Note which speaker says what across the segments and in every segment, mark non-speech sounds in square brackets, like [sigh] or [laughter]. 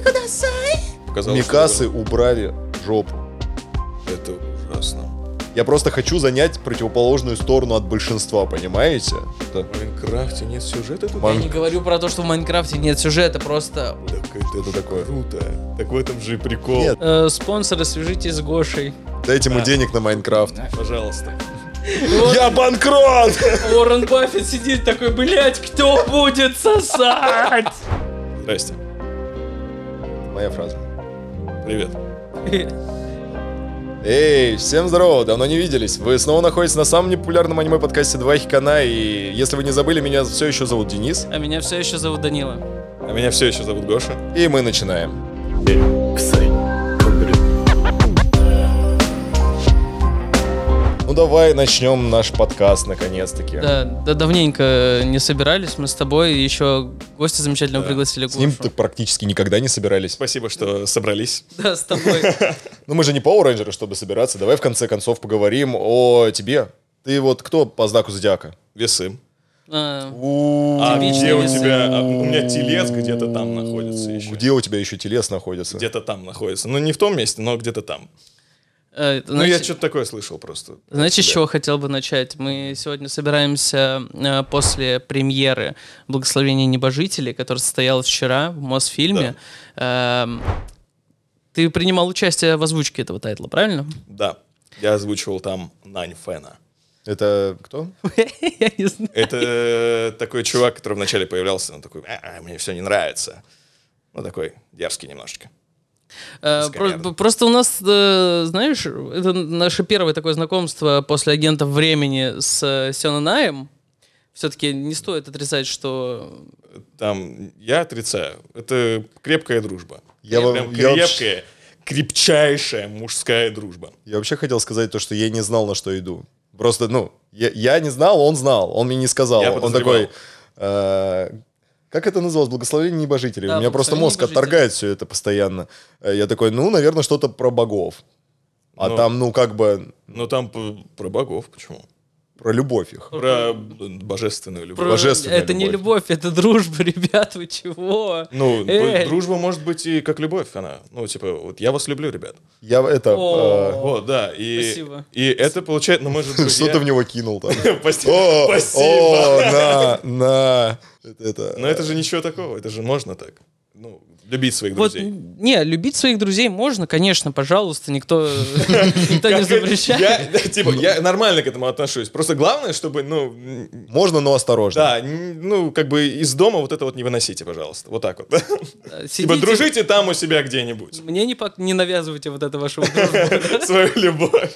Speaker 1: кудасай.
Speaker 2: Казалось, что
Speaker 3: Микасы убрали жопу.
Speaker 2: да. Это ужасно.
Speaker 3: Я просто хочу занять противоположную сторону от большинства, понимаете?
Speaker 2: В Майнкрафте нет сюжета тут?
Speaker 3: Ман-
Speaker 1: Я не говорю про то, что в Майнкрафте нет сюжета, просто...
Speaker 2: Так это,
Speaker 3: Что такое?
Speaker 2: такое круто. Так в этом же и прикол.
Speaker 3: Нет.
Speaker 1: э, спонсоры, свяжитесь с Гошей.
Speaker 3: Дайте ему денег на Майнкрафт.
Speaker 2: Пожалуйста.
Speaker 1: Вот
Speaker 3: Я банкрот!
Speaker 1: Уоррен Баффет сидит такой, блядь, кто будет сосать?
Speaker 2: Здрасте.
Speaker 3: Моя фраза.
Speaker 2: Привет.
Speaker 1: А
Speaker 3: Эй, всем здорово, давно не виделись. Вы снова находитесь на самом непопулярном аниме-подкасте «Два хикана», и если вы не забыли, меня все еще зовут Денис,
Speaker 1: А меня все еще зовут Данила.
Speaker 2: А меня все еще зовут Гоша.
Speaker 3: и мы начинаем. Ну давай начнем наш подкаст наконец-таки.
Speaker 1: Да, да, давненько э, не собирались мы с тобой, еще гости замечательного пригласили
Speaker 3: С ним
Speaker 1: Гошу.
Speaker 3: так практически никогда не собирались.
Speaker 2: Спасибо, что собрались.
Speaker 1: Да,
Speaker 3: [laughs]
Speaker 1: с тобой.
Speaker 3: Ну мы же не Power Rangers, чтобы собираться. Давай в конце концов поговорим о тебе. Ты вот кто по знаку зодиака?
Speaker 2: Весы.
Speaker 1: А,
Speaker 2: А
Speaker 1: Типичные
Speaker 2: где у
Speaker 1: весы.
Speaker 2: тебя... а, у меня телец где-то там находится еще.
Speaker 3: Где у тебя еще телес находится?
Speaker 2: Где-то там находится. Ну, не в том месте, но где-то там.
Speaker 1: э,
Speaker 2: Ну, я
Speaker 1: знаете-
Speaker 2: что-то такое слышал просто.
Speaker 1: Знаете, с
Speaker 2: Да.
Speaker 1: чего хотел бы начать? Мы сегодня собираемся э, после премьеры «Благословения небожителей», которая состоялась вчера в Мосфильме. Эм, Ты принимал участие в озвучке этого тайтла, правильно?
Speaker 2: Да. Я озвучивал там Нань Фэна.
Speaker 3: Это
Speaker 2: [laughs]
Speaker 3: кто?
Speaker 1: [laughs] Я не знаю.
Speaker 2: Это э, такой чувак, который вначале появлялся, он такой, «А, а, мне все не нравится. Ну, такой дерзкий немножечко.
Speaker 1: Э,
Speaker 2: Скорее.
Speaker 1: про- Просто у нас, э, знаешь, это наше первое такое знакомство после агентов времени с э, Сенанаем. Все-таки не стоит отрицать, что
Speaker 2: Там, я отрицаю. Это крепкая дружба.
Speaker 3: Я вам-
Speaker 2: Прям
Speaker 3: я вообще-
Speaker 2: крепкая, крепчайшая мужская дружба.
Speaker 3: Я вообще хотел сказать то, что я не знал, на что иду. Просто, ну, я, я не знал, он знал, он мне не сказал.
Speaker 2: Я
Speaker 3: он
Speaker 2: подозревал.
Speaker 3: такой, «Э, как это называлось, благословение небожителей.
Speaker 1: Да,
Speaker 3: У меня просто
Speaker 1: «Благословение
Speaker 3: мозг
Speaker 1: небожителей».
Speaker 3: отторгает все это постоянно. Э, Я такой, ну, наверное, что-то про богов. А
Speaker 2: Ну.
Speaker 3: там, ну, как бы
Speaker 2: Но там п- про богов, почему?
Speaker 3: про любовь их.
Speaker 2: Про божественную любовь.
Speaker 1: про-
Speaker 3: Божественная
Speaker 1: это не любовь, это дружба, [laughs] ребят, вы чего?
Speaker 2: Ну,
Speaker 1: Эй!
Speaker 2: дружба может быть и как любовь, она. Ну, типа, вот я вас люблю, ребят.
Speaker 3: Я это... э,
Speaker 1: О.
Speaker 2: О, да, и...
Speaker 1: Спасибо.
Speaker 2: И это получается, ну, мы же
Speaker 3: Что ты
Speaker 2: друзья.
Speaker 3: в него
Speaker 2: [laughs]
Speaker 3: кинул там?
Speaker 2: Спасибо.
Speaker 3: О,
Speaker 2: Спасибо.
Speaker 3: о, на, на. Это- это,
Speaker 2: Но это же ничего такого, это же можно так. Ну, любить своих
Speaker 1: Вот,
Speaker 2: друзей.
Speaker 1: н- не, любить своих друзей можно, конечно, пожалуйста, никто, никто не
Speaker 2: Как это-
Speaker 1: запрещает.
Speaker 2: [laughs] я, типа, я нормально к этому отношусь. Просто главное, чтобы, ну, м,
Speaker 3: Можно, но осторожно.
Speaker 2: да, н- ну, как бы из дома вот это вот не выносите, пожалуйста. Вот так вот. [laughs] Типа,
Speaker 1: Э, Сидите,
Speaker 2: дружите там у себя где-нибудь. [laughs]
Speaker 1: Мне не, пок- не навязывайте вот это вашего дружбу.
Speaker 2: Свою любовь.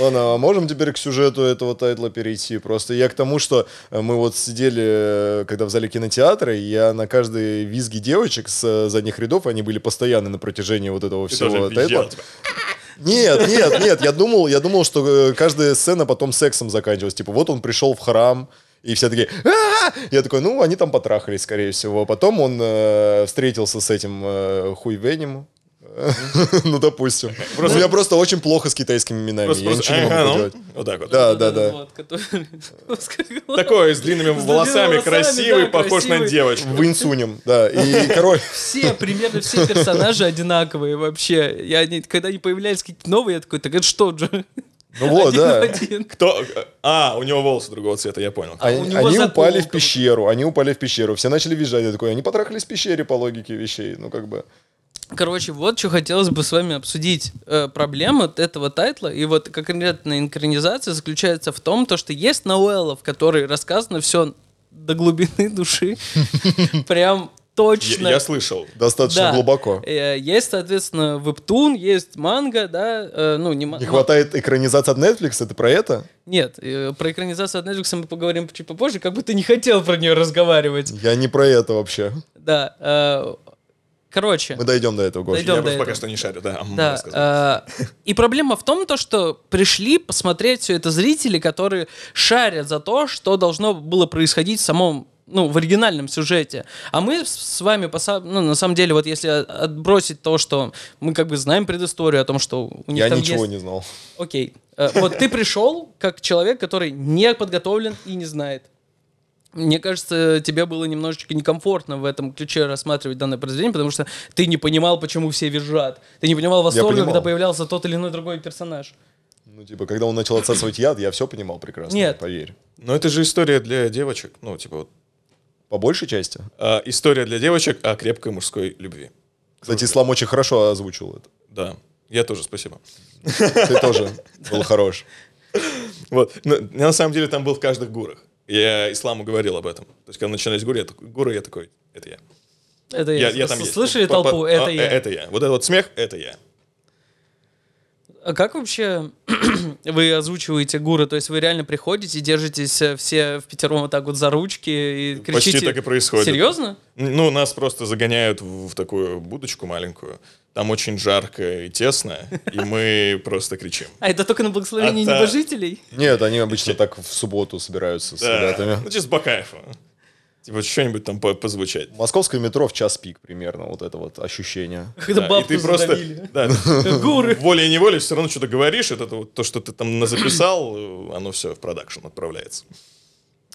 Speaker 3: Ладно, а можем теперь к сюжету этого тайтла перейти? Просто я к тому, что э, мы вот сидели, э, когда в зале кинотеатра, и я на каждой визге девочек с э, задних рядов, они были постоянны на протяжении вот этого
Speaker 2: Ты
Speaker 3: всего
Speaker 2: тоже визжал,
Speaker 3: тайтла.
Speaker 2: типа.
Speaker 3: Нет, нет, нет, я думал, я думал, что э, каждая сцена потом сексом заканчивалась. Типа вот он пришел в храм, и все такие, «А-а-а!» я такой, ну, они там потрахались, скорее всего. Потом он э, встретился с этим э, хуйвенем. [laughs] Ну, допустим.
Speaker 2: Просто-
Speaker 3: Просто... Я просто очень плохо с китайскими именами.
Speaker 2: Просто,
Speaker 3: Я
Speaker 2: просто,
Speaker 3: ничего не
Speaker 2: ага,
Speaker 3: могу
Speaker 2: ну,
Speaker 3: поделать.
Speaker 2: вот так вот.
Speaker 3: Да,
Speaker 1: Вот
Speaker 3: да,
Speaker 1: этот
Speaker 3: да.
Speaker 1: вот, который- [laughs]
Speaker 2: Такой, с длинными
Speaker 1: длинными
Speaker 2: волосами,
Speaker 1: волосами,
Speaker 2: красивый,
Speaker 1: да,
Speaker 2: похож на
Speaker 1: красивый.
Speaker 2: девочку.
Speaker 3: В инсунем, да. И, король,
Speaker 1: Все, примерно все персонажи одинаковые вообще. Я не- когда они появлялись какие-то новые, я такой, так это что, Джо?
Speaker 3: ну вот,
Speaker 1: Один в
Speaker 3: да.
Speaker 1: один.
Speaker 2: Кто? А, у него волосы другого цвета, я понял.
Speaker 3: А-
Speaker 1: у него
Speaker 3: Они
Speaker 1: заколка
Speaker 3: упали в
Speaker 1: вот.
Speaker 3: пещеру, они упали в пещеру, все начали визжать, я такой, они потрахались в пещере по логике вещей, ну как бы.
Speaker 1: Короче, вот что хотелось бы с вами обсудить. Э, проблема от этого тайтла и вот конкретная инкронизация заключается в том, то, что есть новелла, в которой рассказано все до глубины души. Прям точно.
Speaker 2: Я я слышал.
Speaker 3: Достаточно
Speaker 1: Да.
Speaker 3: глубоко.
Speaker 1: Э, Есть, соответственно, вебтун, есть манга, да, э, ну, не ма-
Speaker 3: Не хватает экранизации от Netflix, это про это?
Speaker 1: Нет, э, про экранизацию от Netflix мы поговорим чуть попозже, как бы ты не хотел про нее разговаривать.
Speaker 3: Я не про это вообще.
Speaker 1: Да. э, Короче.
Speaker 3: Мы дойдем до этого, Гоша.
Speaker 2: Я
Speaker 1: Дойдем. до
Speaker 2: просто
Speaker 1: этого.
Speaker 2: пока что не шарю, да. м,
Speaker 1: Да.
Speaker 2: рассказывай.
Speaker 1: э, и проблема в том, то, что пришли посмотреть все это зрители, которые шарят за то, что должно было происходить в самом ну, в оригинальном сюжете. А мы с- с вами, по са- ну, на самом деле, вот если о- отбросить то, что мы как бы знаем предысторию о том, что у них
Speaker 3: Я
Speaker 1: там
Speaker 3: ничего
Speaker 1: есть...
Speaker 3: не знал.
Speaker 1: Окей. Э, Вот ты пришел как человек, который не подготовлен и не знает. Мне кажется, тебе было немножечко некомфортно в этом ключе рассматривать данное произведение, потому что ты не понимал, почему все визжат. Ты не понимал восторга,
Speaker 3: понимал.
Speaker 1: когда появлялся тот или иной другой персонаж.
Speaker 3: Ну, типа, когда он начал отсасывать яд, я все понимал прекрасно,
Speaker 1: Нет.
Speaker 3: поверь.
Speaker 2: Но это же история для девочек. Ну, типа вот.
Speaker 3: По большей части.
Speaker 2: а, история для девочек о крепкой мужской любви.
Speaker 3: Кстати, Ислам очень хорошо озвучил это.
Speaker 2: Да. Я тоже, спасибо.
Speaker 3: Ты тоже был хорош.
Speaker 2: Вот. Но, на самом деле там был в каждых гурах. Я Исламу говорил об этом. То есть, когда начинались гуры, я такой, гуры, я такой, это я.
Speaker 1: Это
Speaker 2: Я,
Speaker 1: я.
Speaker 2: я там
Speaker 1: С-
Speaker 2: есть.
Speaker 1: Слышали
Speaker 2: По- по-
Speaker 1: толпу?
Speaker 2: а,
Speaker 1: это
Speaker 2: э,
Speaker 1: я.
Speaker 2: Это я. Вот этот вот смех, это я.
Speaker 1: А как вообще [clears throat] вы озвучиваете гуры? То есть вы реально приходите, держитесь э, все в пятером вот так вот за ручки и кричите?
Speaker 2: Почти так и происходит.
Speaker 1: Серьезно?
Speaker 2: Ну, нас просто загоняют в, в такую будочку маленькую. Там очень жарко и тесно, и
Speaker 1: [laughs]
Speaker 2: мы просто кричим.
Speaker 1: А это только на благословение
Speaker 2: А та-
Speaker 1: небожителей?
Speaker 3: Нет, они обычно так в субботу собираются с
Speaker 2: Да,
Speaker 3: ребятами.
Speaker 2: ну чисто по кайфу. Типа что-нибудь там по- позвучать.
Speaker 3: Московское метро в час пик примерно, вот это вот ощущение.
Speaker 1: Когда
Speaker 2: Да,
Speaker 1: бабку
Speaker 2: и ты просто,
Speaker 1: задавили.
Speaker 2: да,
Speaker 1: Гуры.
Speaker 2: волей-неволей все равно что-то говоришь, это вот то, что ты там записал, э, оно все в продакшн отправляется.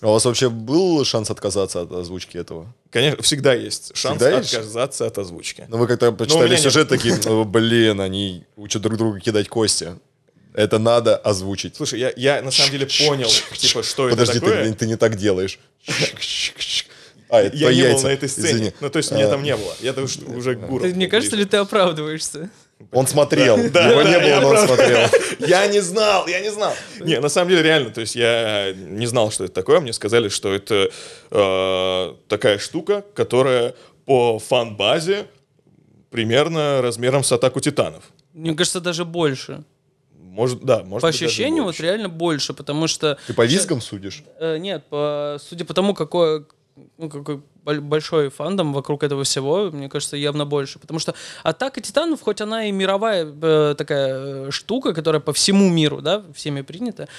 Speaker 3: А у вас вообще был шанс отказаться от озвучки этого?
Speaker 2: Конечно, всегда есть шанс
Speaker 3: Всегда есть?
Speaker 2: отказаться от озвучки.
Speaker 3: Ну, вы как-то почитали
Speaker 2: меня нет.
Speaker 3: сюжет, такие, «О, блин, они учат друг друга кидать кости. Это надо озвучить.
Speaker 2: Слушай, я, я на самом деле
Speaker 3: [laughs]
Speaker 2: понял, типа, что
Speaker 3: Подожди,
Speaker 2: это такое.
Speaker 3: ты, ты не так делаешь. А, это
Speaker 2: я
Speaker 3: твои
Speaker 2: не был
Speaker 3: яйца.
Speaker 2: на этой сцене.
Speaker 3: Извини.
Speaker 2: Ну, то есть меня
Speaker 3: А,
Speaker 2: там не было. Я там уж- уже гуру.
Speaker 1: Ты- Мне кажется, ли ты оправдываешься?
Speaker 3: Он смотрел.
Speaker 2: Да,
Speaker 3: Его
Speaker 2: да,
Speaker 3: не
Speaker 2: я
Speaker 3: было, но он
Speaker 2: правда. [laughs]
Speaker 3: смотрел.
Speaker 2: Я не знал, я не знал. Не, на самом деле реально, то есть я не знал, что это такое. Мне сказали, что это э, такая штука, которая по фан-базе примерно размером с атаку титанов.
Speaker 1: Мне кажется, даже больше.
Speaker 2: Может, да, может
Speaker 1: По
Speaker 2: быть, даже
Speaker 1: ощущению, вот
Speaker 2: больше.
Speaker 1: реально больше, потому что...
Speaker 3: Ты по визгам судишь?
Speaker 1: Э, нет, по- судя по тому, какое, ну, какой боль- большой фандом вокруг этого всего, мне кажется, явно больше. Потому что «Атака Титанов», хоть она и мировая э, такая э, штука, которая по всему миру, да, всеми принята,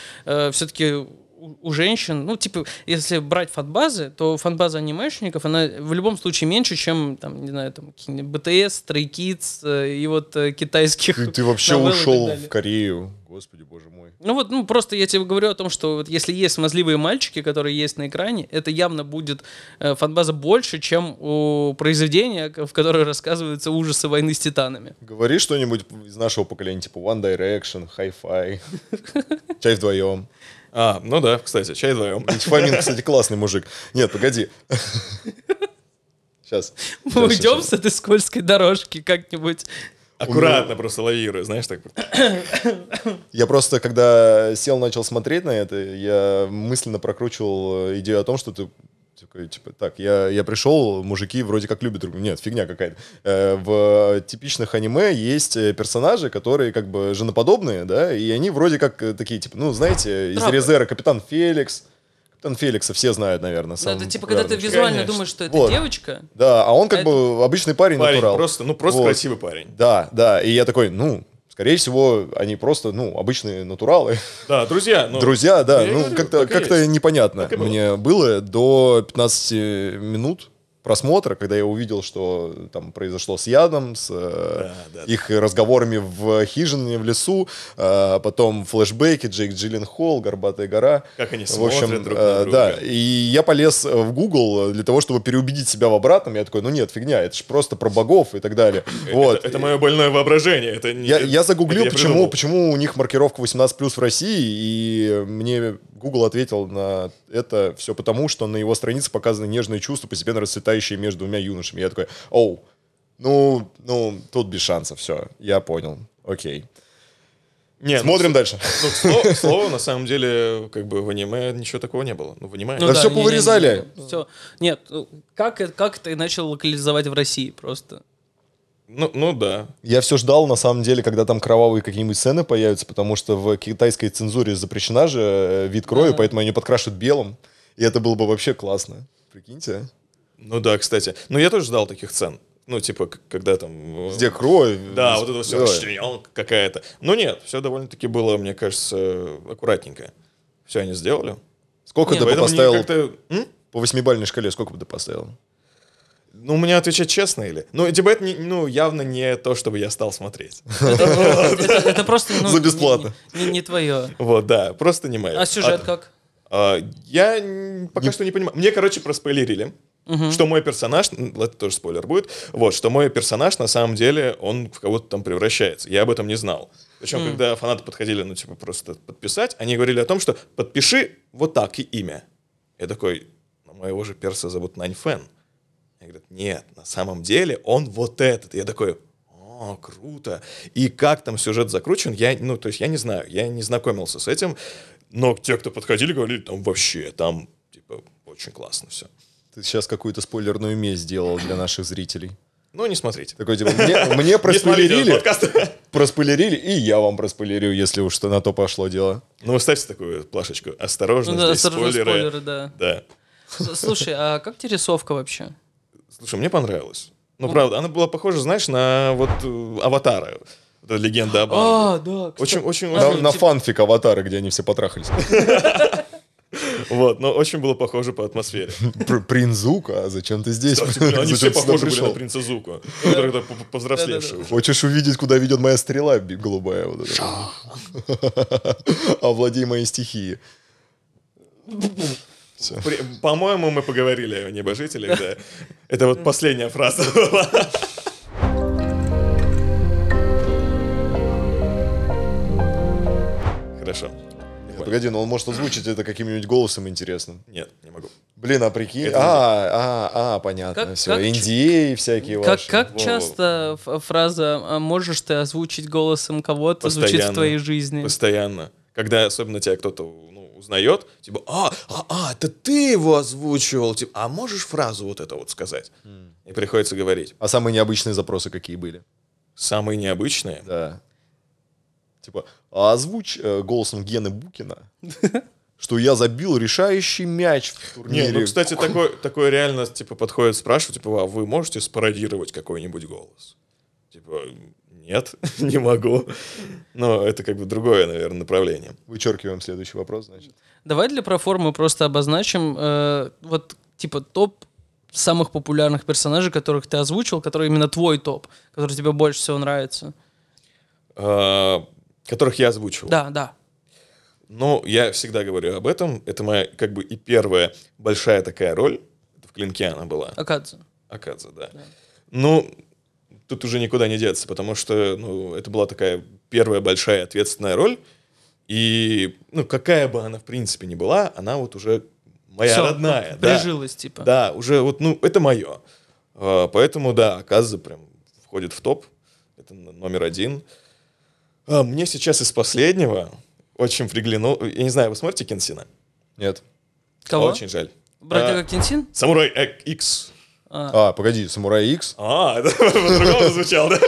Speaker 1: все-таки у у женщин, ну, типа, если брать фанбазы, то фанбаза анимешников, она в любом случае меньше, чем, там, не знаю, там, какие-нибудь BTS, Stray Kids э, и вот э, китайских
Speaker 3: Ты, ты вообще
Speaker 1: новелл и так
Speaker 3: ушел
Speaker 1: далее.
Speaker 3: в Корею. Господи, боже мой.
Speaker 1: Ну вот, ну просто я тебе говорю о том, что вот если есть смазливые мальчики, которые есть на экране, это явно будет э, фанбаза больше, чем у произведения, к- в котором рассказываются ужасы войны с титанами.
Speaker 3: Говори что-нибудь из нашего поколения, типа One Direction,
Speaker 1: [laughs]
Speaker 3: Hi-Fi, Чай вдвоем.
Speaker 2: А, ну да, кстати, чай вдвоем.
Speaker 3: Фомин, кстати, классный мужик. Нет, погоди. [laughs] Сейчас.
Speaker 1: Мы уйдем с этой скользкой дорожки как-нибудь.
Speaker 2: Аккуратно просто лавируя, знаешь, так.
Speaker 3: Я просто, когда сел, начал смотреть на это, я мысленно прокручивал э, идею о том, что ты такой, типа, так, я, я пришел, мужики вроде как любят друг друга. Нет, фигня какая-то. Э, В э, типичных аниме есть э, персонажи, которые как бы женоподобные, да, и они вроде как э, такие, типа, ну, знаете, из
Speaker 1: Трапы.
Speaker 3: Резера Капитан Феликс. Капитан Феликса все знают, наверное.
Speaker 1: Ну,
Speaker 3: самый
Speaker 1: это типа, Э, когда ты
Speaker 3: популярный.
Speaker 1: визуально
Speaker 2: Конечно.
Speaker 1: думаешь, что это
Speaker 3: Вот.
Speaker 1: девочка.
Speaker 3: Да, а он как
Speaker 1: Это-
Speaker 3: бы обычный парень,
Speaker 2: Парень,
Speaker 3: натурал.
Speaker 2: просто, ну просто
Speaker 3: Вот.
Speaker 2: красивый парень.
Speaker 3: Да, да, и я такой, ну, скорее всего, они просто, ну, обычные натуралы.
Speaker 2: Да, друзья, ну,
Speaker 3: Друзья, да,
Speaker 2: я
Speaker 3: ну
Speaker 2: говорю,
Speaker 3: как-то
Speaker 2: так и
Speaker 3: как то
Speaker 2: есть.
Speaker 3: непонятно
Speaker 2: Так и было.
Speaker 3: мне было до 15 минут просмотра, когда я увидел, что там произошло с ядом, с э,
Speaker 2: Да, да,
Speaker 3: их разговорами в хижине, в лесу, э, потом флешбеки, Джейк Джилленхол, Горбатая гора.
Speaker 2: Как они
Speaker 3: В общем,
Speaker 2: смотрят друг
Speaker 3: э,
Speaker 2: на
Speaker 3: да,
Speaker 2: друга.
Speaker 3: и я полез э, в Google для того, чтобы переубедить себя в обратном. Я такой, ну нет, фигня, это же просто про богов и так далее. Вот.
Speaker 2: Это, это мое больное воображение. Это не,
Speaker 3: Я,
Speaker 2: это-
Speaker 3: я загуглил,
Speaker 2: это я
Speaker 3: почему,
Speaker 2: придумал.
Speaker 3: почему у них маркировка 18+, в России, и мне Google ответил на это все потому, что на его странице показаны нежные чувства, постепенно расцветающие между двумя юношами. Я такой, оу, ну, ну, тут без шансов, все, я понял, окей.
Speaker 2: Не, ну,
Speaker 3: Смотрим дальше.
Speaker 2: Ну, к слову, к слову, на самом деле, как бы в аниме ничего такого не было. Ну, в аниме.
Speaker 1: Ну
Speaker 3: Да всё повырезали.
Speaker 1: Все. Нет, ну, как, это- как ты начал локализовать в России просто?
Speaker 2: Ну, ну да.
Speaker 3: Я все ждал, на самом деле, когда там кровавые какие-нибудь сцены появятся, потому что в китайской цензуре запрещена же э, вид крови,
Speaker 1: Да.
Speaker 3: поэтому они подкрашивают белым, и это было бы вообще классно. Прикиньте.
Speaker 2: Ну да, кстати. Ну, я тоже ждал таких цен. Ну, типа, к- когда там... э,
Speaker 3: Где кровь?
Speaker 2: Да, вот это
Speaker 3: Давай.
Speaker 2: все какая-то. Ну нет, все довольно-таки было, мне кажется, аккуратненько. Все они сделали.
Speaker 3: Сколько
Speaker 1: Нет,
Speaker 3: ты бы
Speaker 2: Поэтому мне
Speaker 3: поставил
Speaker 2: как-то- М?
Speaker 3: По восьмибалльной шкале сколько бы ты поставил?
Speaker 2: Ну, у меня отвечать честно или? Ну, типа, это не- ну, явно не то, чтобы я стал смотреть. [laughs]
Speaker 1: Это, это просто... ну,
Speaker 3: За бесплатно.
Speaker 1: Не, не- не- не твое.
Speaker 2: Вот, да, просто не мое.
Speaker 1: А сюжет как?
Speaker 2: А, Я н- пока что не понимаю. Мне, короче, проспойлерили. Что мой персонаж, м, это тоже спойлер будет, вот, что мой персонаж на самом деле, он в кого-то там превращается. Я об этом не знал. Причем, когда фанаты подходили, ну, типа, просто подписать, они говорили о том, что подпиши вот так и имя. Я такой, ну, моего же перса зовут Наньфен. Я говорю, нет, на самом деле он вот этот. Я такой, о, круто. И как там сюжет закручен, я, ну, то есть я не знаю, я не знакомился с этим, но те, кто подходили, говорили, там вообще, там, типа, очень классно все.
Speaker 3: Ты сейчас какую-то спойлерную месть сделал для наших зрителей.
Speaker 2: Ну, не смотрите.
Speaker 3: Такой, типа,
Speaker 2: [laughs]
Speaker 3: мне, мне
Speaker 2: Не смотрите этот
Speaker 3: проспойлерили,
Speaker 2: подкаст.
Speaker 3: проспойлерили, и я вам проспойлерю, если уж что на то пошло дело.
Speaker 2: [laughs] Ну, вы ставьте такую плашечку. Осторожно,
Speaker 1: Ну да,
Speaker 2: здесь
Speaker 1: осторожно,
Speaker 2: спойлеры.
Speaker 1: спойлеры, да.
Speaker 2: Да.
Speaker 1: С- Слушай, а как тебе рисовка вообще?
Speaker 2: Слушай, мне понравилось. Ну, правда, она была похожа, знаешь, на вот э, Аватара. Вот эта легенда об Аанге.
Speaker 1: А, да. кстати.
Speaker 2: Очень, очень,
Speaker 1: А,
Speaker 3: На,
Speaker 2: очень,
Speaker 1: ну,
Speaker 3: на
Speaker 1: типа-
Speaker 3: фанфик аватары, где они все потрахались. [laughs]
Speaker 2: [laughs] вот, но очень было похоже по
Speaker 1: [laughs]
Speaker 2: атмосфере.
Speaker 3: Пр- Принзука, а зачем ты здесь?
Speaker 2: Кстати, блин, Они
Speaker 3: [laughs] Зачем
Speaker 2: все
Speaker 3: ты сюда
Speaker 2: похожи были на
Speaker 3: пришел?
Speaker 2: принца Зуку, который так по- по- повзрослевший уже.
Speaker 3: Хочешь увидеть, куда ведет моя стрела би- голубая? Вот эта? [laughs] Овладей моей стихией.
Speaker 2: При- По-моему, мы поговорили о небожителях, да. Это вот последняя фраза была. Хорошо.
Speaker 3: Погоди, но он может озвучить это каким-нибудь голосом интересным.
Speaker 2: Нет, не могу.
Speaker 3: Блин, а прикинь.
Speaker 2: Это-
Speaker 3: А, а, а, понятно.
Speaker 1: Как-
Speaker 3: все,
Speaker 1: как-
Speaker 3: NDA А всякие
Speaker 1: Как,
Speaker 3: ваши.
Speaker 1: как
Speaker 2: Во-во.
Speaker 1: часто ф- фраза «А «можешь ты озвучить голосом кого-то» звучит в
Speaker 2: Постоянно.
Speaker 1: твоей жизни?
Speaker 2: Постоянно. Когда особенно тебя кто-то ну, узнает, типа, а, а, а, это ты его озвучивал, типа, а можешь фразу вот это вот сказать? И приходится говорить.
Speaker 3: А самые необычные запросы какие были?
Speaker 2: Самые необычные.
Speaker 3: Да. Типа, а озвучь э, голосом Гены
Speaker 1: [laughs]
Speaker 3: Букина, что я забил решающий мяч в
Speaker 2: Не, ну,
Speaker 3: турнире.
Speaker 2: кстати, такой, такой реально, типа, подходит, спрашивает, типа, а вы можете спародировать какой-нибудь голос? Типа, нет, [laughs] не могу. Но это как бы другое, наверное, направление.
Speaker 3: Вычеркиваем следующий вопрос, значит.
Speaker 1: Давай для проформы просто обозначим э, вот типа топ самых популярных персонажей, которых ты озвучил, которые именно твой топ, который тебе больше всего нравится.
Speaker 2: А, которых я озвучивал.
Speaker 1: Да, да.
Speaker 2: Но я всегда говорю об этом. Это моя, как бы, и первая большая такая роль. Это в «Клинке» она была.
Speaker 1: Акадзе.
Speaker 2: Акадзе, да. Ну, тут уже никуда не деться, потому что ну, это была такая первая большая ответственная роль. И, ну, какая бы она, в принципе, ни была, она вот уже моя
Speaker 1: Всё,
Speaker 2: родная. да.
Speaker 1: Прижилась, типа.
Speaker 2: Да, уже вот, ну, это мое. Поэтому, да, Аказа прям входит в топ. Это н- номер один. А, Мне сейчас из последнего очень приглянул... Я не знаю, вы смотрите Кенсина?
Speaker 1: А.
Speaker 3: Нет.
Speaker 1: Кого?
Speaker 2: Очень жаль.
Speaker 1: Братья
Speaker 2: А,
Speaker 1: Кокинсин?
Speaker 2: Самурай Эк- Икс.
Speaker 3: А, погоди, Самурай Икс.
Speaker 2: А, [laughs] это по-другому звучал, да?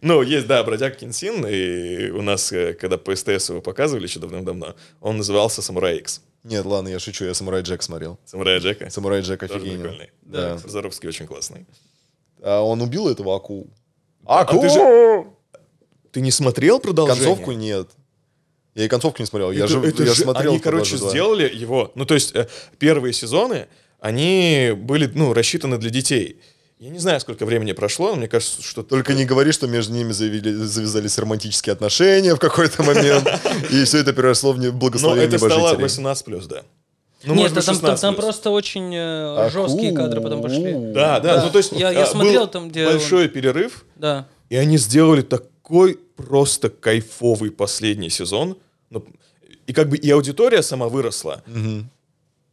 Speaker 2: Ну, есть, да, бродяг Кенсин, и у нас, э, когда по СТС его показывали еще давным-давно, он назывался Самурай Икс.
Speaker 3: Нет, ладно, я шучу, я Самурай Джек смотрел.
Speaker 2: Самурай Джека.
Speaker 3: Самурай Джек
Speaker 2: Тоже
Speaker 3: офигенный.
Speaker 2: прикольный.
Speaker 3: Да.
Speaker 2: Заробский очень классный.
Speaker 3: А он убил этого акул.
Speaker 2: А ты же- Ты не смотрел продолжение?
Speaker 3: Концовку нет. Я и концовку не смотрел. Я
Speaker 2: Это-
Speaker 3: же
Speaker 2: это
Speaker 3: я
Speaker 2: же
Speaker 3: смотрел.
Speaker 2: Они,
Speaker 3: только
Speaker 2: короче,
Speaker 3: даже два.
Speaker 2: сделали его. Ну, то есть, э, первые сезоны, они были, ну, рассчитаны для детей. Я не знаю, сколько времени прошло, но мне кажется, что
Speaker 3: Только не говори, что между ними завели- завязались романтические отношения в какой-то
Speaker 1: [laughs]
Speaker 3: момент, и все это переросло в не-
Speaker 2: Но
Speaker 1: Ну,
Speaker 3: благословение
Speaker 2: это стало
Speaker 3: небожителей.
Speaker 2: 18 плюс, да. ну,
Speaker 1: Нет, а там, там,
Speaker 2: 16+.
Speaker 1: там просто очень
Speaker 3: А,
Speaker 2: А,
Speaker 1: э, жесткие кадры потом пошли.
Speaker 2: Да, да,
Speaker 1: Да,
Speaker 2: ну то есть
Speaker 1: я- я
Speaker 2: э,
Speaker 1: смотрел
Speaker 2: был
Speaker 1: там, где
Speaker 2: большой перерыв,
Speaker 1: Да.
Speaker 2: и они сделали такой просто кайфовый последний сезон, Ну, и как бы и аудитория сама выросла,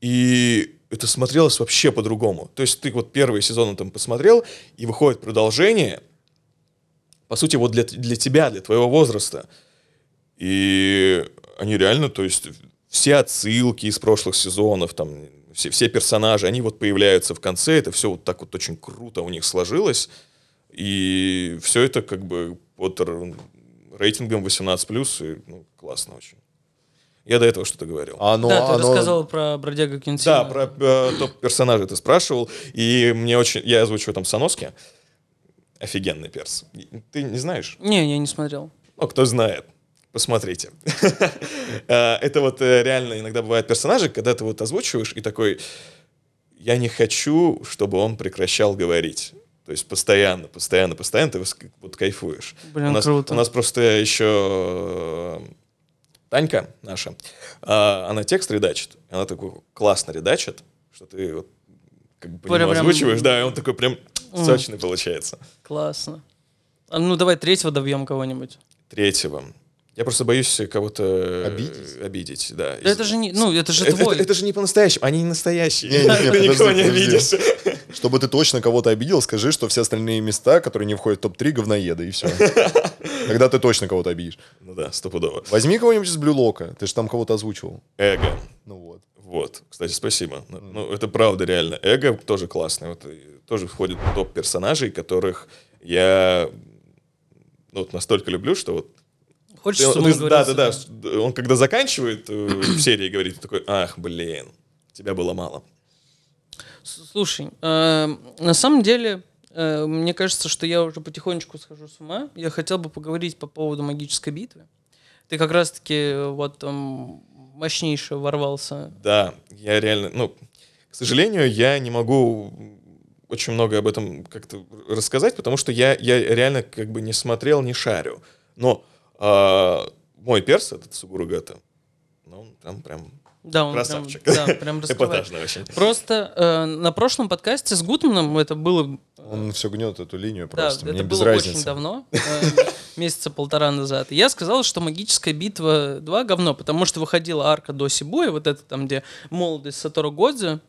Speaker 2: и это смотрелось вообще по-другому. То есть ты вот первый сезон там посмотрел, и выходит продолжение, по сути, вот для, т- для тебя, для твоего возраста. И они реально, то есть все отсылки из прошлых сезонов, там все, все персонажи, они вот появляются в конце, это все вот так вот очень круто у них сложилось. И все это как бы под р- рейтингом 18+, и, ну, классно очень. Я до этого что-то говорил.
Speaker 3: А Оно,
Speaker 1: да, ты
Speaker 3: оно-
Speaker 1: рассказывал про бродяга Кенсина.
Speaker 2: Да, про э, топ-персонажей ты спрашивал, и мне очень... Я озвучу там Саноски. Офигенный перс. Ты не знаешь?
Speaker 1: Не, я не смотрел.
Speaker 2: Ну, кто знает, посмотрите. [laughs] Э, Это вот э, реально иногда бывают персонажи, когда ты вот озвучиваешь и такой, я не хочу, чтобы он прекращал говорить. То есть постоянно, постоянно, постоянно ты вос- вот кайфуешь.
Speaker 1: Блин,
Speaker 2: у нас,
Speaker 1: круто.
Speaker 2: У нас просто еще э, Танька наша, а, она текст редачит. Она такой классно редачит, что ты вот как бы по
Speaker 1: Прям-
Speaker 2: нему
Speaker 1: прям-
Speaker 2: озвучиваешь, да, и он такой прям
Speaker 1: Мгм.
Speaker 2: сочный получается.
Speaker 1: Классно. А, Ну, давай третьего добьем кого-нибудь.
Speaker 2: Третьего. Я просто боюсь кого-то э,
Speaker 3: Обидеть?
Speaker 2: обидеть да.
Speaker 1: Да Это же не, ну, это же
Speaker 2: это,
Speaker 1: твой.
Speaker 2: это- это же не по-настоящему, они не настоящие. [laughs]
Speaker 3: Не-не-не,
Speaker 2: Ты
Speaker 3: подожди,
Speaker 2: никого не
Speaker 3: подожди.
Speaker 2: обидишь.
Speaker 3: Чтобы ты точно кого-то обидел, скажи, что все остальные места, которые не входят в топ-3, говноеды, и все.
Speaker 1: [laughs]
Speaker 3: Тогда ты точно кого-то обидишь.
Speaker 2: Ну да, стопудово.
Speaker 3: Возьми кого-нибудь из Блюлока, ты же там кого-то озвучивал.
Speaker 2: Эго.
Speaker 3: Ну вот.
Speaker 2: Вот, кстати, спасибо. Ну, Ну, это правда, реально. Эго тоже классный. Вот, и тоже входит в топ персонажей, которых я ну, вот настолько люблю, что вот...
Speaker 1: Хочешь,
Speaker 2: ты-
Speaker 1: чтобы
Speaker 2: ты-
Speaker 1: он говорил
Speaker 2: да, да,
Speaker 1: с-
Speaker 2: да. с- Он когда заканчивает э, в серии, говорит такой, ах, блин, тебя было мало.
Speaker 1: С- Слушай, э, на самом деле, э, мне кажется, что я уже потихонечку схожу с ума. Я хотел бы поговорить по поводу магической битвы. Ты как раз-таки э, вот там мощнейше ворвался.
Speaker 2: Да, я реально, ну, к сожалению, я не могу очень много об этом как-то рассказать, потому что я, я реально как бы не смотрел, не шарю. Но а, мой перс, этот Сугуругата, ну, он там прям
Speaker 1: Да, он
Speaker 2: красавчик.
Speaker 1: прям, да,
Speaker 2: [laughs]
Speaker 1: прям раскрывает.
Speaker 2: Эпатажный очень.
Speaker 1: Просто э, на прошлом подкасте с Гутманом это было
Speaker 3: Он все гнет эту линию
Speaker 1: Да,
Speaker 3: просто. Мне
Speaker 1: это
Speaker 3: без
Speaker 1: было
Speaker 3: разницы.
Speaker 1: очень давно, э, [laughs] месяца полтора назад. И Я сказал, что «Магическая битва 2» говно, потому что выходила арка до Сибуя, вот это там, где молодость Сатору Годзе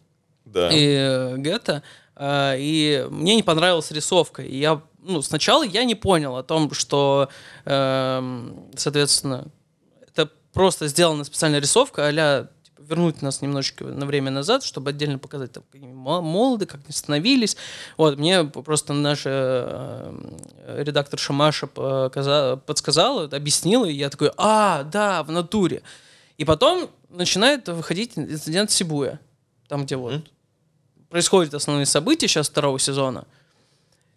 Speaker 2: Да.
Speaker 1: и э, Гетто, э, и мне не понравилась рисовка. И я, ну, сначала я не понял о том, что, эм, соответственно, это просто сделана специальная рисовка а-ля типа, вернуть нас немножечко на время назад, чтобы отдельно показать, там, какие они мо- молоды, как они становились. Вот, мне п- просто наша э, редактор Шамаша показа- подсказала, объяснила, и я такой, а, да, в натуре. И потом начинает выходить инцидент Сибуя, там, где вот
Speaker 2: Мгм.
Speaker 1: происходят основные события сейчас второго сезона.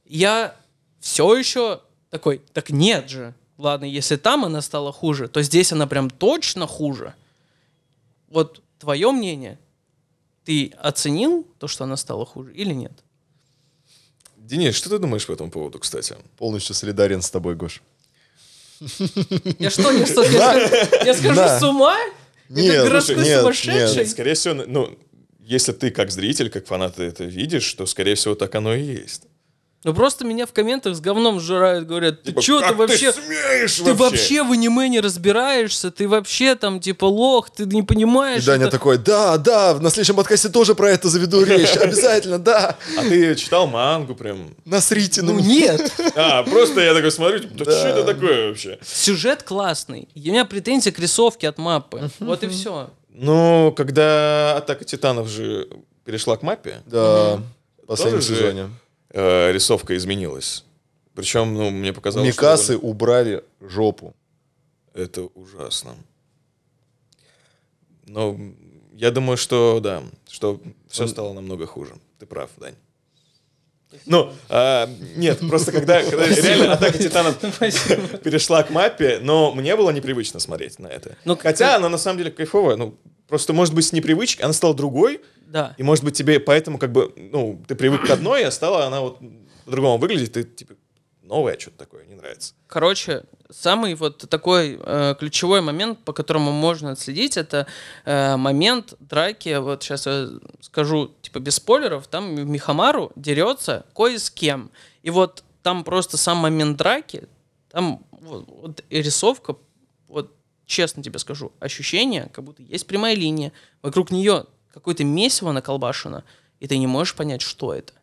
Speaker 1: Я все еще такой, так нет же. Ладно, если там она стала хуже, то здесь она прям точно хуже. Вот твое мнение, ты оценил то, что она стала хуже или нет?
Speaker 2: Денис, что ты думаешь по этому поводу, кстати?
Speaker 3: Полностью солидарен с тобой, Гош.
Speaker 1: [laughs] Я что, я что, я схожу- я схожу
Speaker 3: Да.
Speaker 1: с ума?
Speaker 3: Нет,
Speaker 1: городской
Speaker 3: слушай, нет,
Speaker 1: сумасшедший.
Speaker 3: нет.
Speaker 1: Слушай.
Speaker 2: Скорее всего, ну, если ты как зритель, как фанат это видишь, то, скорее всего, так оно и есть.
Speaker 1: Ну просто меня в комментах с говном сжирают, говорят, ты
Speaker 2: Типа,
Speaker 1: чё ты
Speaker 2: «Как
Speaker 1: вообще...
Speaker 2: смеешь
Speaker 1: Ты вообще в аниме не разбираешься, ты вообще там типа лох, ты не понимаешь.
Speaker 3: И Даня
Speaker 1: это-
Speaker 3: такой, да, да, на следующем подкасте тоже про это заведу
Speaker 1: [laughs]
Speaker 3: речь, обязательно, да,
Speaker 2: А ты читал мангу прям?
Speaker 3: насрите
Speaker 1: Ну
Speaker 3: ну,
Speaker 1: нет,
Speaker 2: А, просто я такой смотрю, типа, да, что это такое вообще?
Speaker 1: сюжет классный. И У меня претензия к рисовке от мапы. Вот и все.
Speaker 2: Ну, когда Атака Титанов же перешла к мапе,
Speaker 3: Да, в последнем
Speaker 2: Тоже же
Speaker 3: сезоне.
Speaker 2: э, рисовка изменилась. Причем, ну, мне показалось, что
Speaker 3: Микасы убрали жопу.
Speaker 2: Это ужасно. Но я думаю, что да, что все стало намного хуже. Ты прав, Дань. Ну, а, нет, просто когда, когда реально атака титанов перешла к мапе, но мне было непривычно смотреть на это.
Speaker 1: Ну,
Speaker 2: Хотя она на самом деле кайфовая, ну, просто, может быть, с непривычки она стала другой,
Speaker 1: Да.
Speaker 2: и, может быть, тебе поэтому как бы, ну, ты привык к одной, а стала она вот по-другому выглядит, ты, типа, новая что-то такое, не нравится.
Speaker 1: Короче, самый вот такой э, ключевой момент, по которому можно отследить, это э, момент драки. Вот сейчас я скажу, типа без спойлеров, там Михамару дерется кое с кем. И вот там просто сам момент драки, там вот, вот и рисовка, вот честно тебе скажу, ощущение, как будто есть прямая линия, вокруг нее какое-то месиво наколбашено, и ты не можешь понять, что это.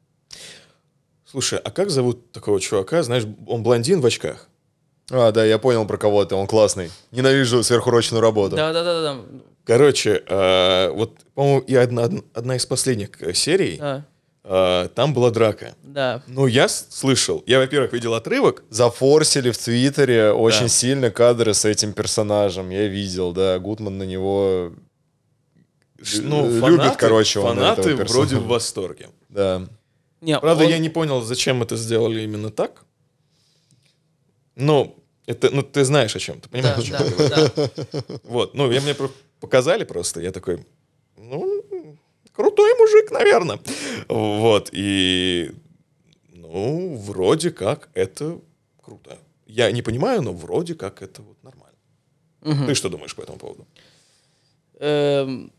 Speaker 2: Слушай, а как зовут такого чувака? Знаешь, он блондин в очках.
Speaker 3: А, да, я понял про кого ты, он классный. Ненавижу сверхурочную работу.
Speaker 1: Да-да-да-да.
Speaker 2: Короче, э, вот, по-моему, и одна, одна из последних э, серий,
Speaker 1: Да,
Speaker 2: э, там была драка.
Speaker 1: да.
Speaker 2: Ну, я с- слышал. Я, во-первых, видел отрывок.
Speaker 3: Зафорсили в Твиттере очень
Speaker 2: Да.
Speaker 3: сильно кадры с этим персонажем. Я видел, да, Гудман на него,
Speaker 2: Ш- Ну,
Speaker 3: Любит,
Speaker 2: фанаты-
Speaker 3: короче, он
Speaker 2: фанаты
Speaker 3: этого персонажа.
Speaker 2: вроде в восторге.
Speaker 3: да.
Speaker 1: Не,
Speaker 2: Правда,
Speaker 1: он-
Speaker 2: я не понял, зачем это сделали именно так. Но это, ну, ты знаешь о чем, ты понимаешь,
Speaker 1: Да,
Speaker 2: о чем я говорю.
Speaker 1: да, да.
Speaker 2: Вот, ну, я мне про- показали просто, я такой, ну, крутой мужик, наверное. Вот, и, ну, вроде как это круто. Я не понимаю, но вроде как это вот нормально.
Speaker 1: Хм.
Speaker 2: Ты что думаешь по этому поводу?
Speaker 1: Эм,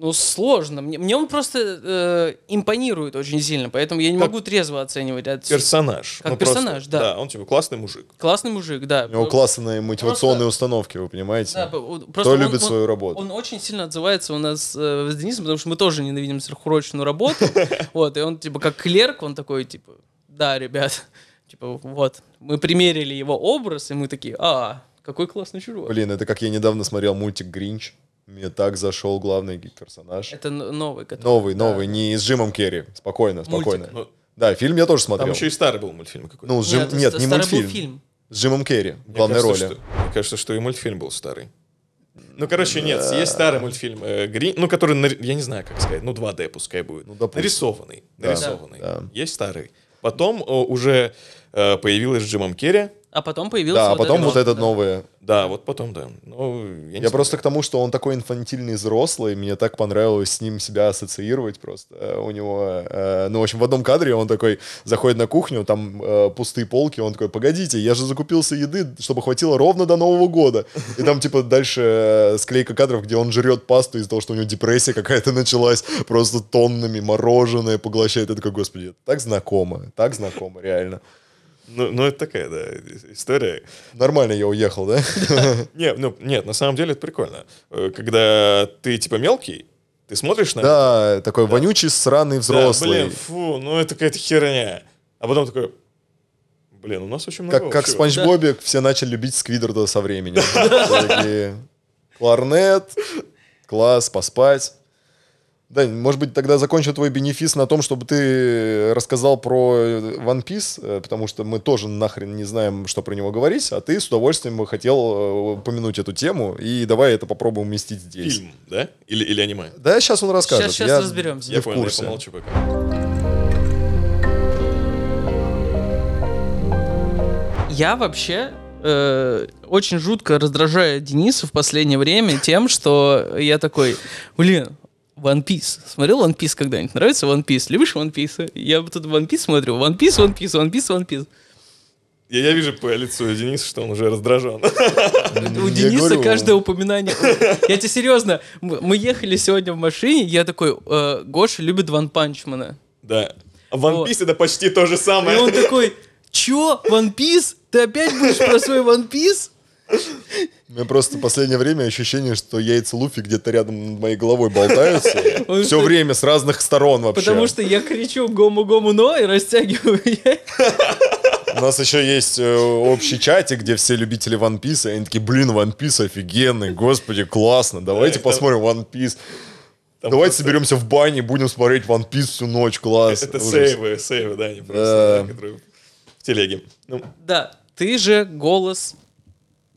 Speaker 1: ну, сложно. Мне, мне он просто э, импонирует очень сильно, поэтому я не
Speaker 2: Как
Speaker 1: могу трезво оценивать. отс-
Speaker 2: Персонаж.
Speaker 1: Как
Speaker 2: Ну, просто-
Speaker 1: персонаж, да.
Speaker 2: Да, он типа классный мужик.
Speaker 1: Классный мужик, да.
Speaker 3: У него
Speaker 1: Э,
Speaker 3: классные мотивационные установки, вы понимаете?
Speaker 1: да, по- вот
Speaker 3: Кто
Speaker 1: просто он-
Speaker 3: любит
Speaker 1: он-
Speaker 3: свою работу?
Speaker 1: Он очень сильно отзывается у нас э, с Денисом, потому что мы тоже ненавидим сверхурочную
Speaker 3: [laughs]
Speaker 1: работу. Вот, и он, типа, как клерк, он такой, типа, да, ребят, [laughs] типа, вот, мы примерили его образ, и мы такие, а, какой классный чувак.
Speaker 3: Блин, это как я недавно смотрел мультик «Гринч». Мне так зашел главный ги- персонаж.
Speaker 1: Это н- новый, который...
Speaker 3: Новый,
Speaker 1: да.
Speaker 3: новый, не с Джимом Керри. Спокойно, спокойно.
Speaker 2: Ну,
Speaker 3: Да, фильм я тоже
Speaker 2: Там
Speaker 3: смотрел.
Speaker 2: еще и старый был мультфильм какой-то.
Speaker 3: Ну, с Джим-
Speaker 1: это
Speaker 3: Нет,
Speaker 1: ст-
Speaker 3: не
Speaker 1: старый был
Speaker 3: мультфильм.
Speaker 1: фильм.
Speaker 3: С Джимом Керри в
Speaker 2: Мне
Speaker 3: главной
Speaker 2: кажется,
Speaker 3: роли.
Speaker 2: что- мне кажется, что и мультфильм был старый. Ну, короче, нет, есть старый мультфильм э, Грин, ну, который, нар- я не знаю, как сказать, ну, 2D пускай будет.
Speaker 3: Ну, допустим.
Speaker 2: нарисованный,
Speaker 3: Да.
Speaker 2: нарисованный.
Speaker 3: Да.
Speaker 2: Есть старый. Потом о, уже э, появилась с Джимом Керри.
Speaker 1: А потом появился...
Speaker 3: Да, а потом вот этот
Speaker 1: да.
Speaker 3: новое.
Speaker 2: Да, вот потом, да. Ну, я не
Speaker 3: Я просто к тому, что он такой инфантильный взрослый, мне так понравилось с ним себя ассоциировать просто. Э, У него, э, ну, в общем, в одном кадре он такой заходит на кухню, там э, пустые полки, он такой, погодите, я же закупился еды, чтобы хватило ровно до Нового года. И там, типа, дальше э, склейка кадров, где он жрет пасту из-за того, что у него депрессия какая-то началась, просто тоннами мороженое поглощает. Я такой, господи, так знакомо, так знакомо, реально.
Speaker 2: Ну, ну, это такая, да, и- история.
Speaker 3: Нормально я уехал, да?
Speaker 2: Не, ну, нет, на самом деле это прикольно. Э, Когда ты, типа, мелкий, ты смотришь на это,
Speaker 3: Да, такой вонючий, сраный
Speaker 2: да,
Speaker 3: взрослый.
Speaker 2: блин, фу, ну, это какая-то херня. А потом такой, блин, у нас очень много
Speaker 3: Как, как в
Speaker 2: общего.
Speaker 3: Спанч Бобе все начали любить Сквидерда
Speaker 2: [laughs]
Speaker 3: со временем. Все такие, Кларнет, класс, поспать. Да, может быть, тогда закончу твой бенефис на том, чтобы ты рассказал про One Piece, э, потому что мы тоже нахрен не знаем, что про него говорить, а ты с удовольствием бы хотел э, упомянуть эту тему, и давай это попробуем уместить здесь.
Speaker 2: Фильм, да? Или, или аниме?
Speaker 3: Да, сейчас он расскажет.
Speaker 1: Щас- щас
Speaker 3: я
Speaker 1: разберемся.
Speaker 3: не
Speaker 2: Я
Speaker 3: в
Speaker 2: понял, я
Speaker 3: курсе.
Speaker 2: помолчу пока.
Speaker 1: Я вообще э, очень жутко раздражаю Дениса в последнее время тем, что я такой, блин, One Piece. Смотрел One Piece когда-нибудь? Нравится One Piece? Любишь One Piece? Я вот тут One Piece смотрю. One Piece, One Piece, One Piece, One Piece.
Speaker 2: Я, я вижу по лицу Дениса, что он уже раздражен. [laughs]
Speaker 1: У
Speaker 3: Я
Speaker 1: Дениса
Speaker 3: говорю. [laughs]
Speaker 1: каждое упоминание. Я тебе серьезно, мы мы ехали сегодня в машине, я такой, «Э, Гоша любит Ван Панчмана.
Speaker 2: Да. А One
Speaker 1: Вот.
Speaker 2: Piece это почти то же
Speaker 1: И он
Speaker 3: Ну,
Speaker 2: самое.
Speaker 1: такой, чё, One Piece? Ты опять будешь про свой One Piece?
Speaker 3: У меня просто в последнее время ощущение, что яйца Луфи где-то рядом над моей
Speaker 2: [laughs]
Speaker 3: головой болтаются.
Speaker 1: Он
Speaker 3: Все
Speaker 1: что-
Speaker 3: время с разных сторон вообще.
Speaker 1: Потому что я кричу гому-гому-но и растягиваю [laughs] яйца.
Speaker 3: У нас еще есть э, общий чатик, где все любители One Piece, и они такие, блин, One Piece офигенный, господи, классно, давайте
Speaker 2: Да, и там-
Speaker 3: посмотрим One Piece.
Speaker 2: Там
Speaker 3: давайте
Speaker 2: просто-
Speaker 3: соберемся в бане, будем смотреть One Piece всю ночь, класс.
Speaker 2: Это
Speaker 3: Ужас.
Speaker 2: сейвы, сейвы, да, они
Speaker 3: Да.
Speaker 2: просто, да, которые в телеге. Ну,
Speaker 1: Да, ты же голос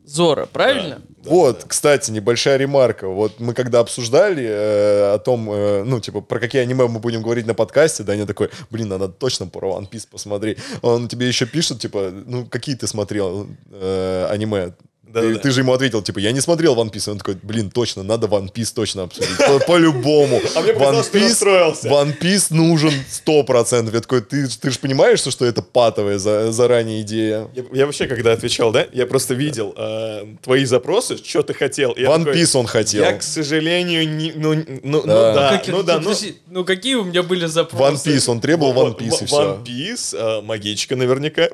Speaker 1: Зора, правильно?
Speaker 2: да, да,
Speaker 3: Вот,
Speaker 2: да.
Speaker 3: кстати, небольшая ремарка. Вот мы когда обсуждали э, о том, э, ну, типа, про какие аниме мы будем говорить на подкасте, Даня такой, блин, надо точно про One Piece посмотреть. Он тебе еще пишет, типа, ну, какие ты смотрел э, аниме? ты,
Speaker 2: Да-да-да.
Speaker 3: ты же ему ответил, типа, я не смотрел One Piece. Он такой, блин, точно, надо One Piece точно обсудить. По- По-любому.
Speaker 2: [laughs] А мне показалось,
Speaker 3: One
Speaker 2: ты
Speaker 3: Piece-
Speaker 2: расстроился.
Speaker 3: One Piece нужен 100%. Я такой, ты, ты же понимаешь, что это патовая за- заранее идея?
Speaker 2: Я, я вообще, когда отвечал, да, я просто видел э, твои запросы, что ты хотел. и я
Speaker 3: One
Speaker 2: такой,
Speaker 3: Piece он хотел.
Speaker 2: Я, к сожалению, не... Ну, ну, ну
Speaker 3: Да.
Speaker 2: да,
Speaker 1: Как-
Speaker 2: ну да, ну...
Speaker 1: подожди, ну какие у меня были
Speaker 3: One
Speaker 1: запросы?
Speaker 3: Piece, он требовал One
Speaker 2: вот,
Speaker 3: Piece и
Speaker 2: One
Speaker 3: все.
Speaker 2: Piece, э, магичка наверняка.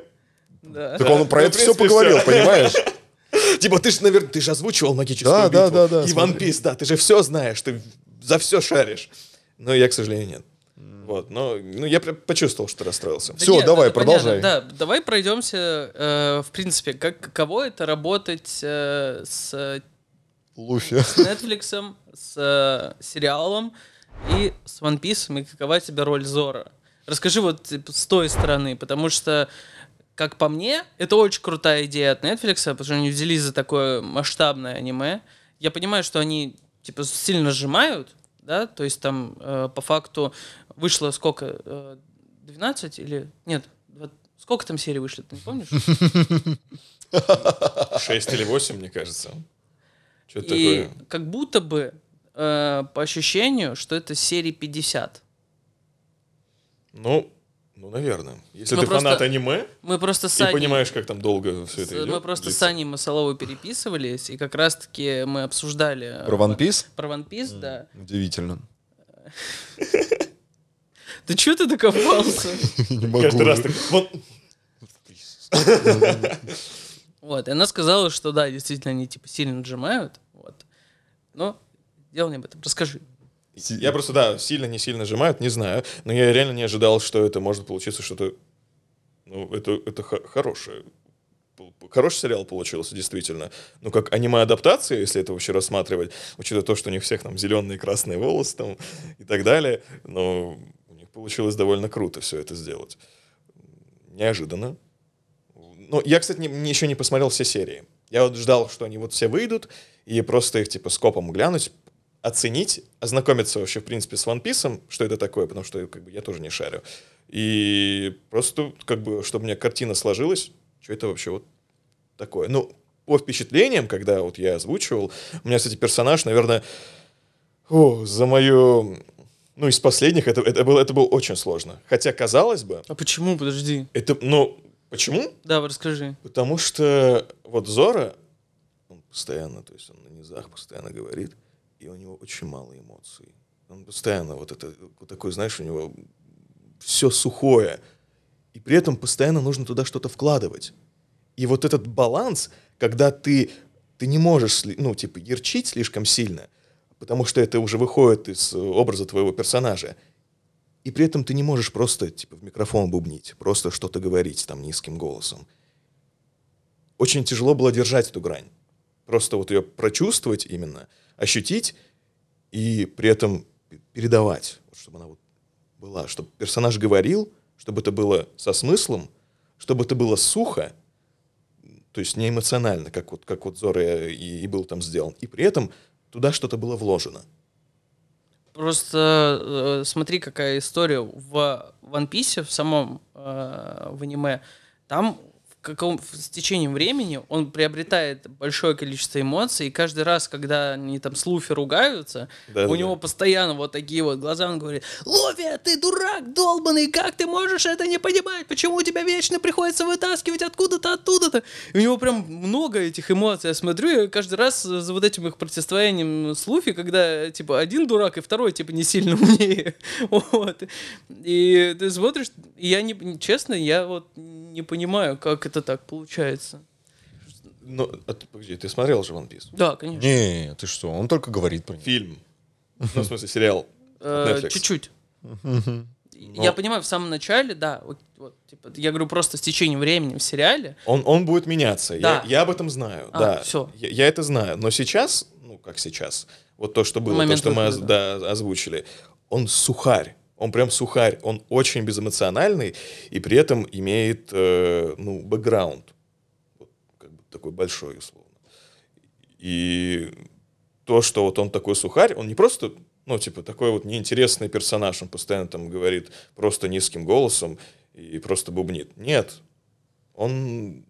Speaker 1: Да.
Speaker 3: Так он про
Speaker 2: Ну,
Speaker 3: это
Speaker 2: в
Speaker 3: все
Speaker 2: принципе,
Speaker 3: поговорил,
Speaker 2: всё.
Speaker 3: понимаешь?
Speaker 2: Типа, ты же, наверное, ты же озвучивал магическую
Speaker 3: Да, да,
Speaker 2: битву.
Speaker 3: да, да,
Speaker 2: И One
Speaker 3: смотри.
Speaker 2: Piece, да, ты же все знаешь, ты за все шаришь. Но я, к сожалению, нет. Вот, но ну, я прям почувствовал, что расстроился.
Speaker 1: Да
Speaker 3: Всё,
Speaker 1: нет,
Speaker 3: давай,
Speaker 1: это понятно,
Speaker 3: продолжай.
Speaker 1: да, давай пройдемся, э, в принципе, как, каково это работать э, с э,
Speaker 3: Луфи.
Speaker 1: Netflix, с э, сериалом и с One Piece, и какова тебе роль Зора? Расскажи вот типа, с той стороны, потому что, как по мне, это очень крутая идея от Netflix, потому что они взялись за такое масштабное аниме. Я понимаю, что они типа сильно сжимают, да, то есть там э, по факту вышло сколько, э, 12 или нет, вот сколько там серий вышло, ты не помнишь?
Speaker 2: 6 или 8, мне кажется. Что-то
Speaker 1: И
Speaker 2: такое.
Speaker 1: как будто бы э, по ощущению, что это серии 50.
Speaker 2: Ну, Ну, наверное. Если
Speaker 1: Мы
Speaker 2: ты
Speaker 1: просто-
Speaker 2: фанат аниме
Speaker 1: Мы просто с
Speaker 2: и
Speaker 1: Саней-
Speaker 2: понимаешь, как там долго все
Speaker 1: с-
Speaker 2: это идет.
Speaker 1: мы просто с
Speaker 2: длится.
Speaker 1: Саней Масоловой переписывались, и как раз-таки мы обсуждали...
Speaker 3: [laughs]
Speaker 1: э,
Speaker 3: Про One Piece?
Speaker 1: Про One Piece, да.
Speaker 3: Удивительно.
Speaker 1: Ты чего ты докопался?
Speaker 3: Не
Speaker 2: Каждый раз
Speaker 3: уже.
Speaker 2: так... Вот,
Speaker 1: Вот, и она сказала, что да, действительно, они типа сильно нажимают. Вот. Но дело не об этом. Расскажи.
Speaker 3: Си-
Speaker 2: Я просто, да, сильно, не сильно сжимают, не знаю. Но я реально не ожидал, что это может получиться что-то... Ну, это, это хо- хорошее. Пол- Хороший сериал получился, действительно. Ну, как аниме-адаптация, если это вообще рассматривать, учитывая то, что у них всех там зеленые и красные волосы там и так далее. Но у них получилось довольно круто все это сделать. Неожиданно. Ну, я, кстати, не- не- еще не посмотрел все серии. Я вот ждал, что они вот все выйдут, и просто их, типа, скопом глянуть, оценить, ознакомиться вообще, в принципе, с One Piece, что это такое, потому что как бы, я тоже не шарю. И просто, как бы, чтобы у меня картина сложилась, что это вообще вот такое. Ну, по впечатлениям, когда вот я озвучивал, у меня, кстати, персонаж, наверное, о, за мою... Ну, из последних это, это, было, это было очень сложно. Хотя, казалось бы,
Speaker 1: А почему? Подожди.
Speaker 2: это... Ну, почему?
Speaker 1: Да, расскажи.
Speaker 2: Потому что вот Зора, он постоянно, то есть он на низах постоянно говорит, и у него очень мало эмоций. Он постоянно вот это, вот такой, знаешь, у него все сухое. И при этом постоянно нужно туда что-то вкладывать. И вот этот баланс, когда ты, ты не можешь, сли- ну, типа, ярчить слишком сильно, потому что это уже выходит из э, образа твоего персонажа. И при этом ты не можешь просто, типа, в микрофон бубнить, просто что-то говорить там низким голосом очень тяжело было держать эту грань. Просто вот ее прочувствовать именно, ощутить и при этом п- передавать, вот чтобы она вот была, чтобы персонаж говорил, чтобы это было со смыслом, чтобы это было сухо, то есть не эмоционально, как вот, как вот Зора э, и, и был там сделан. И при этом туда что-то было вложено.
Speaker 1: Просто э, смотри, какая история в One Piece, в самом э, в аниме. Там в каком в- с течением времени он приобретает большое количество эмоций, и каждый раз, когда они там с Луфи ругаются,
Speaker 2: Да-да-да.
Speaker 1: у него постоянно вот такие вот глаза, он говорит, Луфи, ты дурак долбанный, как ты можешь это не понимать? Почему у тебя вечно приходится вытаскивать откуда-то, оттуда-то? И у него прям много этих эмоций. Я смотрю, я каждый раз за вот этим их противостоянием с Луфи, когда, типа, один дурак и второй, типа, не сильно умнее. [laughs] Вот. И ты смотришь, и я не... Честно, я вот не понимаю, как это так получается.
Speaker 2: Ну, а ты- подожди, ты смотрел же One Piece?
Speaker 1: Да, конечно.
Speaker 3: Не, ты что, он только говорит про них.
Speaker 2: Фильм. Ну, в смысле, сериал.
Speaker 1: Э,
Speaker 2: Netflix.
Speaker 1: Чуть-чуть. Я понимаю, в самом начале, да, вот, вот, типа, я говорю просто с течением времени в сериале,
Speaker 2: Он, он будет меняться. Я-
Speaker 1: Да.
Speaker 2: Я, об этом знаю.
Speaker 1: А,
Speaker 2: да.
Speaker 1: всё.
Speaker 2: Я, я это знаю. Но сейчас, ну как сейчас, вот то, что было,
Speaker 1: Момент
Speaker 2: то, что мы оз-
Speaker 1: выхода,
Speaker 2: да, озвучили, он сухарь. Он прям сухарь. Он очень безэмоциональный и при этом имеет, э, ну, бэкграунд. Вот, как бы такой большой, условно. И то, что вот он такой сухарь, он не просто, ну, типа, такой вот неинтересный персонаж, он постоянно там говорит просто низким голосом и просто бубнит. Нет, он...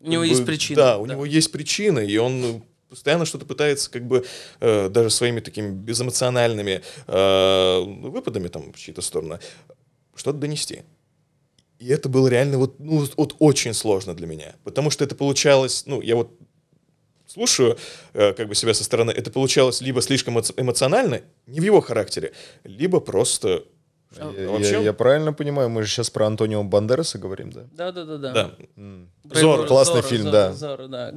Speaker 1: у него
Speaker 2: как
Speaker 1: есть
Speaker 2: бы,
Speaker 1: причина.
Speaker 2: Да, у него есть причина, и он постоянно что-то пытается как бы э, даже своими такими безэмоциональными э, выпадами там в чьи-то стороны что-то донести. И это было реально вот, ну, вот очень сложно для меня. Потому что это получалось, ну, я вот слушаю э, как бы себя со стороны, это получалось либо слишком эмоци- эмоционально, не в его характере, либо просто...
Speaker 1: А,
Speaker 3: Я,
Speaker 2: вообще-
Speaker 3: я- я правильно понимаю, мы же сейчас про Антонио Бандераса говорим, да?
Speaker 1: Да, да, да, да.
Speaker 2: Да.
Speaker 3: М.
Speaker 1: Про
Speaker 2: Зорро.
Speaker 1: его-
Speaker 3: Классный фильм,
Speaker 1: Зорро,
Speaker 3: да.
Speaker 1: Зорро, да.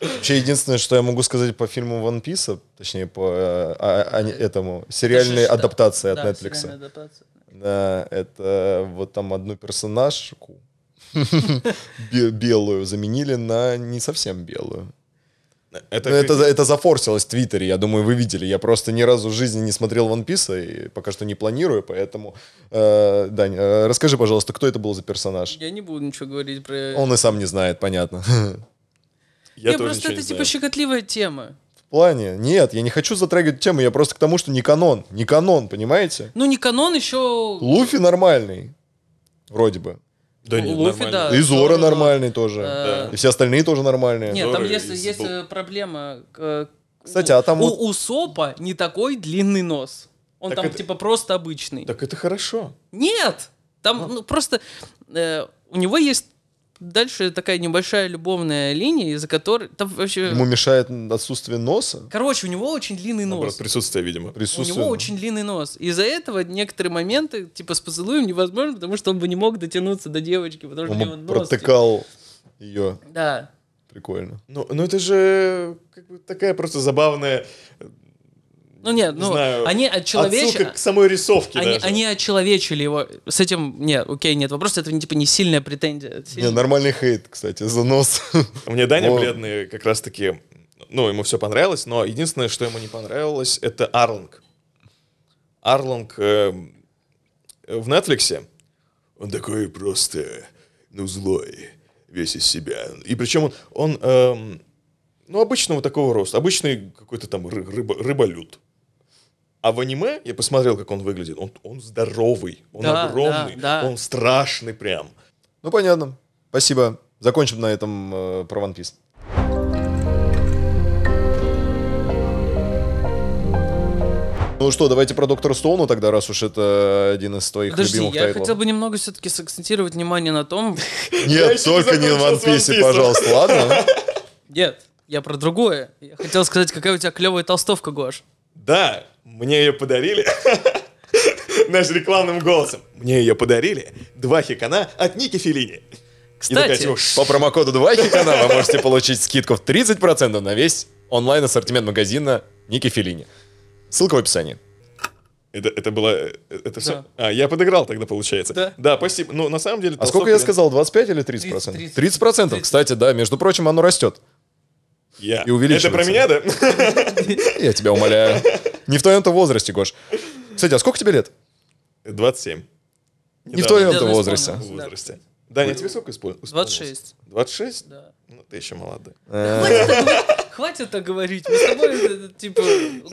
Speaker 3: Вообще, единственное, что я могу сказать по фильму One Piece, точнее, по э, а- а- не- этому, сериальной
Speaker 1: Слушай, да.
Speaker 3: адаптации от
Speaker 1: Да,
Speaker 3: Netflix.
Speaker 1: сериальная адаптация.
Speaker 3: Да, это вот там одну персонажку [laughs] бе- белую заменили на не совсем белую.
Speaker 2: Это,
Speaker 3: Ну, это, за- это зафорсилось в Твиттере, я думаю, вы видели. Я просто ни разу в жизни не смотрел One Piece и пока что не планирую, поэтому... э, Дань, э, расскажи, пожалуйста, кто это был за персонаж?
Speaker 1: Я не буду ничего говорить про...
Speaker 3: Он и сам не знает, понятно. [laughs]
Speaker 2: я
Speaker 1: Не,
Speaker 2: тоже
Speaker 1: просто
Speaker 2: ничего
Speaker 1: это
Speaker 2: не
Speaker 1: типа
Speaker 2: знаю.
Speaker 1: щекотливая тема.
Speaker 3: В плане? Нет, я не хочу затрагивать тему, я просто к тому, что не канон. Не канон, понимаете?
Speaker 1: Ну, не канон еще...
Speaker 3: Луфи нормальный. Вроде бы.
Speaker 2: Да нет,
Speaker 1: Луфи,
Speaker 2: нормально.
Speaker 1: да.
Speaker 3: И Зора
Speaker 1: Зора, да.
Speaker 3: нормальный тоже.
Speaker 1: э,
Speaker 3: И все остальные тоже нормальные.
Speaker 1: Нет, там
Speaker 2: Зорро
Speaker 1: есть,
Speaker 2: из
Speaker 1: есть
Speaker 2: Бу-
Speaker 1: э, проблема... к-
Speaker 3: Кстати, а там
Speaker 1: у,
Speaker 3: вот-
Speaker 1: у Сопа не такой длинный нос. Он
Speaker 2: Так
Speaker 1: там
Speaker 2: это-
Speaker 1: типа просто обычный.
Speaker 2: Так это хорошо.
Speaker 1: Нет! Там ну, просто э, у него есть дальше такая небольшая любовная линия, из-за которой... Там вообще...
Speaker 3: Ему мешает отсутствие носа,
Speaker 1: Короче, э, у него очень длинный
Speaker 2: Наоборот,
Speaker 1: нос.
Speaker 2: присутствие, видимо.
Speaker 1: У
Speaker 3: присутствие.
Speaker 1: него очень длинный нос. Из-за этого некоторые моменты, типа, с поцелуем невозможно, потому что он бы не мог дотянуться до девочки, потому что у него
Speaker 3: Он
Speaker 1: нос.
Speaker 3: протыкал ее.
Speaker 1: типа. Да.
Speaker 3: Прикольно.
Speaker 2: Ну, ну это же как бы такая просто забавная
Speaker 1: Ну нет, ну,
Speaker 2: знаю,
Speaker 1: они от человечества...
Speaker 2: отсылка к самой рисовке
Speaker 1: Они,
Speaker 2: даже.
Speaker 1: они очеловечили его. С этим, нет, окей, нет вопроса, это типа не сильная претензия. это
Speaker 3: Не,
Speaker 1: сильно-
Speaker 3: нормальный хейт, кстати, за [laughs] нос.
Speaker 2: Мне Даня
Speaker 3: О.
Speaker 2: бледный как раз-таки... Ну, ему все понравилось, но единственное, что ему не понравилось, это Арланг. Арланг эм, в Нетфликсе. Он такой просто, ну, злой, весь из себя. И причем он, он эм, ну, обычного такого роста, обычный какой-то там ры- рыба- рыболюд. А в аниме я посмотрел, как он выглядит. Он, он здоровый, он
Speaker 1: Да,
Speaker 2: огромный,
Speaker 1: да, да.
Speaker 2: он страшный прям.
Speaker 3: Ну, понятно. Спасибо. Закончим на этом э, про One Piece. Ну что, давайте про Доктора Стоуна тогда, раз уж это один из твоих
Speaker 1: Подожди,
Speaker 3: любимых
Speaker 1: я
Speaker 3: тайтлов.
Speaker 1: хотел бы немного все-таки сакцентировать внимание на том,
Speaker 3: Нет,
Speaker 2: еще не
Speaker 3: только не в
Speaker 2: закончил
Speaker 3: One
Speaker 2: с One
Speaker 3: Piece,
Speaker 2: Piece.
Speaker 3: пожалуйста, [laughs] ладно?
Speaker 1: Нет, я про другое. Я хотел сказать, какая у тебя клевая толстовка, Гош.
Speaker 2: Да, мне ее подарили. [laughs] Наш рекламным голосом. Мне ее подарили. Два хикана от Ники Филини. И такая,
Speaker 1: Кстати,
Speaker 2: типа, «Ш,
Speaker 3: По промокоду 2 канала вы можете получить скидку в 30% на весь онлайн-ассортимент магазина Ники Филини. Ссылка в описании.
Speaker 2: Это, это было... э, Это всё?
Speaker 1: Да.
Speaker 2: А, я подыграл тогда, получается.
Speaker 1: Да.
Speaker 2: спасибо. Ну, на самом деле...
Speaker 3: А сколько я сказал, 25 или 30%?
Speaker 1: 30.
Speaker 3: 30%, кстати, да. Между прочим, оно растет.
Speaker 2: Я.
Speaker 3: И увеличивается.
Speaker 2: Это про меня, да? [laughs]
Speaker 3: Я тебя умоляю. Не в твоем-то возрасте, Гош. Кстати, а сколько тебе лет?
Speaker 2: 27
Speaker 3: Не в
Speaker 2: Недавно
Speaker 3: твоем-то
Speaker 1: недавно
Speaker 3: возрасте.
Speaker 2: в
Speaker 1: Да.
Speaker 2: возрасте. Даня, тебе сколько исполнилось?
Speaker 1: 26.
Speaker 2: 26?
Speaker 1: Да.
Speaker 2: Ну, ты еще молодой.
Speaker 1: Хватит так говорить. Мы с тобой, э, типа,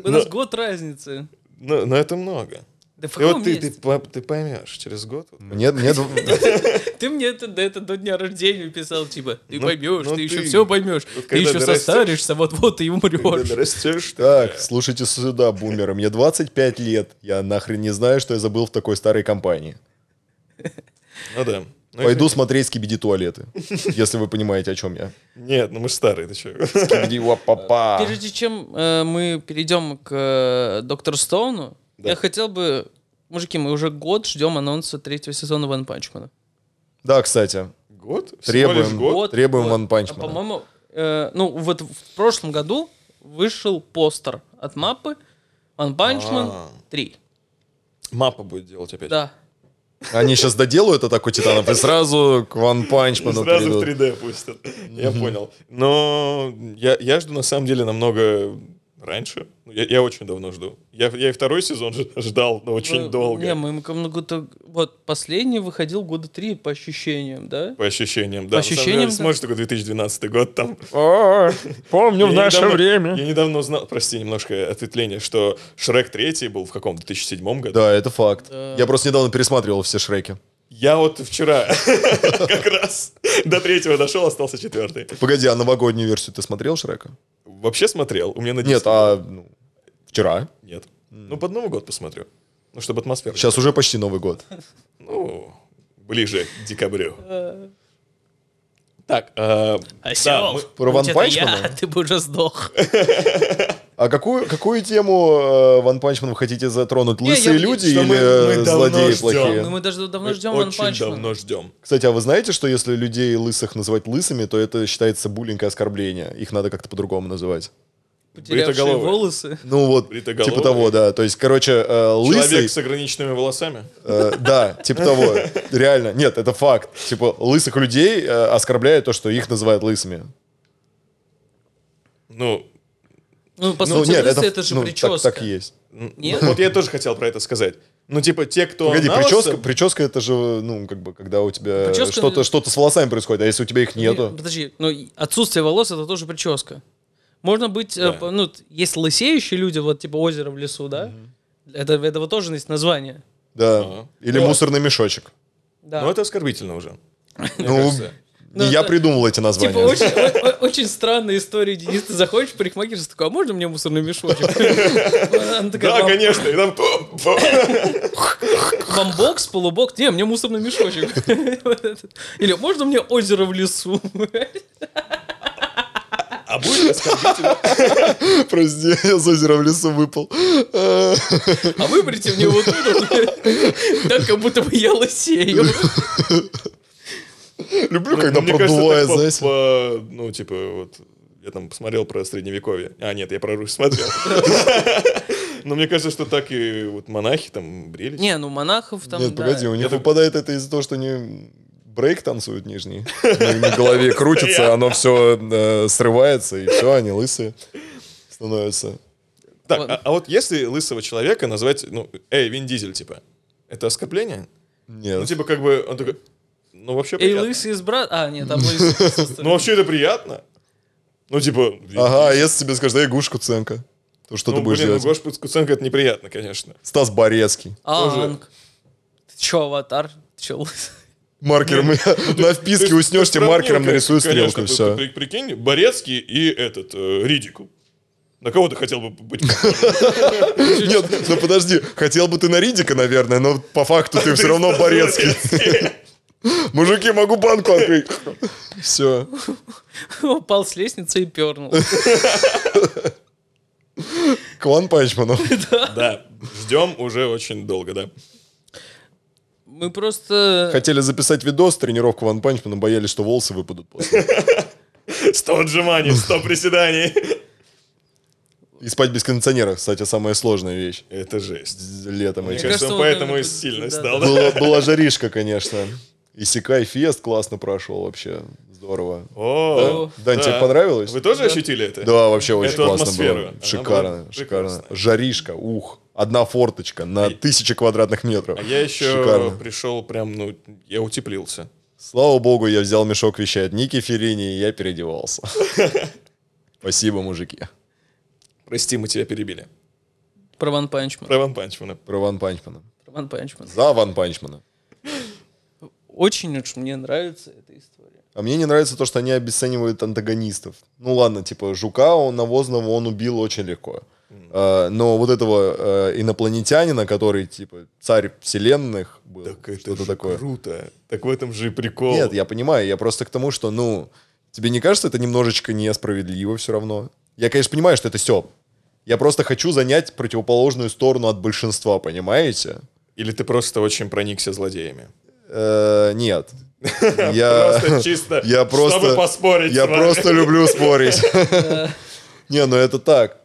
Speaker 1: у нас
Speaker 2: Ну.
Speaker 1: год разницы.
Speaker 2: Но, но это много.
Speaker 1: Да в
Speaker 2: И вот
Speaker 1: каком
Speaker 2: ты, ты,
Speaker 1: месте?
Speaker 2: по- ты поймешь через год. вот,
Speaker 3: Нет, нет.
Speaker 1: Ты мне это, да это до дня рождения писал, типа, ты
Speaker 2: Ну,
Speaker 1: поймешь,
Speaker 2: ну
Speaker 1: ты, еще
Speaker 2: ты-
Speaker 1: все поймешь,
Speaker 2: вот
Speaker 1: ты
Speaker 2: когда
Speaker 1: еще
Speaker 2: дорастешь-
Speaker 1: состаришься, вот-вот и
Speaker 2: Когда
Speaker 1: умрешь.
Speaker 2: растешь,
Speaker 3: Так, слушайте сюда, бумеры. Мне 25 лет. Я нахрен не знаю, что я забыл в такой старой компании.
Speaker 2: Ну да. Ну,
Speaker 3: Пойду
Speaker 2: если-
Speaker 3: смотреть скибиди туалеты. Если вы понимаете, о чем я.
Speaker 2: Нет, ну мы же старые, ты че?
Speaker 3: Скибиди
Speaker 2: А.
Speaker 3: папа.
Speaker 1: Прежде чем э, мы перейдем к э, Доктору Стоуну,
Speaker 2: Да.
Speaker 1: я хотел бы... Мужики, мы уже год ждем анонса третьего сезона Ван Панчмана.
Speaker 3: Да, кстати.
Speaker 2: [laughs] Год? Всего лишь
Speaker 3: Требуем,
Speaker 2: год?
Speaker 1: Год,
Speaker 3: требуем
Speaker 1: год.
Speaker 3: One Punch
Speaker 1: А,
Speaker 3: Man.
Speaker 1: По-моему, э, ну вот в прошлом году вышел постер от мапы One Punch Man
Speaker 2: А.
Speaker 1: 3.
Speaker 2: Мапа будет делать опять.
Speaker 1: Да.
Speaker 3: Они сейчас доделают атаку титанов и сразу к One Punch
Speaker 2: И
Speaker 3: Man
Speaker 2: сразу в
Speaker 3: Ну, перейдут.
Speaker 2: 3D пустят. Я понял. Но я, я жду на самом деле намного раньше. Я, я очень давно жду. Я, я и второй сезон ж- ждал, но очень
Speaker 1: Э,
Speaker 2: долго.
Speaker 1: Не, мы много то Вот, последний выходил года три, по ощущениям, да?
Speaker 2: По ощущениям, да.
Speaker 1: По
Speaker 2: На самом
Speaker 1: ощущениям,
Speaker 2: деле,
Speaker 1: да.
Speaker 2: смотришь такой 2012 год там.
Speaker 4: Помню в
Speaker 2: Я
Speaker 4: наше
Speaker 2: недавно-
Speaker 4: время.
Speaker 2: Я недавно узнал, прости, немножко ответвление, что Шрек 3 был в каком 2007 году.
Speaker 3: Да, это факт.
Speaker 1: Да.
Speaker 3: Я просто недавно пересматривал все Шреки.
Speaker 2: Я вот вчера [laughs] как раз до третьего дошел, остался четвертый.
Speaker 3: Погоди, а новогоднюю версию ты смотрел Шрека?
Speaker 2: Вообще смотрел. У меня на
Speaker 3: Нет,
Speaker 2: диске.
Speaker 3: а ну, вчера.
Speaker 2: Нет. Ну, под Новый год посмотрю. Ну, чтобы атмосфера.
Speaker 3: Сейчас уже почти Новый год.
Speaker 2: Ну, ближе к декабрю. Так, э,
Speaker 1: А,
Speaker 2: да, мы-
Speaker 3: Про Ван
Speaker 1: будь это я,
Speaker 3: Панчмана?
Speaker 1: Ты бы уже сдох.
Speaker 3: А какую, какую тему э, One Punch Man вы хотите затронуть?
Speaker 1: Не,
Speaker 3: Лысые
Speaker 1: я-
Speaker 3: люди
Speaker 2: что мы-
Speaker 3: или
Speaker 2: мы
Speaker 3: э,
Speaker 2: давно
Speaker 3: злодеи
Speaker 2: ждем.
Speaker 3: плохие?
Speaker 1: Ну, мы даже давно
Speaker 3: э,
Speaker 2: мы
Speaker 1: ждем Ван
Speaker 2: очень
Speaker 1: Панчмана.
Speaker 2: давно ждем.
Speaker 3: Кстати, а вы знаете, что если людей лысых называть лысыми, то это считается буллинг и оскорбление. Их надо как-то по-другому называть.
Speaker 1: Потерявшие
Speaker 2: Бритоголовые.
Speaker 1: волосы.
Speaker 3: Ну вот,
Speaker 2: Бритоголовый.
Speaker 3: типа того, да. То есть, короче, э, лысый...
Speaker 2: Человек с ограниченными волосами.
Speaker 3: э, да, типа того. Реально. Нет, это факт. Типа лысых людей э, оскорбляет то, что их называют лысыми.
Speaker 2: Ну,
Speaker 1: Ну, по
Speaker 3: Ну,
Speaker 1: сути,
Speaker 3: нет,
Speaker 1: лысый
Speaker 3: это,
Speaker 1: это же
Speaker 3: ну, так-
Speaker 1: прическа.
Speaker 3: так и есть.
Speaker 2: н-
Speaker 1: Нет?
Speaker 2: вот я тоже хотел про это сказать. Ну, типа, те, кто
Speaker 3: Погоди,
Speaker 2: на лысо-
Speaker 3: прическа, прическа это же, ну, как бы, когда у тебя
Speaker 1: Прическа-
Speaker 3: что-то что с волосами происходит, а если у тебя их
Speaker 1: Не,
Speaker 3: нету?
Speaker 1: Подожди, но и отсутствие волос это тоже прическа. Можно быть, э,
Speaker 2: Да.
Speaker 1: по- ну, т- есть лысеющие люди, вот типа озеро в лесу, да? Это, этого тоже есть название.
Speaker 3: Да.
Speaker 2: Ага.
Speaker 3: Или
Speaker 1: Вот.
Speaker 3: мусорный мешочек.
Speaker 1: Да.
Speaker 2: Ну, это оскорбительно уже. мне
Speaker 3: Ну,
Speaker 2: кажется.
Speaker 3: Не я придумал эти названия.
Speaker 1: Типа очень, о- о- очень странная история, Денис, ты заходишь в парикмахерскую, такой, а можно мне мусорный мешочек? Она такая,
Speaker 2: Да,
Speaker 1: «Вам-
Speaker 2: конечно. И там...
Speaker 1: Вам бокс, полубокс? Не, мне мусорный мешочек. Или можно мне озеро в лесу?
Speaker 2: А будет оскорбительно?
Speaker 3: [laughs] Прости, я с озера в лесу выпал.
Speaker 1: А выберите мне вот это. Так, как будто бы я лысею.
Speaker 3: Люблю, Ну, когда
Speaker 2: Мне кажется, так
Speaker 3: продувает,
Speaker 2: по-
Speaker 3: знаете.
Speaker 2: по- Ну, типа, вот... Я там посмотрел про средневековье. А, нет, я про Русь
Speaker 3: [laughs]
Speaker 2: смотрел. Но мне кажется, что так и вот монахи там брились.
Speaker 1: Не, ну монахов там,
Speaker 3: Нет,
Speaker 1: да.
Speaker 3: погоди, у них
Speaker 2: Я так-
Speaker 3: выпадает это из-за того, что они брейк танцуют нижний. Ну, На голове крутится, оно все срывается, и все, они лысые становятся.
Speaker 2: Так,
Speaker 1: Вот.
Speaker 2: а, а вот если лысого человека назвать, ну, эй, Вин Дизель, типа, это оскорбление? Ну,
Speaker 3: Нет.
Speaker 2: типа, как бы, он такой, ну, вообще
Speaker 1: Эй,
Speaker 2: приятно.
Speaker 1: лысый из брат... А, нет, там лысый присутствует.
Speaker 2: Ну, вообще это приятно. Ну, типа, Вин
Speaker 3: Ага, а если тебе скажут, эй, Гушка Ценко, то что
Speaker 2: ну,
Speaker 3: ты будешь
Speaker 2: блин, ну,
Speaker 3: делать?
Speaker 2: Гоша Куценко это неприятно, конечно.
Speaker 3: Стас Борецкий.
Speaker 1: А,
Speaker 2: тоже.
Speaker 1: Анг. Ты чё, аватар? Ты чё, лысый? [laughs]
Speaker 3: Маркером
Speaker 2: Ну,
Speaker 3: на вписке уснешь, тебе маркером нарисую
Speaker 2: нарисуют
Speaker 3: стрелку, и все.
Speaker 2: Прикинь, Борецкий и этот, э, Ридик. На кого ты хотел бы быть?
Speaker 3: Нет, ну подожди, хотел бы ты на Ридика, наверное, но по факту ты все равно [laughs] Борецкий. Мужики, могу банку открыть. Все.
Speaker 1: Упал с лестницы и пернул.
Speaker 3: Клан Панчманов.
Speaker 2: Да, ждем уже очень долго, да.
Speaker 1: Мы просто...
Speaker 3: Хотели записать видос, тренировку Ван Панчмана, боялись, что волосы выпадут после.
Speaker 2: 100 отжиманий, 100 приседаний.
Speaker 3: И спать без кондиционера, кстати, самая сложная вещь.
Speaker 2: Это жесть.
Speaker 3: Летом
Speaker 2: Мне
Speaker 3: этим.
Speaker 1: кажется,
Speaker 2: кажется, он
Speaker 1: он,
Speaker 2: поэтому
Speaker 1: наверное,
Speaker 2: и сильно
Speaker 1: да,
Speaker 2: стал. да.
Speaker 3: Была, была жаришка, конечно. И Сикай Фест классно прошел вообще. Здорово.
Speaker 2: О,
Speaker 3: Дань,
Speaker 2: да.
Speaker 3: тебе понравилось?
Speaker 2: Вы тоже ощутили это?
Speaker 3: Да, вообще очень
Speaker 2: Э, Эту
Speaker 3: классно
Speaker 2: атмосферу.
Speaker 3: было.
Speaker 2: Она
Speaker 3: Шикарно,
Speaker 2: была
Speaker 3: шикарно.
Speaker 2: прекрасная.
Speaker 3: Жаришка, ух. Одна форточка на тысячи квадратных метров.
Speaker 2: А я еще
Speaker 3: Шикарно.
Speaker 2: пришел прям, ну, я утеплился.
Speaker 3: Слава богу, я взял мешок вещей от Ники Ферини, и
Speaker 2: [laughs]
Speaker 3: я переодевался. Спасибо, мужики.
Speaker 2: Прости, мы тебя перебили.
Speaker 1: Про Ван Панчмана.
Speaker 2: Про Ван Панчмана.
Speaker 3: Про Ван Панчмана.
Speaker 1: Про Ван Панчмана.
Speaker 3: За Ван Панчмана.
Speaker 1: Очень уж мне нравится эта история.
Speaker 3: А мне не нравится то, что они обесценивают антагонистов. Ну ладно, типа Жука, он навозного, он убил очень легко. А, но вот этого э, инопланетянина, который типа царь вселенных был, что-то такое.
Speaker 2: круто. Так в этом же и прикол.
Speaker 3: Нет, я понимаю, я просто к тому, что, ну, тебе не кажется, это немножечко несправедливо все равно? Я, конечно, понимаю, что это Степ. Я просто хочу занять противоположную сторону от большинства, понимаете?
Speaker 2: Или ты просто очень проникся злодеями.
Speaker 3: Э,
Speaker 2: [laughs]
Speaker 3: нет. Я...
Speaker 2: Просто чисто,
Speaker 3: Я просто...
Speaker 2: чтобы поспорить
Speaker 3: Я
Speaker 2: с вами.
Speaker 3: просто люблю спорить. Не, ну это так.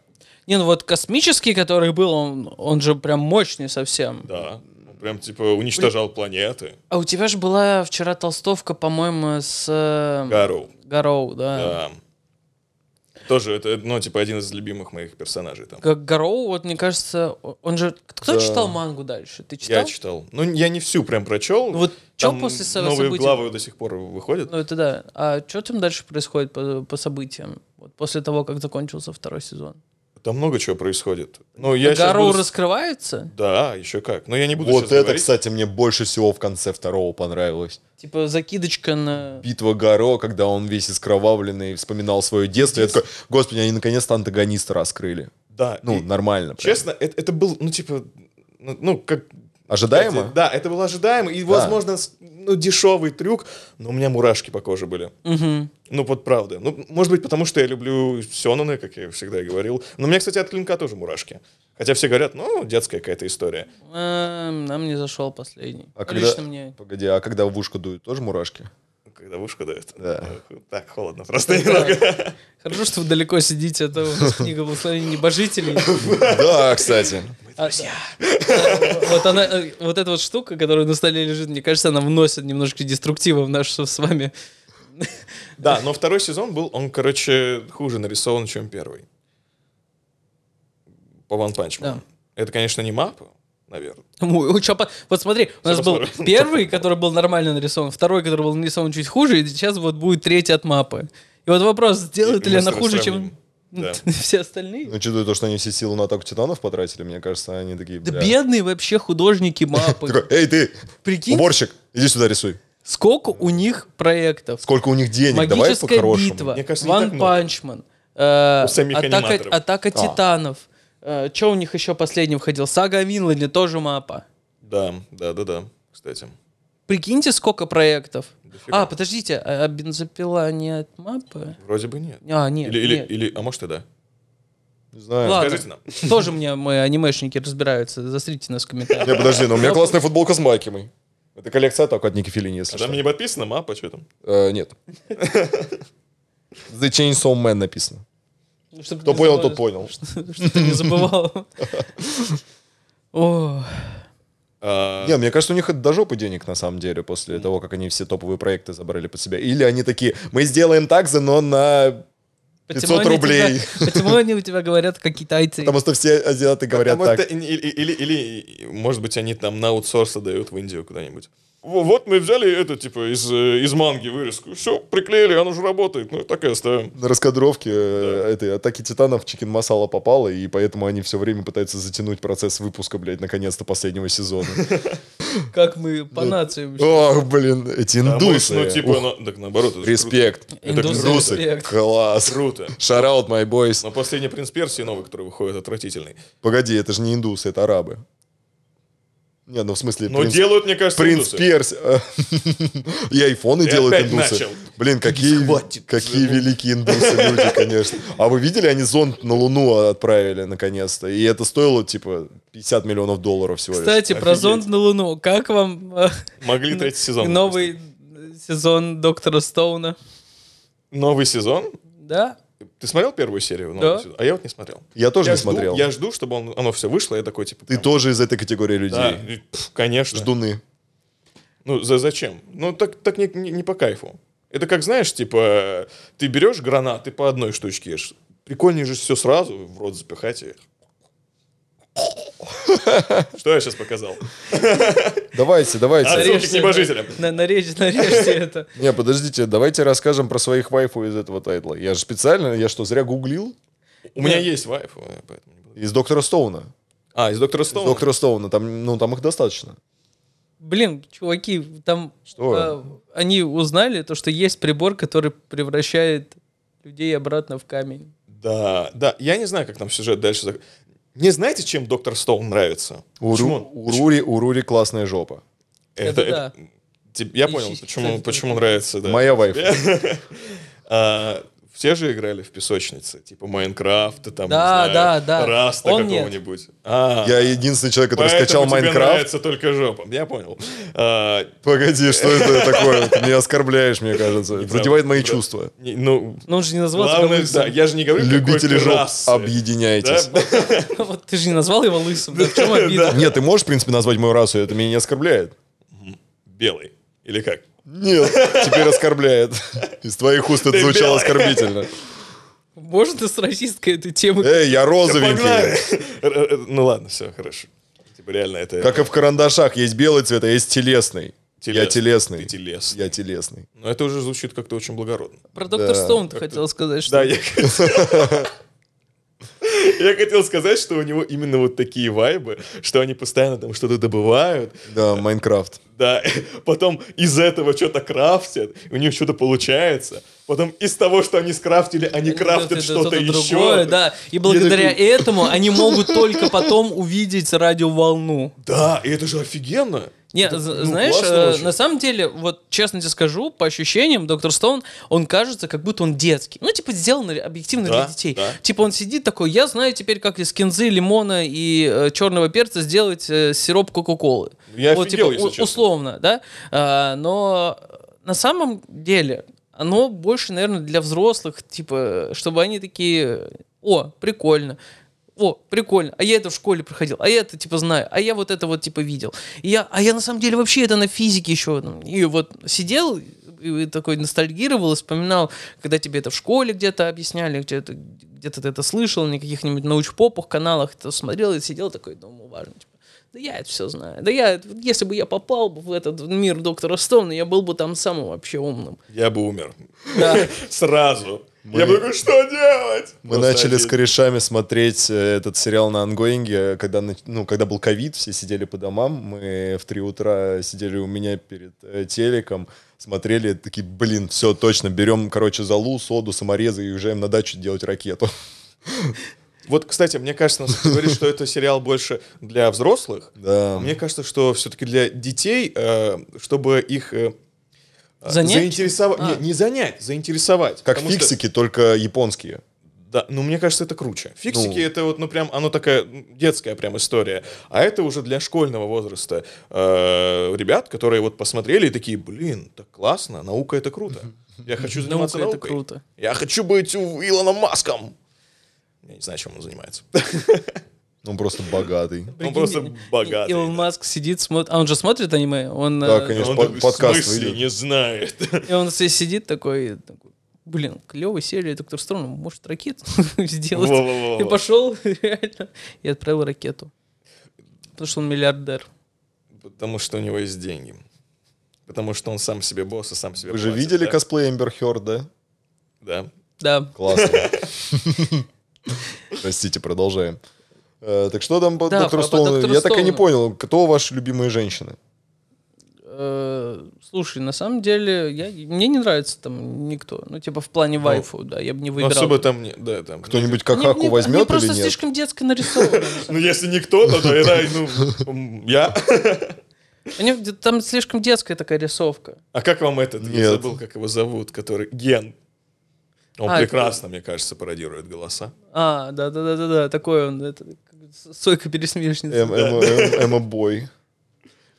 Speaker 1: Не, ну вот космический, который был, он, он же прям мощный совсем.
Speaker 2: Да. Он Прям типа уничтожал планеты.
Speaker 1: А у тебя же была вчера толстовка, по-моему, с э,
Speaker 2: Гару.
Speaker 1: Гароу, да?
Speaker 2: Да. Тоже это, ну, типа, один из любимых моих персонажей там.
Speaker 1: Как Гароу, вот мне кажется, о- он же... Кто
Speaker 3: Да.
Speaker 1: читал мангу дальше? Ты читал?
Speaker 2: Я читал. Ну, я не всю прям прочел.
Speaker 1: Ну, вот чё
Speaker 2: Там
Speaker 1: после со-
Speaker 2: Новые
Speaker 1: событий?
Speaker 2: главы до сих пор выходят.
Speaker 1: Ну это да. А что там дальше происходит по, по событиям? Вот после того, как закончился второй сезон.
Speaker 2: Там много чего происходит. Ну, я сейчас
Speaker 1: Гароу
Speaker 2: буду-
Speaker 1: раскрывается?
Speaker 2: Да, еще как. Но я не буду
Speaker 3: Вот
Speaker 2: Ну, щас
Speaker 3: это,
Speaker 2: говорить.
Speaker 3: кстати, мне больше всего в конце второго понравилось.
Speaker 1: Типа закидочка на...
Speaker 3: Битва Гаро, когда он весь искровавленный, вспоминал свое детство. Я такой, господи, они наконец-то антагониста раскрыли.
Speaker 2: Да.
Speaker 3: Ну,
Speaker 2: и,
Speaker 3: нормально. прям.
Speaker 2: честно, это, это был, ну, типа, ну, ну, как...
Speaker 3: Ожидаемо?
Speaker 2: Да, это было ожидаемо. И, возможно, с- ну, дешевый трюк, но у меня мурашки по коже были.
Speaker 1: Мгм.
Speaker 2: Ну, вот правда. Ну, может быть, потому что я люблю Сёнэны, как я всегда и говорил. Но у меня, кстати, от Клинка тоже мурашки. Хотя все говорят, ну, детская какая-то история.
Speaker 1: Эм, Нам не зашел последний.
Speaker 3: А
Speaker 1: Ну,
Speaker 3: когда- [laughs]
Speaker 1: Лично мне.
Speaker 3: Погоди, а когда в ушко дуют, тоже
Speaker 1: [laughs]
Speaker 3: мурашки?
Speaker 2: Когда вышка дает. Ну,
Speaker 3: Да.
Speaker 2: Так, холодно просто немного.
Speaker 1: Хорошо, что вы далеко сидите, а то у нас книга «Благословение небожителей».
Speaker 3: Да, кстати.
Speaker 1: А, а, Вот она, э, вот эта вот штука, которая на столе лежит, мне кажется, она вносит немножко деструктива в нашу с вами.
Speaker 2: Да, но второй сезон был, он, короче, хуже нарисован, чем первый. По Ван Панчману.
Speaker 1: Да.
Speaker 2: Это, конечно, не мапа, наверное.
Speaker 1: Ой, ой, чё по- Вот смотри, у нас был
Speaker 2: посмотрю.
Speaker 1: первый, который был нормально нарисован, второй, который был нарисован чуть хуже, и сейчас вот будет третий от мапы. И вот вопрос, сделает
Speaker 2: И
Speaker 1: ли
Speaker 2: мы
Speaker 1: она
Speaker 2: с-
Speaker 1: хуже,
Speaker 2: сравним.
Speaker 1: чем [laughs]
Speaker 2: Да.
Speaker 1: все остальные?
Speaker 3: Ну, учитывая то, что они все силы на атаку титанов потратили, мне кажется, они такие...
Speaker 1: Да
Speaker 3: бля.
Speaker 1: бедные вообще художники мапы.
Speaker 3: Такой, эй, ты,
Speaker 1: Прикинь,
Speaker 3: уборщик, иди сюда рисуй.
Speaker 1: Сколько у них проектов?
Speaker 3: Сколько у них денег? Давай
Speaker 1: Магическая
Speaker 3: по-хорошему.
Speaker 1: битва,
Speaker 2: Мне кажется, не
Speaker 1: Ван
Speaker 2: так много.
Speaker 1: Панчман, э,
Speaker 2: У самих
Speaker 1: атака,
Speaker 2: аниматоров.
Speaker 1: атака титанов. Что у них еще последний выходил? Сага о Винланде, тоже мапа.
Speaker 2: Да, да, да, да, кстати.
Speaker 1: Прикиньте, сколько проектов.
Speaker 2: Дофига.
Speaker 1: А, подождите, а а бензопила не от мапы?
Speaker 2: Вроде бы нет.
Speaker 1: А, нет,
Speaker 2: Или, или,
Speaker 1: нет.
Speaker 2: или, а может и да.
Speaker 3: Не знаю.
Speaker 1: Ладно.
Speaker 2: Скажите нам.
Speaker 1: Тоже мне мои анимешники разбираются. Застрите нас в
Speaker 2: [laughs]
Speaker 1: комментариях.
Speaker 3: Не, подожди, но у меня классная футболка с Макимой. Это коллекция атаку от Ники Филини, если
Speaker 2: А там
Speaker 3: что.
Speaker 2: не подписано мапа, что там?
Speaker 3: Э, Нет. [laughs] The Chainsaw Man написано.
Speaker 1: Ну, чтоб
Speaker 3: Кто
Speaker 1: не
Speaker 3: понял,
Speaker 1: забыл- [laughs]
Speaker 3: тот понял.
Speaker 1: чтоб ты не
Speaker 2: [laughs]
Speaker 1: забывал. О,
Speaker 2: А,
Speaker 3: Не, мне кажется, у них это до жопы денег, на самом деле, после того, как они все топовые проекты забрали под себя. Или они такие, мы сделаем так же, но на... 500
Speaker 1: почему они [laughs]
Speaker 3: рублей.
Speaker 1: тебя- Почему они у тебя говорят, как китайцы?
Speaker 3: Потому что все азиаты говорят
Speaker 2: Потому
Speaker 3: так.
Speaker 2: что и- и- А Или, или, может быть, они там на аутсорс дают в Индию куда-нибудь. Во- Вот мы взяли это, типа, из, э, из манги вырезку. Все, приклеили, оно же работает. Ну, так и оставим.
Speaker 3: На раскадровке э, этой атаки титанов Чикен Масала попала, и поэтому они все время пытаются затянуть процесс выпуска, блядь, наконец-то
Speaker 2: [laughs]
Speaker 3: последнего сезона.
Speaker 1: Как мы по нации вообще.
Speaker 3: Ох, блин, эти
Speaker 2: А мы ж,
Speaker 3: индусы.
Speaker 2: ну, типа,
Speaker 3: Ух,
Speaker 2: на- так наоборот. это ж
Speaker 3: Респект.
Speaker 1: Это Индусы,
Speaker 3: Русы.
Speaker 1: респект.
Speaker 3: Класс.
Speaker 2: Круто. круто.
Speaker 3: Шараут, my boys.
Speaker 2: Но последний «Принц Персии» новый, который выходит, отвратительный.
Speaker 3: Погоди, это же не индусы, это арабы. Не, ну в смысле,
Speaker 2: Но
Speaker 3: принц,
Speaker 2: делают, мне кажется,
Speaker 3: принц
Speaker 2: индусы.
Speaker 3: Перс. [laughs] И айфоны
Speaker 2: И
Speaker 3: делают
Speaker 2: опять
Speaker 3: индусы.
Speaker 2: начал.
Speaker 3: Блин, какие, какие великие индусы люди, конечно. А вы видели, они зонд на Луну отправили наконец-то. И это стоило, типа, 50 миллионов долларов всего лишь.
Speaker 1: Кстати, про
Speaker 2: Офигеть.
Speaker 1: зонд на Луну. Как вам э,
Speaker 2: Могли третий сезон.
Speaker 1: новый сезон Доктора Стоуна?
Speaker 2: Новый сезон?
Speaker 1: Да?
Speaker 2: Ты смотрел первую серию? нового
Speaker 1: Да.
Speaker 2: сезона? А я вот не смотрел.
Speaker 3: Я тоже
Speaker 2: Я
Speaker 3: не
Speaker 2: жду-
Speaker 3: смотрел.
Speaker 2: Я жду, чтобы он- оно все вышло, я такой, типа...
Speaker 3: Ты
Speaker 2: прям,
Speaker 3: тоже из этой категории
Speaker 2: да,
Speaker 3: людей.
Speaker 2: и, пф, конечно.
Speaker 3: Ждуны.
Speaker 2: Ну, за, зачем? Ну, так, так не, не- не по кайфу. Это как, знаешь, типа, ты берешь гранаты по одной штучке ешь. Прикольнее же все сразу в рот запихать и... [laughs] Что я сейчас показал?
Speaker 3: Давайте, давайте.
Speaker 2: Отсылки к небожителям.
Speaker 1: На- нарежь- Нарежьте это.
Speaker 3: Не, подождите, давайте расскажем про своих вайфу из этого тайтла. Я же специально, я что, зря гуглил?
Speaker 2: У меня есть вайф, э, поэтому не буду.
Speaker 3: Из доктора Стоуна.
Speaker 2: А, из Доктора
Speaker 3: Из
Speaker 2: Стоуна.
Speaker 3: доктора Стоуна, там, ну, там их достаточно.
Speaker 1: Блин, чуваки, там
Speaker 3: Что?
Speaker 1: э, они узнали то, что есть прибор, который превращает людей обратно в камень.
Speaker 2: Да, да. Я не знаю, как там сюжет дальше... зак- Не знаете, чем Доктор Стоун нравится? Почему
Speaker 3: Уру,
Speaker 2: он-
Speaker 3: у Рури, у Рури классная жопа.
Speaker 1: Это
Speaker 2: Это,
Speaker 1: да.
Speaker 2: это- тип- я
Speaker 1: И
Speaker 2: понял,
Speaker 1: щи-
Speaker 2: почему,
Speaker 1: кстати,
Speaker 2: почему
Speaker 1: тоже.
Speaker 2: нравится. Да.
Speaker 3: Моя вайфа.
Speaker 2: А, все же играли в песочнице, типа Майнкрафта, там,
Speaker 1: Да,
Speaker 2: не знаю,
Speaker 1: да, да.
Speaker 2: Раста
Speaker 1: Он нет.
Speaker 2: какого-нибудь. А,
Speaker 3: Я единственный человек, который
Speaker 2: поэтому
Speaker 3: скачал
Speaker 2: тебе
Speaker 3: Майнкрафт.
Speaker 2: нравится только жопа. Я понял. А,
Speaker 3: Погоди, что это такое? Ты меня оскорбляешь, мне кажется.
Speaker 2: Неправда,
Speaker 3: Задевает мои
Speaker 2: неправда.
Speaker 3: чувства.
Speaker 2: не- ну,
Speaker 1: Но он же не назвался
Speaker 2: главное,
Speaker 1: лысым.
Speaker 2: да, я же не говорю,
Speaker 3: Любители
Speaker 2: какой ты
Speaker 3: жоп,
Speaker 2: расы.
Speaker 3: объединяйтесь.
Speaker 2: Да?
Speaker 1: [laughs] Вот ты же не назвал его лысым. да, В чем обида?
Speaker 3: Нет, ты можешь, в принципе, назвать мою расу, это меня не оскорбляет.
Speaker 2: Белый. Или как?
Speaker 3: Нет, теперь оскорбляет. Из твоих уст это
Speaker 2: Ты
Speaker 3: звучало
Speaker 2: белый.
Speaker 3: оскорбительно.
Speaker 1: Может, ты с российской этой темы.
Speaker 3: Эй, я
Speaker 2: Погнали.
Speaker 3: розовенький.
Speaker 2: [laughs] Р- р- Ну ладно, все, хорошо. Типа реально это...
Speaker 3: Как и в карандашах, есть белый цвет, а есть телесный. Я телесный.
Speaker 2: Ты телесный.
Speaker 3: Я телесный.
Speaker 2: Но это уже звучит как-то очень благородно.
Speaker 1: Про доктор
Speaker 3: да,
Speaker 1: Стоун ты хотела сказать, что
Speaker 2: Да, я хотел... Я хотел сказать, что у него именно вот такие вайбы, что они постоянно там что-то добывают,
Speaker 3: Да, Майнкрафт.
Speaker 2: да, потом из этого что-то крафтят, у них что-то получается, потом из того, что они скрафтили, они
Speaker 1: Они
Speaker 2: крафтят
Speaker 1: делают это-
Speaker 2: что-то
Speaker 1: это другое,
Speaker 2: еще.
Speaker 1: Да, и благодаря этому они могут только потом увидеть радиоволну.
Speaker 2: Да, и это же офигенно.
Speaker 1: Не,
Speaker 2: Это,
Speaker 1: з-
Speaker 2: ну,
Speaker 1: знаешь,
Speaker 2: классно
Speaker 1: э,
Speaker 2: очень.
Speaker 1: на самом деле, вот честно тебе скажу, по ощущениям, доктор Стоун, он кажется, как будто он детский. Ну, типа, сделан объективно
Speaker 2: Да,
Speaker 1: для детей.
Speaker 2: да.
Speaker 1: Типа, он сидит такой, я знаю теперь, как из кинзы, лимона и черного перца сделать э, сироп Кока-Колы.
Speaker 2: Я
Speaker 1: вот,
Speaker 2: офигел,
Speaker 1: типа,
Speaker 2: если
Speaker 1: у-
Speaker 2: честно.
Speaker 1: Условно, да? А, но на самом деле оно больше, наверное, для взрослых, типа, чтобы они такие, о, прикольно, о, прикольно, а я это в школе проходил, а я это, типа, знаю, а я вот это вот, типа, видел. И я, а я на самом деле вообще это на физике еще, там, и вот сидел и такой ностальгировал, и вспоминал, когда тебе это в школе где-то объясняли, где-то где ты это слышал, на каких-нибудь научпопах, каналах, то смотрел и сидел такой, думал, важно, типа, да я это все знаю. Да я, если бы я попал бы в этот мир доктора Стоуна, я был бы там самым вообще умным.
Speaker 2: Я бы умер.
Speaker 1: Да.
Speaker 2: [laughs] Сразу. Я бы такой, что делать?
Speaker 3: Мы
Speaker 2: Просто
Speaker 3: начали с
Speaker 2: один.
Speaker 3: корешами смотреть э, этот сериал на ангоинге, когда, нач- ну, когда был ковид, все сидели по домам, мы в три утра сидели у меня перед э, телеком, смотрели, такие, блин, все, точно, берем, короче, залу, соду, саморезы и уезжаем на дачу делать ракету. [laughs]
Speaker 2: Вот, кстати, мне кажется, нас говорит, что это сериал больше для взрослых.
Speaker 3: Да.
Speaker 2: А Мне кажется, что все-таки для детей, э, чтобы их э, э,
Speaker 1: Занять?
Speaker 2: заинтересовать,
Speaker 1: А.
Speaker 2: не, не занять, заинтересовать.
Speaker 3: Как
Speaker 2: Потому что-
Speaker 3: фиксики, только японские.
Speaker 2: да, ну мне кажется, это круче. Фиксики
Speaker 3: Ну.
Speaker 2: это вот, ну прям, оно такая м, детская прям история. А это уже для школьного возраста э, ребят, которые вот посмотрели и такие, блин, так классно, наука это круто. Я хочу заниматься
Speaker 1: Наука это
Speaker 2: наукой.
Speaker 1: круто.
Speaker 2: Я хочу быть у Илона Маском. Я не знаю, чем он занимается.
Speaker 3: Он Ну, просто
Speaker 2: [laughs]
Speaker 3: богатый.
Speaker 2: Он
Speaker 1: Прикинь,
Speaker 2: просто
Speaker 1: И-
Speaker 2: богатый.
Speaker 1: Илон Маск сидит, смотрит, а он же смотрит аниме, он,
Speaker 3: Да,
Speaker 1: э,
Speaker 3: конечно.
Speaker 2: Он
Speaker 3: по-
Speaker 2: такой,
Speaker 3: подкаст
Speaker 2: в смысле
Speaker 3: выйдет».
Speaker 2: не знает.
Speaker 1: и он си- сидит такой, такой, блин, клевая серия Доктор Строн, может ракету [laughs] сделать?
Speaker 2: Во-во-во-во.
Speaker 1: И пошел [laughs] реально и отправил ракету. Потому что он миллиардер.
Speaker 2: Потому что у него есть деньги. Потому что он сам себе босс и сам себе
Speaker 3: Вы же
Speaker 2: платит,
Speaker 3: видели
Speaker 2: да?
Speaker 3: косплей Эмбер Хёрд, да?
Speaker 2: Да.
Speaker 1: Да.
Speaker 3: Классно. [laughs] Простите, продолжаем. Э, Так что там по
Speaker 1: Да,
Speaker 3: доктору
Speaker 1: по- по
Speaker 3: Стоуну?
Speaker 1: доктору
Speaker 3: Я так и не
Speaker 1: Стоуну.
Speaker 3: понял, кто ваши любимые женщины?
Speaker 1: Э, Слушай, на самом деле, я, мне не нравится там никто. Ну, типа, в плане вайфу, да, я бы не
Speaker 2: Ну,
Speaker 1: выбирал.
Speaker 2: особо там не... Да, там...
Speaker 3: Кто-нибудь
Speaker 1: Мне-
Speaker 3: какаку
Speaker 1: мне- мне
Speaker 3: возьмет
Speaker 1: просто
Speaker 3: или нет?
Speaker 1: слишком детско нарисовано.
Speaker 2: Ну, если не кто-то, то тогда, ну, м, я.
Speaker 1: Они- Там слишком детская такая рисовка.
Speaker 2: А как вам этот? Я
Speaker 3: Нет.
Speaker 2: забыл, как его зовут, который... Ген. Он
Speaker 1: А,
Speaker 2: прекрасно, мне кажется, пародирует голоса.
Speaker 1: А, да-да-да-да, такой он, это, как сойка-пересмешница,
Speaker 3: Эм- эм- эм- Эмма-бой.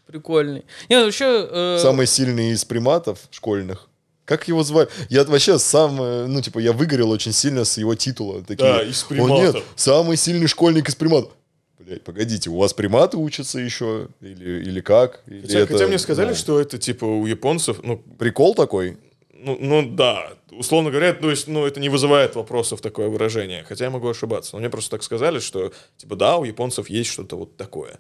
Speaker 1: прикольный. Не, вообще... э,
Speaker 3: Самый сильный из приматов школьных. Как его звали? Я вообще сам, э, ну, типа, я выгорел очень сильно с его титула. Такие,
Speaker 2: Да, из
Speaker 3: «О,
Speaker 2: приматов».
Speaker 3: нет, самый сильный школьник из приматов. Блять, погодите, у вас приматы учатся еще? Или, или как? Или
Speaker 2: Хотя,
Speaker 3: это,
Speaker 2: хотя мне сказали,
Speaker 3: ну,
Speaker 2: что это, типа, у японцев, ну,
Speaker 3: Прикол такой?
Speaker 2: ну, ну, да, условно говоря, то есть, ну, это не вызывает вопросов такое выражение. Хотя я могу ошибаться. Но мне просто так сказали, что, типа, да, у японцев есть что-то вот такое.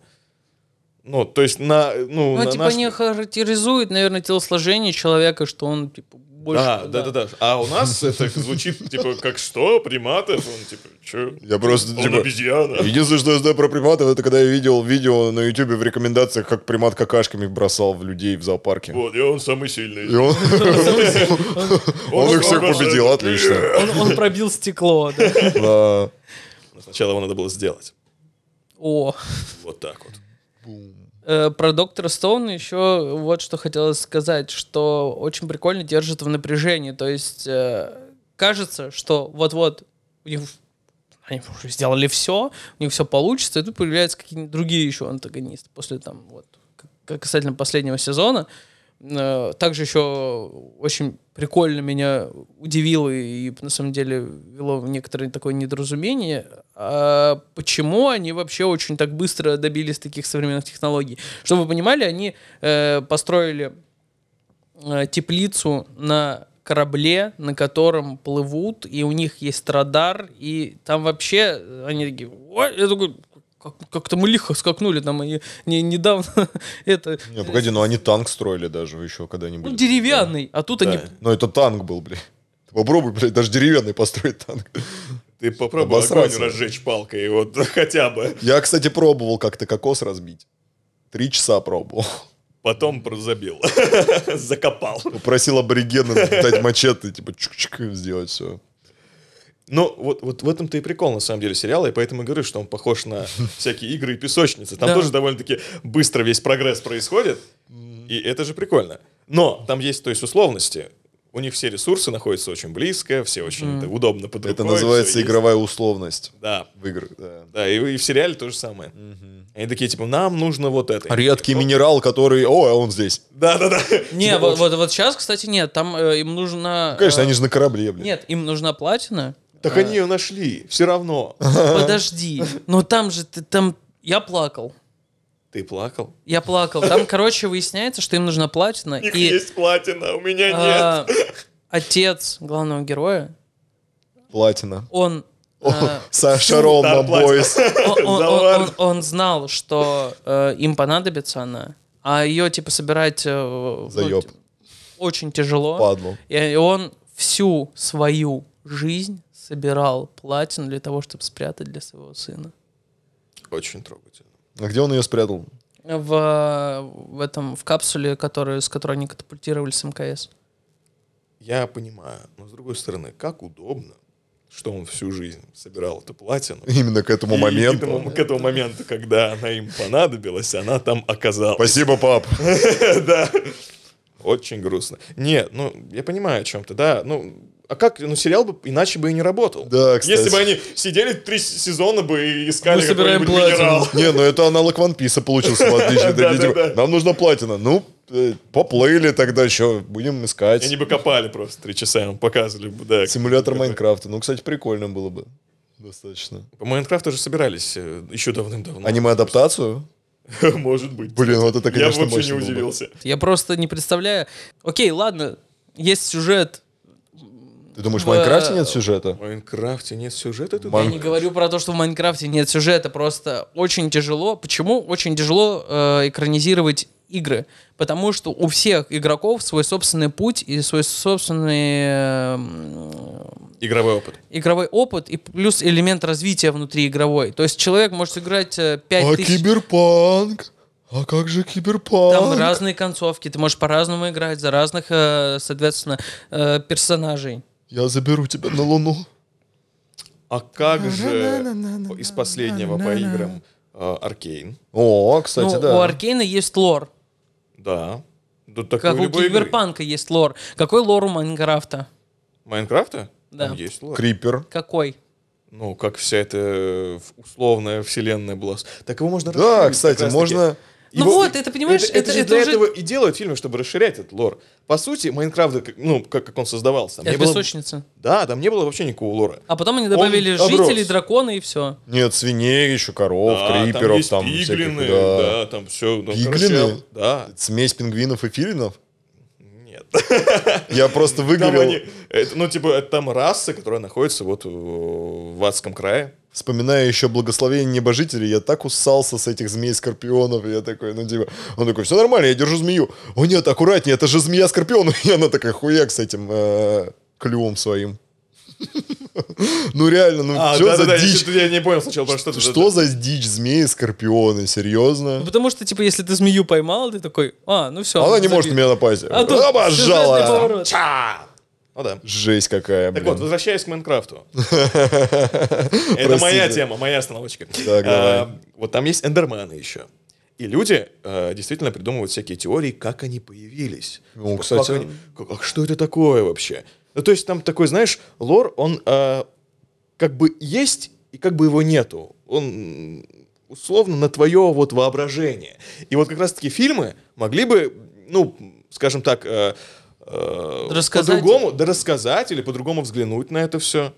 Speaker 2: Ну, то есть, на, ну,
Speaker 1: Ну,
Speaker 2: на
Speaker 1: типа,
Speaker 2: наш-
Speaker 1: не характеризует, наверное, телосложение человека, что он, типа, больше...
Speaker 2: Да, да, да, да. А у нас это звучит, типа, как что, приматов? Он, типа, чё?
Speaker 3: Я просто,
Speaker 2: Он
Speaker 3: типа,
Speaker 2: обезьяна.
Speaker 3: Единственное, что я знаю про приматов, это когда я видел видео на ютубе в рекомендациях, как примат какашками бросал в людей в зоопарке.
Speaker 2: Вот, и он самый сильный.
Speaker 3: И
Speaker 2: [laughs]
Speaker 3: он, он их всех
Speaker 2: обожает.
Speaker 3: победил, отлично.
Speaker 1: Он, он пробил стекло, да.
Speaker 2: Но
Speaker 3: Да.
Speaker 2: Сначала его надо было сделать.
Speaker 1: О.
Speaker 2: Вот так вот.
Speaker 1: Э, Про доктора Стоуна еще вот что хотелось сказать, что очень прикольно держит в напряжении. То есть э, кажется, что вот-вот у них они уже сделали все, у них все получится, и тут появляются какие-нибудь другие еще антагонисты после там вот к- к- касательно последнего сезона. Э, Также еще очень прикольно меня удивило и на самом деле вело в некоторое такое недоразумение, а почему они вообще очень так быстро добились таких современных технологий. Чтобы вы понимали, они э, построили э, теплицу на корабле, на котором плывут, и у них есть радар, и там вообще э, они такие, ой, я такой, «Как- как-то мы лихо скакнули, там они не, недавно [laughs] это...
Speaker 3: Не, погоди, ну они танк строили даже еще
Speaker 1: Ну,
Speaker 3: когда-нибудь.
Speaker 1: деревянный, а тут они...
Speaker 2: Да.
Speaker 3: Но это танк был, блядь. Ты Попробуй, блядь, даже деревянный построить танк.
Speaker 2: Ты попробуй огонь
Speaker 3: Обосрался.
Speaker 2: разжечь палкой, вот [laughs] хотя бы.
Speaker 3: Я, кстати, пробовал как-то кокос разбить. Три часа пробовал.
Speaker 2: Потом прозабил. [laughs] Закопал.
Speaker 3: Попросил аборигена дать мачете, типа, чик-чик, сделать все.
Speaker 2: Но вот, вот в этом-то и прикол, на самом деле, сериала, и поэтому и говорю, что он похож
Speaker 1: [laughs]
Speaker 2: на всякие игры и песочницы. Там
Speaker 1: Да.
Speaker 2: тоже довольно-таки быстро весь прогресс происходит, и это же прикольно. Но там есть, то есть, условности. У них все ресурсы находятся очень близко, все очень это удобно под
Speaker 3: Это
Speaker 2: рукой, всё
Speaker 3: называется
Speaker 2: есть.
Speaker 3: игровая условность
Speaker 2: Да,
Speaker 3: в играх, да.
Speaker 2: да, и, и в сериале то же самое. Они такие, типа, нам нужно вот это.
Speaker 3: Редкий минерал, который... О, а он здесь.
Speaker 2: Да-да-да.
Speaker 1: [laughs]
Speaker 2: Типа
Speaker 1: Не, вот, вот, вот сейчас, кстати, нет, там э, им нужна...
Speaker 3: Ну, Конечно,
Speaker 1: э,
Speaker 3: они же на корабле, блядь.
Speaker 1: Нет, им нужна платина.
Speaker 2: Так они ее нашли, все равно.
Speaker 1: Подожди, но там же ты там... Я плакал.
Speaker 2: Ты плакал?
Speaker 1: Я плакал. Там, короче, выясняется, что им нужна платина.
Speaker 2: У них
Speaker 1: и
Speaker 2: есть платина, у меня нет.
Speaker 1: а, отец главного героя,
Speaker 3: Платина.
Speaker 1: он... э,
Speaker 3: Саша Рома
Speaker 2: Стар платина.
Speaker 1: [laughs]
Speaker 3: Бойс.
Speaker 1: он, он-
Speaker 2: Завар.
Speaker 1: он- он знал, что э, им понадобится она, а ее, типа, собирать... э, ну,
Speaker 3: Заеб.
Speaker 1: ти- очень тяжело.
Speaker 3: Падлу.
Speaker 1: И он всю свою жизнь собирал платину для того, чтобы спрятать для своего сына.
Speaker 2: Очень трогательно.
Speaker 3: А где он ее спрятал?
Speaker 1: В, в этом, в капсуле, которую, с которой они катапультировали с МКС.
Speaker 2: Я понимаю, но с другой стороны, как удобно, что он всю жизнь собирал эту платину.
Speaker 3: Именно к этому
Speaker 2: И
Speaker 3: моменту.
Speaker 2: К этому, к этому моменту, когда она им понадобилась, она там оказалась.
Speaker 3: Спасибо, пап.
Speaker 2: Да. Очень грустно. Не, ну, я понимаю, о чем ты, да. Ну, а как, ну, сериал бы иначе бы и не работал.
Speaker 3: Да, кстати.
Speaker 2: Если бы они сидели три с- сезона бы и искали
Speaker 1: Мы собираем
Speaker 2: какой-нибудь
Speaker 1: платину.
Speaker 2: минерал.
Speaker 3: Не, ну это аналог One Piece получился, в отличие.
Speaker 2: Да,
Speaker 3: Такие,
Speaker 2: да,
Speaker 3: типа,
Speaker 2: да.
Speaker 3: Нам нужна платина. Ну, э, поплыли тогда еще, будем
Speaker 2: И
Speaker 3: искать.
Speaker 2: Они бы копали просто три часа, им показывали бы, да.
Speaker 3: Симулятор Майнкрафта. Ну, кстати, прикольно было бы. Достаточно.
Speaker 2: По Майнкрафту же собирались э, еще
Speaker 1: Ну,
Speaker 2: давным-давно.
Speaker 3: Аниме-адаптацию?
Speaker 2: [laughs] Может быть.
Speaker 3: Блин, вот это,
Speaker 2: Я бы
Speaker 3: конечно,
Speaker 2: вообще не
Speaker 3: мощно было бы.
Speaker 2: удивился.
Speaker 1: Я просто не представляю. Окей, ладно, есть сюжет.
Speaker 3: Ты думаешь, в
Speaker 1: В-
Speaker 3: Майнкрафте нет сюжета?
Speaker 2: В Майнкрафте нет сюжета тут?
Speaker 1: Я не говорю про то, что в Майнкрафте нет сюжета, просто очень тяжело. Почему очень тяжело э, экранизировать игры? Потому что у всех игроков свой собственный путь и свой собственный э, м,
Speaker 2: Игровой опыт.
Speaker 1: игровой опыт и плюс элемент развития внутри игровой. То есть человек может играть э, пять
Speaker 3: А
Speaker 1: тысяч...
Speaker 3: киберпанк? А как же
Speaker 1: Там
Speaker 3: киберпанк?
Speaker 1: разные концовки, ты можешь по-разному играть за разных, э, соответственно, э, персонажей.
Speaker 3: Я заберу тебя на луну.
Speaker 2: А как же из последнего по играм э, Аркейн?
Speaker 3: О, кстати,
Speaker 1: ну,
Speaker 3: да.
Speaker 1: у Аркейна есть лор.
Speaker 2: Да. Тут так
Speaker 1: Как
Speaker 2: и
Speaker 1: у
Speaker 2: любой игры.
Speaker 1: Киберпанка есть лор. Какой лор у Майнкрафта?
Speaker 2: Майнкрафта?
Speaker 1: Да.
Speaker 2: Там есть лор.
Speaker 3: Крипер.
Speaker 1: Какой?
Speaker 2: Ну, как вся эта э, в- условная вселенная была. с- Так его можно расширить
Speaker 3: Да,
Speaker 2: как
Speaker 3: кстати,
Speaker 2: раз-таки.
Speaker 3: можно...
Speaker 1: Ну вот, это, понимаешь, это-
Speaker 2: же
Speaker 1: это
Speaker 2: для
Speaker 1: уже-
Speaker 2: этого и делают фильмы, чтобы расширять этот лор. По сути, Майнкрафт, как- ну, как, как он создавался. там
Speaker 1: Это
Speaker 2: не было-
Speaker 1: песочница.
Speaker 2: Да, там не было вообще никакого лора.
Speaker 1: А потом они добавили
Speaker 2: Он оброс.
Speaker 1: жителей, дракона и все.
Speaker 3: Нет, свиней еще, коров,
Speaker 2: Да, А, там
Speaker 3: криперов,
Speaker 2: есть
Speaker 3: там,
Speaker 2: пиглины,
Speaker 3: всяких,
Speaker 2: да.
Speaker 3: да.
Speaker 2: там все.
Speaker 3: Пиглины?
Speaker 2: да.
Speaker 3: Смесь пингвинов и филинов?
Speaker 2: Нет.
Speaker 3: Я просто
Speaker 2: Там они,
Speaker 3: выгорел,
Speaker 2: это, ну, типа, это там раса, которая находится вот э, в адском крае.
Speaker 3: вспоминая еще благословение небожителей, я так усался с этих змей-скорпионов, я такой, ну типа, он такой, все нормально, я держу змею. О нет, аккуратнее, это же змея-скорпион, [laughs] и она такая хуяк с этим э, клювом своим. [laughs] Ну реально, ну
Speaker 2: А,
Speaker 3: что
Speaker 2: да-да-да,
Speaker 3: за
Speaker 2: я
Speaker 3: дичь?
Speaker 2: что-то- я не понял сначала, про что ты-
Speaker 3: Что за дичь змеи-скорпионы, серьезно?
Speaker 1: Ну, потому что, типа, если ты змею поймал, ты такой, а, ну все.
Speaker 3: Она не может на меня напасть.
Speaker 1: А тут сюжетный
Speaker 3: Обожала!
Speaker 1: поворот.
Speaker 2: Ча! Ну да.
Speaker 3: Жесть какая,
Speaker 2: Так
Speaker 3: блин.
Speaker 2: вот, возвращаясь к
Speaker 3: [laughs]
Speaker 2: Майнкрафту. Это моя
Speaker 3: Простите.
Speaker 2: тема, моя остановочка.
Speaker 3: Так,
Speaker 2: А,
Speaker 3: давай.
Speaker 2: Вот там есть эндерманы еще. И люди э, действительно придумывают всякие теории, как они появились.
Speaker 3: Ну,
Speaker 2: Типа,
Speaker 3: кстати,
Speaker 2: как они- как- а что это такое вообще? Ну, то есть там такой, знаешь, лор, он э, как бы есть и как бы его нету. Он м, условно на твое вот воображение. И вот как раз-таки фильмы могли бы, ну, скажем так, э, э,
Speaker 1: Рассказать.
Speaker 2: по-другому, да рассказать или по-другому взглянуть на это все.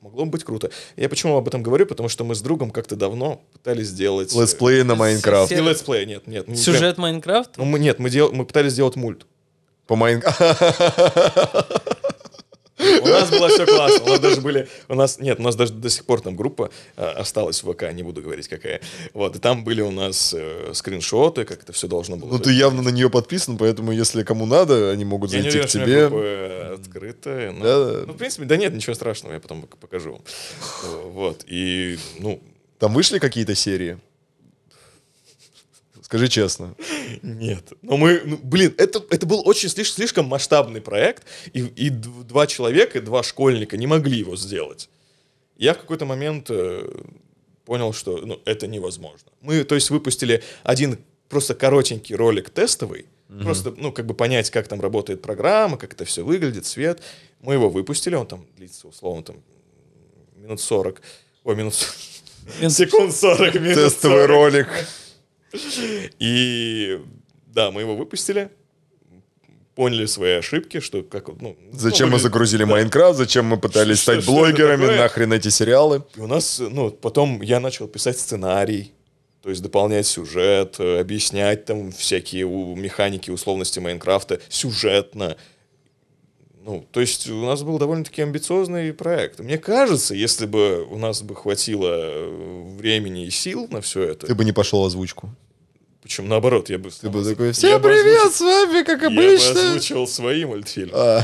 Speaker 2: Могло бы быть круто. Я почему об этом говорю? Потому что мы с другом как-то давно пытались сделать... э,
Speaker 3: Летсплей на Майнкрафт.
Speaker 2: Не летсплей, нет, нет. не прям.
Speaker 1: Сюжет Майнкрафта?
Speaker 2: Ну, мы, нет, мы, дел... мы пытались сделать
Speaker 1: [laughs]
Speaker 2: мульт.
Speaker 3: По Майн... [laughs]
Speaker 2: У нас было все классно. У нас даже были... У нас... Нет, у нас даже до сих пор там группа э, осталась в ВК, не буду говорить какая. Вот, и там были у нас э, скриншоты, как это все должно было.
Speaker 3: Ну, ты явно на нее подписан, поэтому если кому надо, они могут
Speaker 2: Я не уверен, что
Speaker 3: зайти к
Speaker 2: у меня группа
Speaker 3: тебе.
Speaker 2: э, открытая. но-
Speaker 3: Да-да.
Speaker 2: Ну, в принципе, да нет, ничего страшного, я потом пок- покажу вам. Вот, и, ну,
Speaker 3: Там вышли какие-то серии?
Speaker 2: [laughs]
Speaker 3: Скажи честно.
Speaker 2: Нет. Но мы, ну, блин, это, это был очень слиш- слишком масштабный проект, и, и дв- два человека, два школьника не могли его сделать. Я в какой-то момент э, понял, что ну, это невозможно. Мы, то есть, выпустили один просто коротенький ролик тестовый, просто, ну, как бы понять, как там работает программа, как это все выглядит, свет. Мы его выпустили, он там длится, условно, там, минут 40. Ой, минут...
Speaker 1: Минут-
Speaker 2: Секунд 40, минут
Speaker 3: Тестовый
Speaker 2: 40.
Speaker 3: ролик.
Speaker 2: И да, мы его выпустили, поняли свои ошибки, что как вот, ну
Speaker 3: Зачем
Speaker 2: ну,
Speaker 3: мы
Speaker 2: выглядит-
Speaker 3: загрузили Майнкрафт, зачем мы пытались
Speaker 2: Что-
Speaker 3: стать
Speaker 2: что это
Speaker 3: блогерами,
Speaker 2: такое?
Speaker 3: нахрен эти сериалы.
Speaker 2: И у нас, ну потом я начал писать сценарий, то есть дополнять сюжет, э, объяснять там всякие у- механики, условности Майнкрафта сюжетно. Ну, то есть у нас был довольно-таки амбициозный проект. Мне кажется, если бы у нас бы хватило э, времени и сил на все это,
Speaker 3: Ты бы не пошел озвучку.
Speaker 2: причем наоборот, я бы...
Speaker 3: Ты бы такой,
Speaker 2: Я
Speaker 3: всем
Speaker 2: бы
Speaker 3: привет,
Speaker 2: озвучил-
Speaker 3: с вами, как
Speaker 2: Я бы
Speaker 3: обычно.
Speaker 2: озвучивал свои мультфильмы.
Speaker 3: А,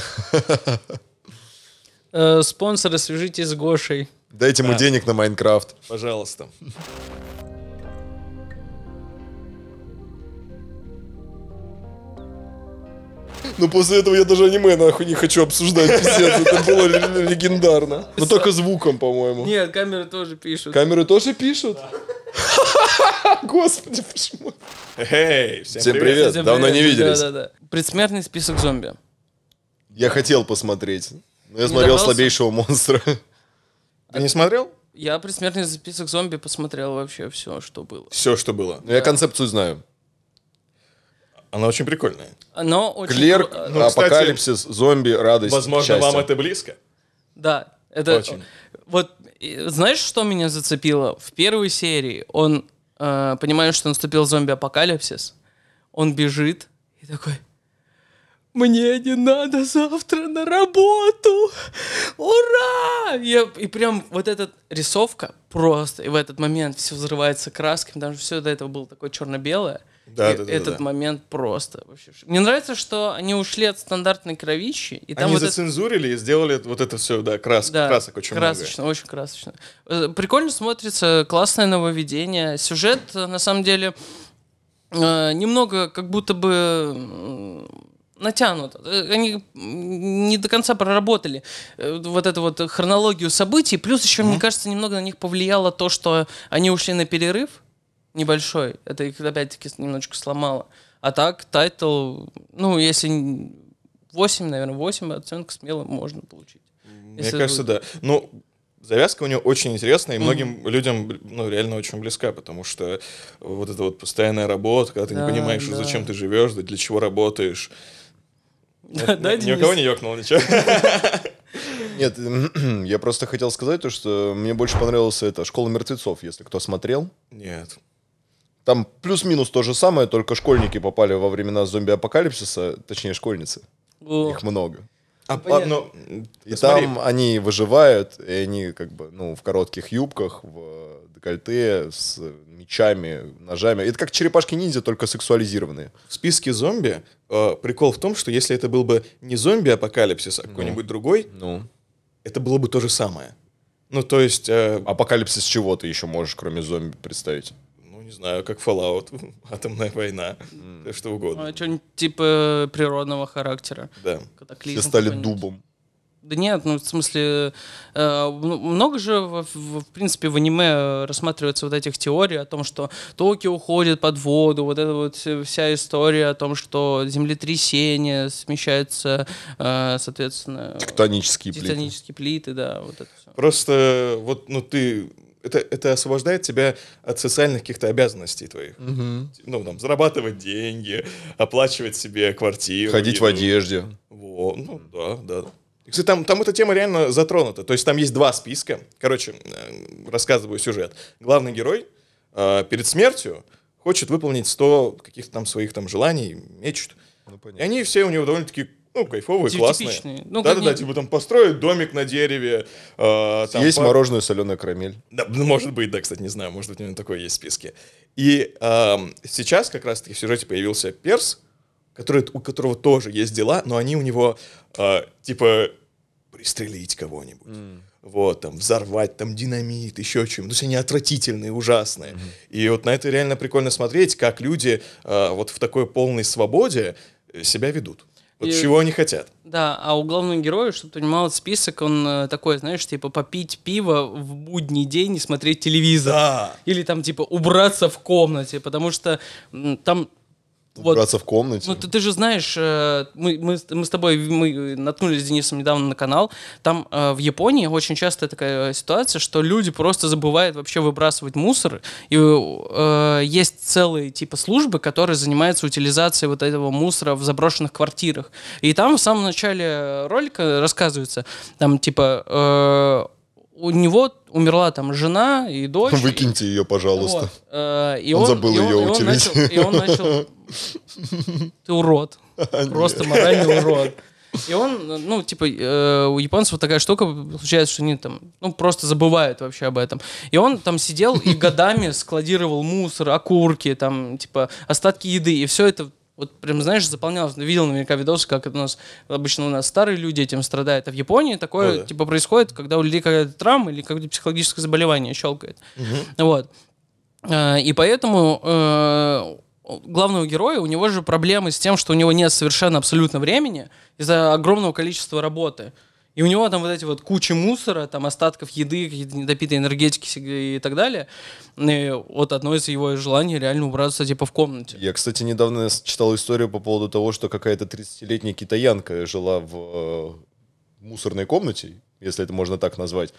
Speaker 1: э, спонсоры, свяжитесь с Гошей.
Speaker 3: Дайте ему
Speaker 2: Да.
Speaker 3: денег на Майнкрафт.
Speaker 2: Пожалуйста.
Speaker 3: Ну, после этого я даже аниме нахуй не хочу обсуждать, пиздец. Это было л- легендарно. Но только звуком, по-моему.
Speaker 1: Нет, камеры тоже пишут.
Speaker 3: Камеры тоже пишут?
Speaker 1: [laughs]
Speaker 3: Господи, почему?
Speaker 2: Эй, всем,
Speaker 3: Всем
Speaker 2: привет.
Speaker 3: привет, давно не виделись.
Speaker 1: Да-да-да. Предсмертный список зомби.
Speaker 3: Я хотел посмотреть. Но я смотрел
Speaker 1: добрался?
Speaker 3: слабейшего монстра.
Speaker 2: Ты не смотрел?
Speaker 1: Я предсмертный список зомби посмотрел вообще все, что было.
Speaker 2: Все, что было.
Speaker 3: Но Ну, я концепцию знаю.
Speaker 2: Она очень прикольная.
Speaker 1: Но очень...
Speaker 3: Клерк,
Speaker 1: кру- э,
Speaker 2: Ну, кстати,
Speaker 3: апокалипсис, зомби, радость,
Speaker 2: Возможно,
Speaker 3: счастье.
Speaker 2: вам это близко.
Speaker 1: Да, это...
Speaker 2: Очень.
Speaker 1: Вот, э, знаешь, что меня зацепило? В первой серии он, э, понимает, что наступил зомби-апокалипсис, он бежит и такой... Мне не надо завтра на работу! Ура! Я, и прям вот эта рисовка просто, и в этот момент все взрывается красками, потому что все до этого было такое черно-белое.
Speaker 2: Да,
Speaker 1: И
Speaker 2: да, да,
Speaker 1: этот
Speaker 2: да.
Speaker 1: момент просто вообще. Мне нравится, что они ушли от стандартной кровищи, и там
Speaker 2: Они
Speaker 1: вот это-
Speaker 2: зацензурили и сделали вот это все, да, крас,
Speaker 1: да,
Speaker 2: красок очень
Speaker 1: красочно, очень красочно. Э, Прикольно смотрится, классное нововведение. Сюжет, э, на самом деле, э, немного как будто бы м, натянуто. Э, Они м, не до конца проработали э, вот эту вот хронологию событий. Плюс еще, мне кажется, немного на них повлияло то, что они ушли на перерыв небольшой. Это их опять-таки с- немножечко сломало. А так, тайтл, ну, если н- 8, наверное, 8 оценка смело можно получить.
Speaker 2: много. Мне
Speaker 1: Если
Speaker 2: кажется, да. Ну, завязка у нее очень интересная, и многим людям, ну, реально очень близка, потому что вот эта вот постоянная работа, когда ты
Speaker 1: Да,
Speaker 2: не понимаешь,
Speaker 1: да.
Speaker 2: зачем ты живешь, да для чего работаешь.
Speaker 1: [laughs] Да, да,
Speaker 2: Ни у кого
Speaker 1: Денис?
Speaker 2: не ёкнуло ничего. [laughs]
Speaker 3: Нет, [clears throat] я просто хотел сказать то, что мне больше понравилась эта «Школа мертвецов», если кто смотрел.
Speaker 2: Нет.
Speaker 3: Там плюс-минус то же самое, только школьники попали во времена зомби-апокалипсиса, точнее, школьницы.
Speaker 1: О,
Speaker 3: Их много.
Speaker 2: А,
Speaker 1: понятно.
Speaker 2: а, ну,
Speaker 3: И
Speaker 2: смотри,
Speaker 3: там они выживают, и они как бы, ну, в коротких юбках, в декольте, с мечами, ножами. Это как черепашки-ниндзя, только сексуализированные.
Speaker 2: в списке зомби э, прикол в том, что если это был бы не зомби-апокалипсис, а какой-нибудь другой,
Speaker 3: Ну.
Speaker 2: это было бы то же самое. Ну, то есть, э,
Speaker 3: Апокалипсис чего ты еще можешь, кроме зомби, представить?
Speaker 2: ну, не знаю, как Fallout, [laughs] атомная война, э, что угодно.
Speaker 1: а, что-нибудь типа природного характера.
Speaker 2: Да.
Speaker 3: Все
Speaker 1: Катаклизм
Speaker 3: стали
Speaker 1: какой-нибудь.
Speaker 3: дубом.
Speaker 1: Да нет, ну в смысле, э, м- много же, в, в- в принципе, в аниме э, рассматривается вот этих теорий о том, что Токио уходит под воду, вот эта вот вся- вся история о том, что землетрясение смещается, э, соответственно,
Speaker 3: Тектонические плиты.
Speaker 1: титанические плиты, да, вот это все.
Speaker 2: Просто вот, ну, ты... Это, это освобождает тебя от социальных каких-то обязанностей твоих. Ну, там, зарабатывать деньги, оплачивать себе квартиру.
Speaker 3: Ходить в
Speaker 2: еду.
Speaker 3: одежде.
Speaker 2: Во, ну да, да. И, Кстати, там, там эта тема реально затронута. То есть там есть два списка. Короче, э, рассказываю сюжет. Главный герой э, перед смертью хочет выполнить 100 каких-то там своих там желаний, мечт. И они все у него довольно-таки ну, кайфовые,
Speaker 1: Тип-
Speaker 2: классные.
Speaker 1: типичные. Ну, как
Speaker 2: Да-да-да,
Speaker 1: не-
Speaker 2: типа там построить домик на дереве. э, там
Speaker 3: Есть
Speaker 2: пар-
Speaker 3: мороженое, соленая карамель.
Speaker 2: да, ну, может быть, да, кстати, не знаю, может быть, у него такое есть в списке. И эм, сейчас как раз-таки в сюжете появился Перс, который, у которого тоже есть дела, но они у него, э, типа, пристрелить кого-нибудь. Вот, там, взорвать, там, динамит, еще чем. То есть они отвратительные, ужасные. И вот на это реально прикольно смотреть, как люди э, вот в такой полной свободе э, себя ведут. Вот
Speaker 1: И-
Speaker 2: чего они хотят.
Speaker 1: Да, а у главного героя, чтобы ты понимал, список, он э, такой, знаешь, типа попить пиво в будний день и смотреть телевизор.
Speaker 2: Да.
Speaker 1: Или там, типа, убраться в комнате, потому что м, там... Вот,
Speaker 3: Убраться в комнате.
Speaker 1: ну, ты, ты же знаешь, э, мы, мы, с- мы с тобой мы наткнулись с Денисом недавно на канал. Там э, в Японии очень часто такая ситуация, что люди просто забывают вообще выбрасывать мусор. И э, есть целые типа службы, которые занимаются утилизацией вот этого мусора в заброшенных квартирах. И там в самом начале ролика рассказывается, там типа... э, у него умерла там жена и дочь. и-
Speaker 3: [laughs] Выкиньте ее, пожалуйста.
Speaker 1: вот, э, И
Speaker 3: Он
Speaker 1: он,
Speaker 3: забыл
Speaker 1: и он-
Speaker 3: её
Speaker 1: и он
Speaker 3: утилить.
Speaker 1: начал- И он начал... Ты урод.
Speaker 3: [laughs]
Speaker 1: Просто моральный урод. И он, э, ну, типа, э, у японцев вот такая штука получается, что они там, ну, просто забывают вообще об этом. И он там сидел и годами складировал мусор, окурки, там, типа, остатки еды, и все это Вот прям, знаешь, заполнялось. Ну, Видел наверняка видосы, как это у нас обычно у нас старые люди этим страдают. А в Японии такое
Speaker 2: Ну да.
Speaker 1: типа происходит, когда у людей какая-то травма или какое-то психологическое заболевание щелкает. Вот. Э, И поэтому э, у главного героя, у него же проблемы с тем, что у него нет совершенно абсолютно времени из-за огромного количества работы. И у него там вот эти вот кучи мусора, там остатков еды, какие-то недопитой энергетики сиг- и так далее. И вот одно из его желаний реально убраться типа в комнате.
Speaker 3: Я, кстати, недавно с- читал историю по поводу того, что какая-то 30-летняя китаянка жила в э, мусорной комнате, если это можно так назвать.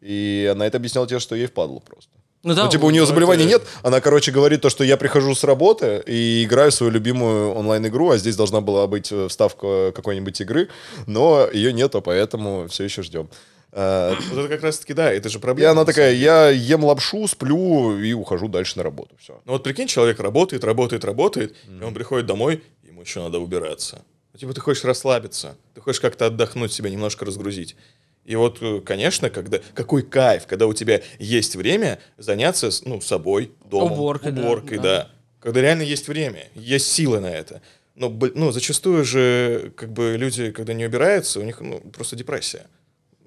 Speaker 3: И она это объясняла тем, что ей впадло просто.
Speaker 1: да, э,
Speaker 3: ну, типа, у нее
Speaker 2: ну,
Speaker 3: заболеваний
Speaker 2: это-
Speaker 3: нет. Она, короче, говорит то, что я прихожу с работы и играю в свою любимую онлайн-игру, а здесь должна была быть э, вставка какой-нибудь игры, но ее нету, поэтому все еще ждем. А,
Speaker 2: Вот это как раз-таки, да, это же
Speaker 3: И
Speaker 2: проблема.
Speaker 3: она такая, я ем лапшу, сплю и ухожу дальше на работу. Все.
Speaker 2: Ну вот прикинь, человек работает, работает, работает, и он приходит домой, ему еще надо убираться. Ну, Типа ты хочешь расслабиться, ты хочешь как-то отдохнуть себя, немножко разгрузить. И вот, э, конечно, когда какой кайф, когда у тебя есть время заняться, с- ну, собой, домом,
Speaker 1: Уборкой, да,
Speaker 2: уборкой,
Speaker 1: да.
Speaker 2: да. Когда реально есть время, есть силы на это. Но, бл- ну, зачастую же, как бы, люди, когда не убираются, у них ну, просто депрессия.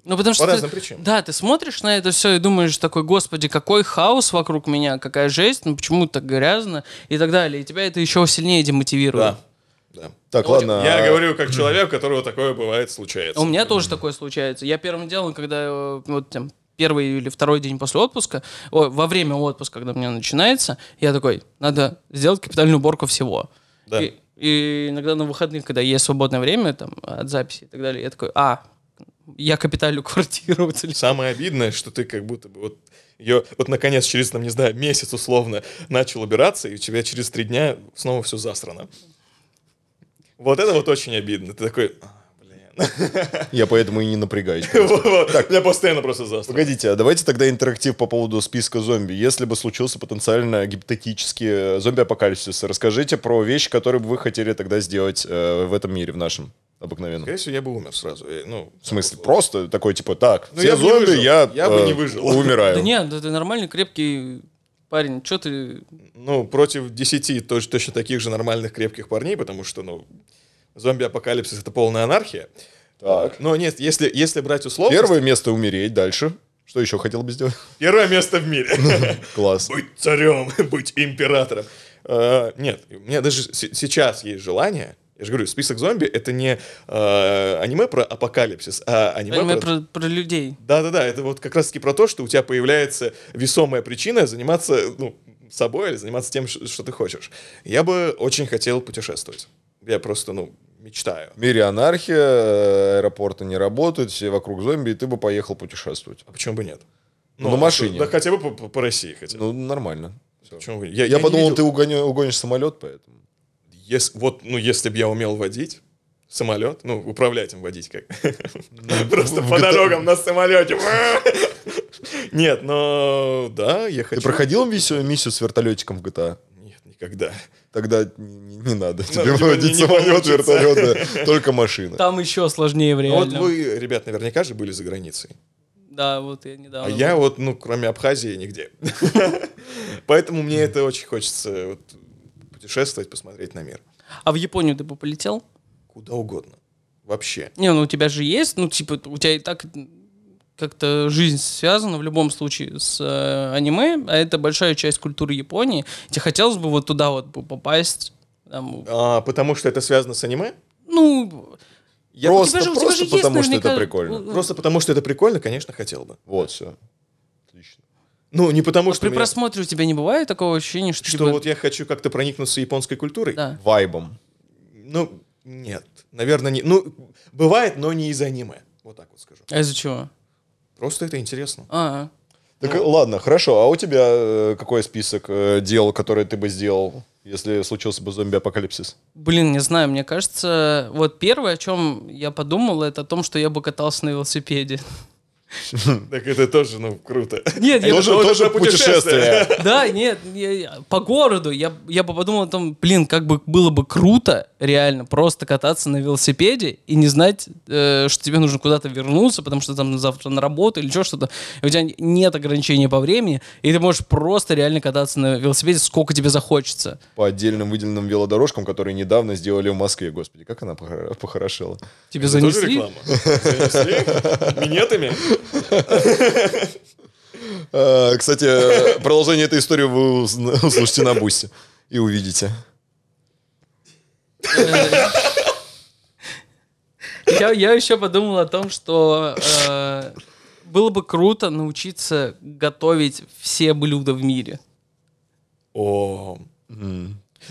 Speaker 1: Ну, потому что ты-
Speaker 2: разным причинам.
Speaker 1: Да, ты смотришь на это все и думаешь такой, господи, какой хаос вокруг меня, какая жесть, ну почему так грязно и так далее. И тебя это еще сильнее демотивирует.
Speaker 2: Да. да.
Speaker 3: Так, ладно.
Speaker 2: Ну, Я
Speaker 3: а-
Speaker 2: говорю [clears throat] как человек, у которого такое бывает случается.
Speaker 1: У меня тоже такое случается. Я первым делом, когда э, вот там первый или второй день после отпуска, о, во время отпуска, когда у меня начинается, я такой, надо сделать капитальную уборку всего.
Speaker 2: Да.
Speaker 1: И, и иногда на выходных, когда есть свободное время там, от записи и так далее, я такой, а, я капиталю квартиру.
Speaker 2: Самое обидное, что ты как будто бы вот ее вот наконец через, там, не знаю, месяц условно начал убираться, и у тебя через три дня снова все засрано. Вот это вот очень обидно. Ты такой, «А, блин.
Speaker 3: [laughs]
Speaker 2: [laughs]
Speaker 3: Я поэтому и не напрягаюсь.
Speaker 2: Вот, У меня постоянно просто засрано.
Speaker 3: Погодите, а давайте тогда интерактив по поводу списка зомби. Если бы случился потенциально гипотетически э, зомби-апокалипсис, расскажите про вещи, которые бы вы хотели тогда сделать э, в этом мире, в нашем обыкновенном.
Speaker 2: Скорее всего, я бы умер сразу. Я, Ну,
Speaker 3: В смысле, просто такой, типа, так,
Speaker 2: Ну,
Speaker 3: все
Speaker 2: я бы не
Speaker 3: зомби,
Speaker 2: выжил.
Speaker 3: я,
Speaker 2: Я бы
Speaker 3: э,
Speaker 2: не выжил.
Speaker 3: умираю.
Speaker 1: Да нет, да ты нормальный, крепкий парень, что ты...
Speaker 2: ну, против 10 точ- точно таких же нормальных крепких парней, потому что, ну, зомби-апокалипсис — это полная анархия.
Speaker 3: Так.
Speaker 2: Но нет, если, если брать условно...
Speaker 3: Первое место умереть, дальше. Что еще хотел бы сделать? [laughs]
Speaker 2: первое место в мире.
Speaker 3: Класс.
Speaker 2: Быть царем, [laughs] быть императором. Э, Нет, у меня даже се- сейчас есть желание. Я же говорю, список зомби это не э, аниме про апокалипсис, а аниме,
Speaker 1: Аниме
Speaker 2: про.
Speaker 1: про, про людей.
Speaker 2: Да-да-да, это вот как раз-таки про то, что у тебя появляется весомая причина заниматься ну, собой или заниматься тем, ш- что ты хочешь. Я бы очень хотел путешествовать. Я просто, ну, мечтаю.
Speaker 3: В мире анархия, э, аэропорты не работают, все вокруг зомби, и ты бы поехал путешествовать.
Speaker 2: А почему бы нет? а
Speaker 3: Ну, на машине.
Speaker 2: Да хотя бы по, по- по России хотя бы.
Speaker 3: Ну, нормально.
Speaker 2: Почему бы-
Speaker 3: Я,
Speaker 2: не
Speaker 3: подумал,
Speaker 2: видел-
Speaker 3: ты угони- угонишь самолет, поэтому.
Speaker 2: Ес- вот, ну, если бы я умел водить самолет, ну, управлять им водить как.
Speaker 1: Ну,
Speaker 2: [laughs] Просто
Speaker 3: в
Speaker 2: по
Speaker 3: GTA.
Speaker 2: дорогам на
Speaker 1: [laughs]
Speaker 2: самолете. [laughs] Нет, но да, я
Speaker 3: Ты
Speaker 2: хочу...
Speaker 3: проходил миссию, миссию с вертолетиком в GTA?
Speaker 2: Нет, никогда.
Speaker 3: Тогда не, не- не надо. Тебе
Speaker 2: типа,
Speaker 3: водить
Speaker 2: не- не
Speaker 3: самолет,
Speaker 2: получится.
Speaker 3: вертолет, да, только машина.
Speaker 1: Там еще сложнее
Speaker 2: Ну,
Speaker 1: время.
Speaker 2: Вот вы, ребят, наверняка же были за границей.
Speaker 1: Да, вот я недавно.
Speaker 2: А я вот, ну, кроме Абхазии, нигде. [laughs] Поэтому мне это очень хочется вот, путешествовать, посмотреть на мир.
Speaker 1: А в Японию ты бы полетел?
Speaker 2: Куда угодно. Вообще.
Speaker 1: Не, ну у тебя же есть, ну типа у тебя и так как-то жизнь связана в любом случае с э, аниме, а это большая часть культуры Японии. Тебе хотелось бы вот туда вот бы попасть. там,
Speaker 2: А, потому что это связано с аниме?
Speaker 1: ну,
Speaker 2: Я-
Speaker 1: у
Speaker 3: просто
Speaker 1: тебя же- у тебя
Speaker 3: просто
Speaker 1: же есть
Speaker 3: потому, что это
Speaker 1: наверняка-
Speaker 3: прикольно.
Speaker 1: ну,
Speaker 2: Просто потому что это прикольно, конечно, хотел бы.
Speaker 3: Вот, все. Отлично.
Speaker 2: Ну, не потому что...
Speaker 1: при
Speaker 2: меня-
Speaker 1: просмотре у тебя не бывает такого ощущения, что,
Speaker 2: что
Speaker 1: типа,
Speaker 2: вот я хочу как-то проникнуться японской культурой.
Speaker 1: да.
Speaker 3: Вайбом.
Speaker 2: Ну, нет. Наверное, не. Ну, бывает, но не из аниме. Вот так вот скажу.
Speaker 1: А из-за чего?
Speaker 2: Просто это интересно.
Speaker 1: А,
Speaker 3: Так,
Speaker 2: Ну.
Speaker 3: э, ладно, хорошо. А у тебя э, какой список э, дел, которые ты бы сделал, если случился бы зомби-апокалипсис?
Speaker 1: блин, не знаю, мне кажется, вот первое, о чем я подумал, это о том, что я бы катался на велосипеде.
Speaker 2: [laughs] Так это тоже, ну, круто.
Speaker 1: Нет, я
Speaker 3: Тоже,
Speaker 2: Ну, это
Speaker 3: тоже
Speaker 2: про
Speaker 1: [laughs]
Speaker 3: путешествие.
Speaker 1: Да, нет, я- я- по городу. Я, я бы подумал о том, блин, как бы было бы круто, реально просто кататься на велосипеде и не знать, э, что тебе нужно куда-то вернуться, потому что там завтра на работу или еще что-то. И у тебя нет ограничения по времени, и ты можешь просто реально кататься на велосипеде, сколько тебе захочется.
Speaker 3: По отдельным выделенным велодорожкам, которые недавно сделали в Москве. Господи, как она похоро- похорошела.
Speaker 1: Тебе
Speaker 2: Это тоже
Speaker 1: занесли?
Speaker 2: реклама. Занесли? [laughs] Минетами?
Speaker 3: Э, Кстати, э, продолжение этой истории вы узна- услышите на бусе и увидите.
Speaker 1: Э, Я, я еще подумал о том, что э, было бы круто научиться готовить все блюда в мире.
Speaker 2: О.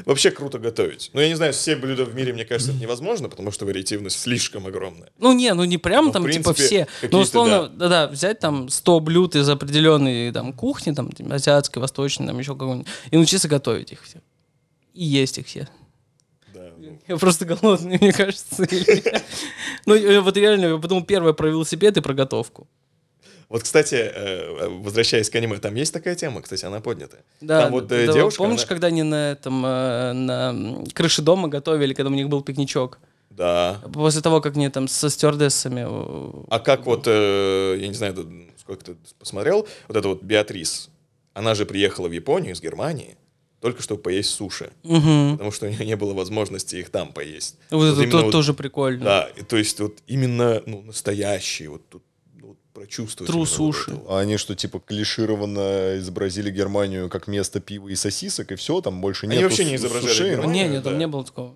Speaker 2: Вообще круто готовить. Ну, я не знаю, все блюда в мире, мне кажется, это невозможно, потому что вариативность слишком огромная.
Speaker 1: Ну, не, ну не прям
Speaker 2: Ну, в
Speaker 1: там,
Speaker 2: принципе,
Speaker 1: типа, все.
Speaker 2: какие-то,
Speaker 1: Ну, условно, да-да, взять там 100 блюд из определенной там кухни, там типа, азиатской, восточной, там еще какой-нибудь, и научиться готовить их все. И есть их все. [laughs]
Speaker 2: Да, ну,
Speaker 1: Я просто голодный, мне кажется. [laughs] Ну, э, вот реально, я подумал первое про велосипед и про готовку.
Speaker 2: Вот, кстати, э, возвращаясь к аниме, там есть такая тема, кстати, она поднята.
Speaker 1: Да,
Speaker 2: там вот э,
Speaker 1: да,
Speaker 2: девушка,
Speaker 1: Помнишь,
Speaker 2: она-
Speaker 1: когда они на этом э, на м, крыше дома готовили, когда у них был пикничок?
Speaker 2: Да.
Speaker 1: После того, как они там со стюардессами... э,
Speaker 2: А как вот, э, я не знаю, д- сколько ты посмотрел, вот эта вот Беатрис, она же приехала в Японию из Германии только чтобы поесть суши,
Speaker 1: мгм.
Speaker 2: потому что у нее не было возможности их там поесть.
Speaker 1: Вот это
Speaker 2: именно
Speaker 1: то-
Speaker 2: вот-
Speaker 1: тоже прикольно.
Speaker 2: Да, и то есть вот именно ну, настоящие, вот тут ну, вот прочувствовать.
Speaker 1: True
Speaker 2: именно вот
Speaker 1: суши.
Speaker 2: это вот.
Speaker 3: А они что, типа, клишированно изобразили Германию как место пива и сосисок, и все, там больше
Speaker 2: Они
Speaker 3: нет
Speaker 2: вообще не изображали Германию.
Speaker 1: Не,
Speaker 2: Нормально,
Speaker 1: не, там
Speaker 2: да.
Speaker 1: не было такого.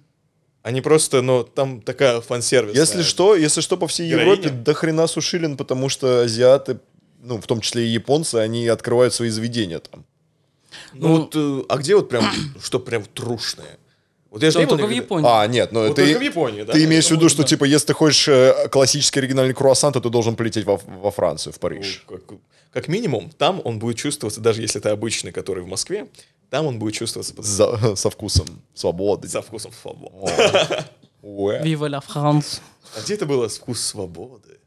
Speaker 2: Они просто, ну, там такая фан-сервис.
Speaker 3: Если что, если что, по всей
Speaker 2: Героиня?
Speaker 3: Европе до хрена сушилин, потому что азиаты, ну, в том числе и японцы, они открывают свои заведения там.
Speaker 2: Ну, вот, э, а где вот прям, [coughs] что прям трушное? Вот я же
Speaker 1: Там
Speaker 2: не был
Speaker 1: только в
Speaker 2: никогда-
Speaker 1: Японии.
Speaker 3: А, нет, ну
Speaker 2: Вот
Speaker 3: ты,
Speaker 2: только в Японии, да?
Speaker 3: ты имеешь в
Speaker 2: Я
Speaker 3: виду, что, типа, если ты хочешь э, классический оригинальный круассан, то ты должен полететь во, во Францию, в Париж.
Speaker 2: Ну, Как, как минимум, там он будет чувствоваться, даже если это обычный, который в Москве, там он будет чувствоваться под-
Speaker 3: За- [laughs] со вкусом свободы.
Speaker 2: со вкусом свободы.
Speaker 3: Уэ.
Speaker 1: Viva la France.
Speaker 2: А где это было с вкус свободы?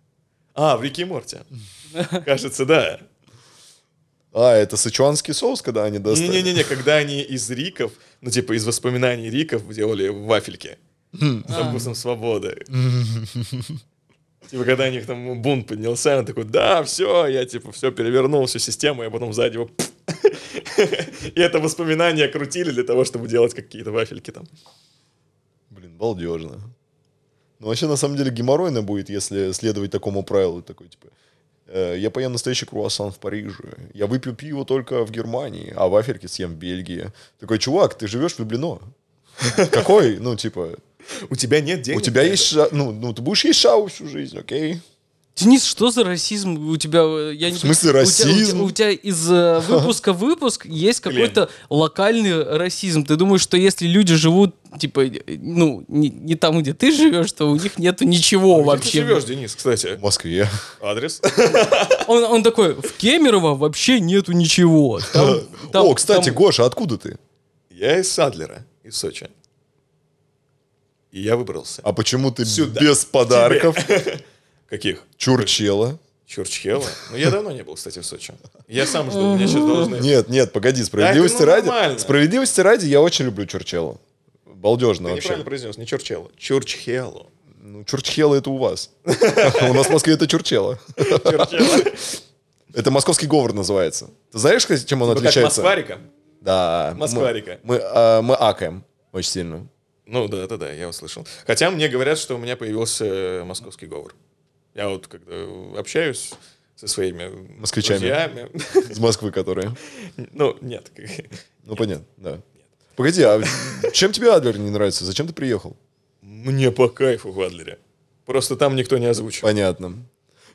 Speaker 2: А, в реке Морте. Кажется, да.
Speaker 3: А, это сычуанский соус, когда они достали?
Speaker 2: Не-не-не, когда они из риков, ну типа из воспоминаний риков делали вафельки
Speaker 3: Хм.
Speaker 2: со вкусом
Speaker 3: [laughs]
Speaker 2: свободы. Типа, когда у них там бунт поднялся, он такой, да, все, я типа все перевернул, всю систему, я потом сзади его [laughs] пф. И это воспоминание крутили для того, чтобы делать какие-то вафельки там.
Speaker 3: Блин, балдежно. Ну, вообще, на самом деле, геморройно будет, если следовать такому правилу. Такой, типа, э, я поем настоящий круассан в Париже. Я выпью пиво только в Германии, а вафельки съем в Бельгии. Такой, чувак, ты живешь влюблено. [laughs] Какой? Ну, типа,
Speaker 2: У тебя нет денег.
Speaker 3: у тебя
Speaker 2: на
Speaker 3: есть... ша- Ну, ну, ты будешь есть шау всю жизнь, окей?
Speaker 1: Денис, что за расизм у тебя? э, Я не...
Speaker 3: В смысле
Speaker 1: у тебя- У
Speaker 3: расизм?
Speaker 1: тебя, у тебя из э, выпуска в выпуск есть какой-то локальный расизм. Ты думаешь, что если люди живут, типа, э, ну, не, не там, где ты живешь, то у них нету
Speaker 3: А
Speaker 1: ничего
Speaker 2: это. Где
Speaker 1: вообще.
Speaker 2: ты живешь, Денис, кстати?
Speaker 3: В Москве.
Speaker 2: Адрес?
Speaker 1: Он, он такой, в Кемерово вообще нету ничего. Там- там-
Speaker 3: О, кстати,
Speaker 1: там-
Speaker 3: Гоша, откуда ты?
Speaker 2: Я из Садлера, из Сочи. И я выбрался.
Speaker 3: А почему ты
Speaker 2: Сюда.
Speaker 3: без подарков?
Speaker 2: Каких?
Speaker 3: Чурчела.
Speaker 2: Чурчхела? Ну, я давно не был, кстати, в Сочи. Я сам жду, меня сейчас должны...
Speaker 3: Нет, нет, погоди, справедливости
Speaker 2: ну
Speaker 3: ради.
Speaker 2: нормально.
Speaker 3: Справедливости ради я очень люблю Чурчелу. Балдежно
Speaker 2: Ты
Speaker 3: вообще.
Speaker 2: неправильно произнес, не Чурчхела, Чурчхелу.
Speaker 3: Ну, Чурчхела это у вас. У нас в Москве это Чурчела.
Speaker 2: Чурчхела.
Speaker 3: Это московский говор называется. Ты знаешь, кстати, чем он
Speaker 2: Ну, как
Speaker 3: отличается?
Speaker 2: Москварика?
Speaker 3: Да. мы-
Speaker 2: Москварика.
Speaker 3: Мы а, мы акаем очень сильно.
Speaker 2: Ну, да-да-да, я услышал. Хотя мне говорят, что у меня появился московский говор. Я вот когда общаюсь со своими
Speaker 3: Москвичами.
Speaker 2: друзьями- [laughs]
Speaker 3: Из Москвы которые.
Speaker 2: Ну, нет. как-
Speaker 3: Ну, понятно, да. Погоди, а чем тебе Адлер не нравится? Зачем ты приехал?
Speaker 2: Мне по кайфу в Адлере. Просто там никто не озвучил.
Speaker 3: Понятно.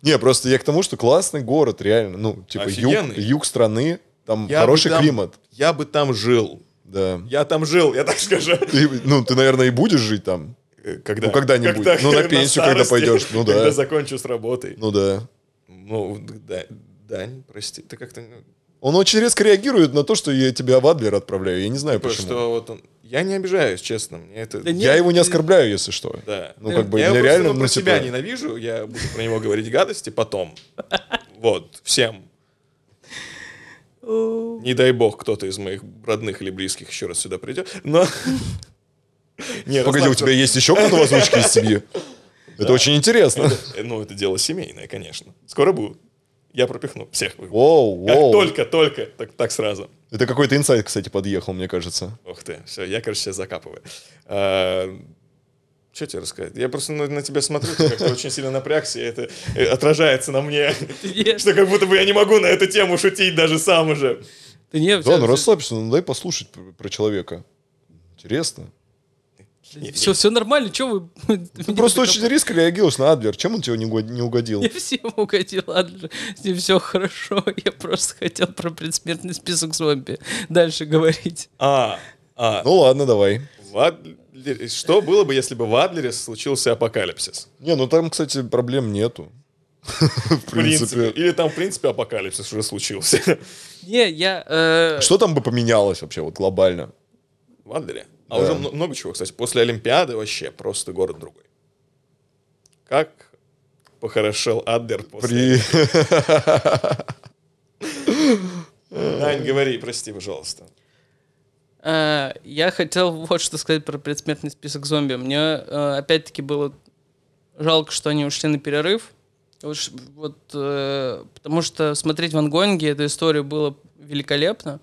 Speaker 3: Не, просто я к тому, что классный город, реально. Ну, типа юг,
Speaker 2: Офигенный.
Speaker 3: юг страны, там
Speaker 2: Я бы
Speaker 3: хороший
Speaker 2: там-
Speaker 3: климат.
Speaker 2: Я бы там жил.
Speaker 3: Да.
Speaker 2: Я там жил, я так скажу.
Speaker 3: Ты, ну, ты, наверное, и будешь жить там.
Speaker 2: Э, Когда?
Speaker 3: Ну, когда-нибудь. Ну, на пенсию, когда пойдешь. Ну, да.
Speaker 2: Когда закончу с работой.
Speaker 3: Ну да.
Speaker 2: Ну, да, Дань, прости, ты как-то... ну,
Speaker 3: Он очень резко реагирует на то, что я тебя в Адлер отправляю. Я не знаю
Speaker 2: типа,
Speaker 3: почему.
Speaker 2: что вот он... Я не обижаюсь, честно, мне это...
Speaker 1: Да не-
Speaker 3: Я его не оскорбляю, если что.
Speaker 2: Да.
Speaker 3: Ну, как бы,
Speaker 2: я
Speaker 3: мне
Speaker 2: его просто, ну,
Speaker 3: реально, ну,
Speaker 2: про себя
Speaker 3: типа-
Speaker 2: ненавижу, я буду про него говорить гадости потом. Вот, всем. Не дай бог, кто-то из моих родных или близких еще раз сюда придет. Но [laughs] Не, ну,
Speaker 3: Погоди,
Speaker 2: Руслан,
Speaker 3: у тебя есть еще кто-то в озвучке из
Speaker 2: [laughs]
Speaker 3: семьи? Это очень интересно.
Speaker 2: это- Ну, это дело семейное, конечно. Скоро будут. Я пропихну всех. Как
Speaker 3: Воу, воу.
Speaker 2: только, только, так, так сразу.
Speaker 3: Это какой-то инсайт, кстати, подъехал, мне кажется.
Speaker 2: Ух ты, все, я, короче, себя закапываю. А, что тебе рассказать? Я просто на, на тебя смотрю, ты как-то очень сильно напрягся, и это э, отражается на мне.
Speaker 1: Нет.
Speaker 2: Что как будто бы я не могу на эту тему шутить даже сам уже.
Speaker 1: Ты не, у тебя-
Speaker 3: Да, ну расслабься, ну дай послушать пр- про человека. Интересно. Ну,
Speaker 1: Все, все нормально, что вы... [laughs]
Speaker 3: Ты просто очень резко реагируешь на Адлер. Чем он тебе не угод- не угодил?
Speaker 1: Я всем угодил, Адлер. С ним все хорошо. [laughs] Я просто хотел про предсмертный список зомби дальше говорить.
Speaker 2: А, а,
Speaker 3: Ну ладно, давай.
Speaker 2: в Адлере- Что было бы, если бы в Адлере случился апокалипсис?
Speaker 3: Не, ну там, кстати, проблем нету. В
Speaker 2: В принципе.
Speaker 3: принципе.
Speaker 2: Или там, в принципе, апокалипсис уже случился.
Speaker 1: Не, я... э,
Speaker 3: Что там бы поменялось вообще вот глобально?
Speaker 2: В Адлере. А
Speaker 3: Да.
Speaker 2: уже мно- много чего, кстати. После Олимпиады вообще просто город другой. Как похорошел Адлер после...
Speaker 3: При...
Speaker 2: Ань, говори, прости, пожалуйста.
Speaker 1: Э, Я хотел [laughs] вот что сказать про предсмертный список зомби. Мне э, опять-таки было жалко, что они ушли на перерыв. Вот ш- вот, э, потому что смотреть Ван Гонге эту историю было великолепно.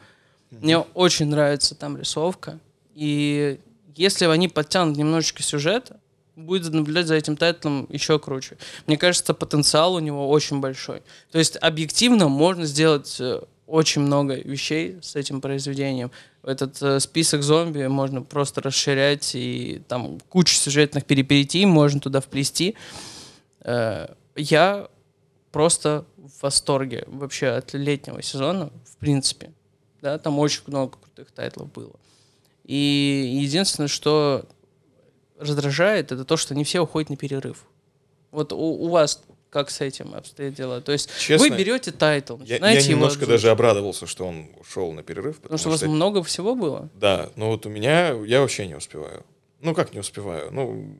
Speaker 1: Мне очень нравится там рисовка. И если они подтянут немножечко сюжета, будет наблюдать за этим тайтлом еще круче. Мне кажется, потенциал у него очень большой. То есть объективно можно сделать э, очень много вещей с этим произведением. Этот э, список зомби можно просто расширять, и там куча сюжетных перипетий можно туда вплести. Э, Я просто в восторге вообще от летнего сезона, в принципе. Да, там очень много крутых тайтлов было. И единственное, что раздражает, это то, что не все уходят на перерыв. Вот у, у вас как с этим обстоят дела? То есть
Speaker 2: Честно,
Speaker 1: вы берете тайтл,
Speaker 2: Я,
Speaker 1: начинаете
Speaker 2: я
Speaker 1: его
Speaker 2: немножко
Speaker 1: обсуждать.
Speaker 2: даже обрадовался, что он ушел на перерыв.
Speaker 1: Потому Ну, что у вас много всего было.
Speaker 2: Да, но вот у меня я вообще не успеваю. Ну как не успеваю? Ну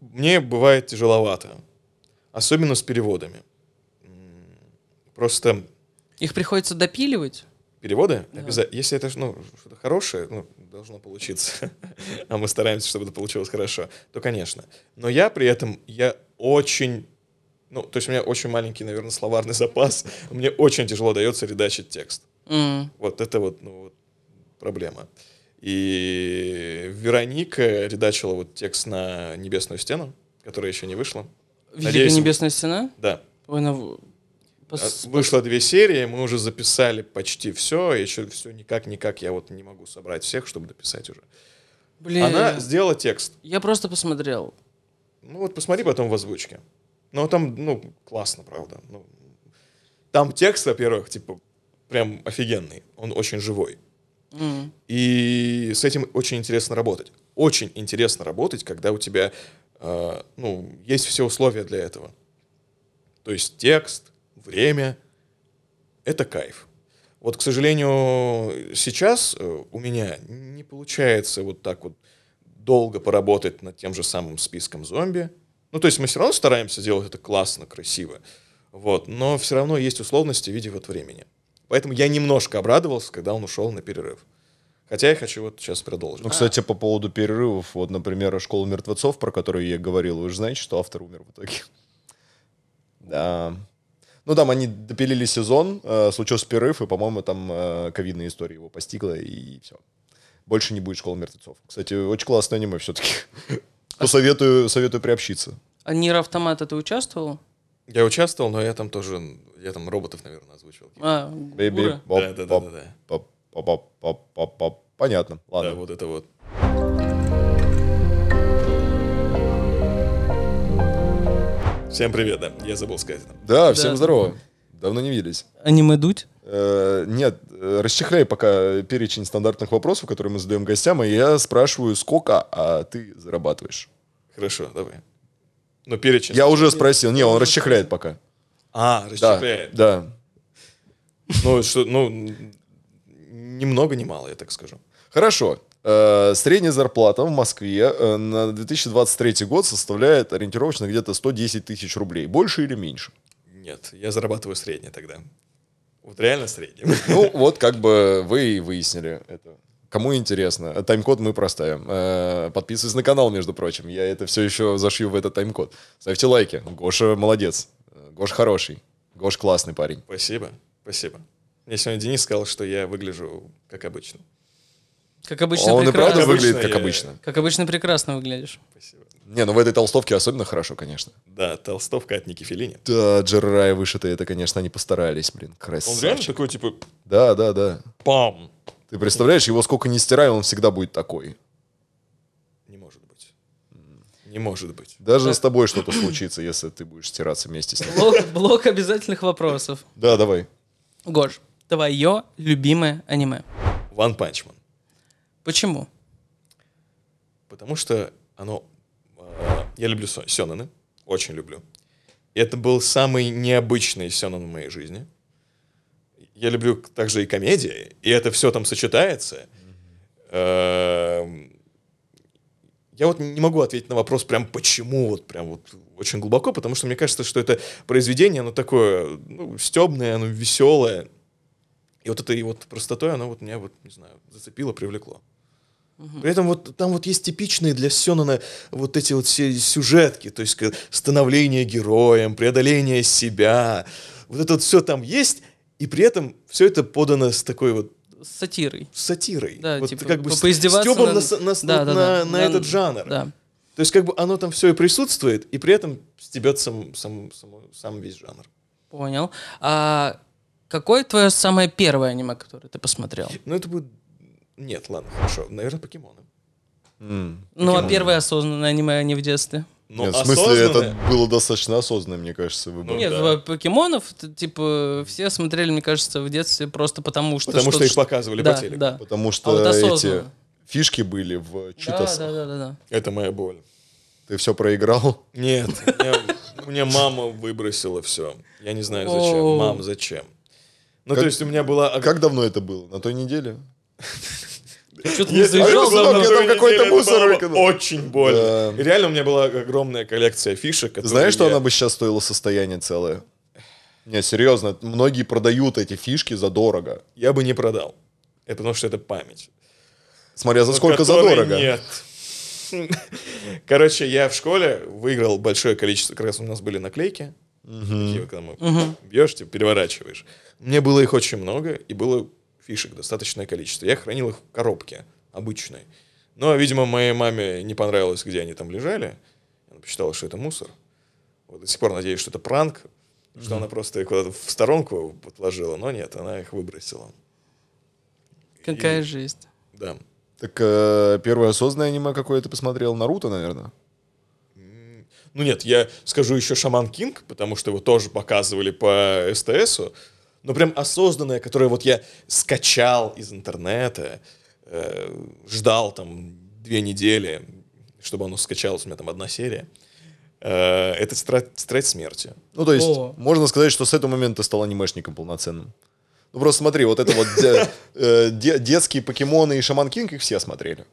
Speaker 2: мне бывает тяжеловато, особенно с переводами. М, Просто
Speaker 1: Их приходится допиливать.
Speaker 2: переводы
Speaker 1: Да.
Speaker 2: обяза- Если это ж, ну что-то хорошее, ну должно получиться, [laughs] а мы стараемся, чтобы это получилось хорошо, то конечно. Но я при этом я очень ну, то есть у меня очень маленький, наверное, словарный [laughs] запас. Мне очень тяжело дается редачить текст.
Speaker 1: М.
Speaker 2: Вот это вот, ну, вот проблема. И Вероника редачила вот текст на «Небесную стену», которая еще не вышла.
Speaker 1: Великая
Speaker 2: Надеюсь,
Speaker 1: Небесная Стена?
Speaker 2: Да.
Speaker 1: Ой, она в-
Speaker 2: А,
Speaker 1: пос-
Speaker 2: Вышло две серии, мы уже записали почти все, еще все никак-никак, я вот не могу собрать всех, чтобы дописать уже.
Speaker 1: Блин,
Speaker 2: Она сделала текст.
Speaker 1: я просто посмотрел.
Speaker 2: Ну вот посмотри потом в озвучке. Ну там, ну, классно, правда. Ну, там текст, во-первых, типа, прям офигенный. Он очень живой.
Speaker 1: М.
Speaker 2: И с этим очень интересно работать. Очень интересно работать, когда у тебя э, ну, есть все условия для этого. То есть текст, время — это кайф. Вот, к сожалению, сейчас э, у меня не получается вот так вот долго поработать над тем же самым списком зомби. Ну, то есть мы все равно стараемся делать это классно, красиво. Вот, но все равно есть условности в виде вот времени. Поэтому я немножко обрадовался, когда он ушел на перерыв. Хотя я хочу вот сейчас продолжить.
Speaker 3: Ну, кстати, по поводу перерывов. Вот, например, «Школа мертвецов», про которую я говорил. Вы же знаете, что автор умер в итоге? [laughs] Да. Ну, там они допилили сезон, э, случился перерыв, и, по-моему, там э, ковидная история его постигла, и все. Больше не будет «Школы мертвецов». Кстати, очень классное аниме все-таки. Советую, советую приобщиться.
Speaker 1: А Нир Автомата ты участвовал?
Speaker 2: Я участвовал, но я там тоже, я там роботов, наверное, озвучивал.
Speaker 1: А,
Speaker 3: Baby,
Speaker 1: Гура?
Speaker 3: bop,
Speaker 2: Да, да, да,
Speaker 3: bop,
Speaker 2: да, да.
Speaker 3: bop, bop, bop, bop, bop. Понятно.
Speaker 2: Да,
Speaker 3: Ладно.
Speaker 2: А, ну, вот это вот. Всем привет, да, я забыл сказать это.
Speaker 3: Да,
Speaker 1: Да.
Speaker 3: всем здорово. Давно не виделись.
Speaker 1: Аниме Дудь?
Speaker 3: Э, Нет, э, расчехляй пока перечень стандартных вопросов, которые мы задаем гостям, и я спрашиваю, сколько а ты зарабатываешь.
Speaker 2: Хорошо, давай. Ну, перечень.
Speaker 3: Я уже спросил. Не, он расчехляет пока.
Speaker 2: А,
Speaker 3: Да,
Speaker 2: расчехляет.
Speaker 3: да.
Speaker 2: Ну, что, ну, ни много, ни мало, я так скажу.
Speaker 3: Хорошо. Э, Средняя зарплата в Москве э, на 2023 год составляет ориентировочно где-то 110 тысяч рублей. Больше или меньше?
Speaker 2: Нет, я зарабатываю среднее тогда. Вот реально среднее.
Speaker 3: Ну, вот как бы вы и выяснили это. Кому интересно, тайм-код мы проставим. Э, Подписывайтесь на канал, между прочим. Я это все еще зашью в этот тайм-код. Ставьте лайки. Гоша молодец. Э, Гоша хороший. Гоша классный парень.
Speaker 2: Спасибо, спасибо. Мне сегодня Денис сказал, что я выгляжу как обычно.
Speaker 1: Как
Speaker 2: А
Speaker 1: обычно,
Speaker 3: Он и
Speaker 1: прекрасно.
Speaker 3: правда выглядит
Speaker 2: Обычно
Speaker 3: как
Speaker 2: я-
Speaker 3: обычно.
Speaker 1: Как обычно, прекрасно выглядишь.
Speaker 2: Спасибо.
Speaker 3: Не, ну в этой толстовке особенно хорошо, конечно.
Speaker 2: Да, толстовка от Ники Филини.
Speaker 3: Да, Джерарай вышитые, это, конечно, они постарались, блин,
Speaker 2: Он реально
Speaker 3: красавчик.
Speaker 2: такой, типа,
Speaker 3: Да, да, да.
Speaker 2: пам.
Speaker 3: Ты представляешь, его сколько не стирай, он всегда будет такой.
Speaker 2: Не может быть. Не может быть.
Speaker 3: Даже с тобой что-то случится, если ты будешь стираться вместе с ним.
Speaker 1: Блок, блок обязательных вопросов.
Speaker 3: Да, давай.
Speaker 1: Гош, твое любимое аниме.
Speaker 2: One Punch Man.
Speaker 1: Почему?
Speaker 2: Потому что оно... э, Я люблю со- сёнэны, очень люблю. И Это был самый необычный сёнэн в моей жизни. Я люблю к- также и комедии, и это все там сочетается. Эм, Я вот не могу ответить на вопрос прям почему, вот прям вот очень глубоко, потому что мне кажется, что это произведение, оно такое ну, стебное, оно веселое. И вот этой вот простотой оно вот меня вот, не знаю, зацепило, привлекло. При этом вот там вот есть типичные для Сёнона вот эти вот все сюжетки, то есть к- становление героем, преодоление себя, вот это вот все там есть, и при этом все это подано с такой вот
Speaker 1: С сатирой.
Speaker 2: сатирой,
Speaker 1: Да,
Speaker 2: вот
Speaker 1: типа,
Speaker 2: как бы
Speaker 1: по-
Speaker 2: с-
Speaker 1: поиздеваться
Speaker 2: стёбом
Speaker 1: над-
Speaker 2: на, с- на с-
Speaker 1: Да,
Speaker 2: на-
Speaker 1: да, да.
Speaker 2: на
Speaker 1: Да,
Speaker 2: этот жанр.
Speaker 1: Да.
Speaker 2: То есть как бы оно там все и присутствует, и при этом стебет сам, сам, само- сам весь жанр.
Speaker 1: Понял. А какое твое самое первое аниме, которое ты посмотрел?
Speaker 2: Ну это будет... Нет, ладно, хорошо, наверное, покемоны.
Speaker 3: М.
Speaker 1: Ну, а первое осознанное аниме, а не в детстве.
Speaker 2: Но
Speaker 3: Нет, в смысле,
Speaker 2: осознанное-
Speaker 3: это было достаточно осознанно, мне кажется, выбор.
Speaker 2: Ну,
Speaker 1: Нет,
Speaker 2: да.
Speaker 1: э, покемонов, т- типа, все смотрели, мне кажется, в детстве просто потому, что...
Speaker 2: Потому что их
Speaker 1: что-то-
Speaker 2: показывали
Speaker 1: да,
Speaker 2: по телеку.
Speaker 1: да.
Speaker 3: Потому
Speaker 1: А
Speaker 3: что
Speaker 1: вот
Speaker 3: эти
Speaker 1: осознанно.
Speaker 3: фишки были в
Speaker 1: Да,
Speaker 3: читасах.
Speaker 1: да, да, да, да.
Speaker 2: Это моя боль.
Speaker 3: Ты все проиграл.
Speaker 2: Нет, мне- мне мама выбросила все. Я не знаю
Speaker 1: Оу.
Speaker 2: зачем. Мам, зачем? Ну,
Speaker 3: Как-
Speaker 2: то есть у меня была...
Speaker 3: А Как давно это было? На той неделе?
Speaker 1: Что ты не
Speaker 2: Если-
Speaker 1: заезжал
Speaker 3: а это
Speaker 1: за
Speaker 3: было
Speaker 1: мной?
Speaker 3: мне там какой-то
Speaker 2: Это было
Speaker 3: мусор
Speaker 2: бы
Speaker 3: выкинул.
Speaker 2: Очень больно.
Speaker 3: Да.
Speaker 2: И реально у меня была огромная коллекция фишек. которые
Speaker 3: Знаешь, что
Speaker 2: я-
Speaker 3: она бы сейчас стоила состояние целое? Не, серьезно, многие продают эти фишки за дорого.
Speaker 2: Я бы не продал. Это потому что это память.
Speaker 3: Смотря за
Speaker 2: Но
Speaker 3: сколько за
Speaker 2: которой
Speaker 3: дорого.
Speaker 2: Нет. Короче, я в школе выиграл большое количество, как раз у нас были наклейки, такие, когда мы бьешь, типа, переворачиваешь. Мне было их очень много, и было фишек достаточное количество. Я хранил их в коробке обычной. Но, видимо, моей маме не понравилось, где они там лежали. Она посчитала, что это мусор. Вот до сих пор надеюсь, что это пранк, что она просто их куда-то в сторонку отложила, но нет, она их выбросила.
Speaker 1: Какая жесть.
Speaker 2: Да.
Speaker 3: Так э, первое осознанное аниме какое ты посмотрел? Наруто, наверное?
Speaker 2: Ну нет, я скажу еще Шаман Кинг, потому что его тоже показывали по СТСу. Но прям осознанное, которое вот я скачал из интернета, э, ждал там две недели, чтобы оно скачалось, у меня там одна серия. Э, это «Тетрадь тетрадь смерти.
Speaker 3: Ну, то есть,
Speaker 1: О.
Speaker 3: можно сказать, что с этого момента ты стал анимешником полноценным. Ну, просто смотри, вот это вот де- э, де- детские покемоны и Шаман Кинг, их все смотрели.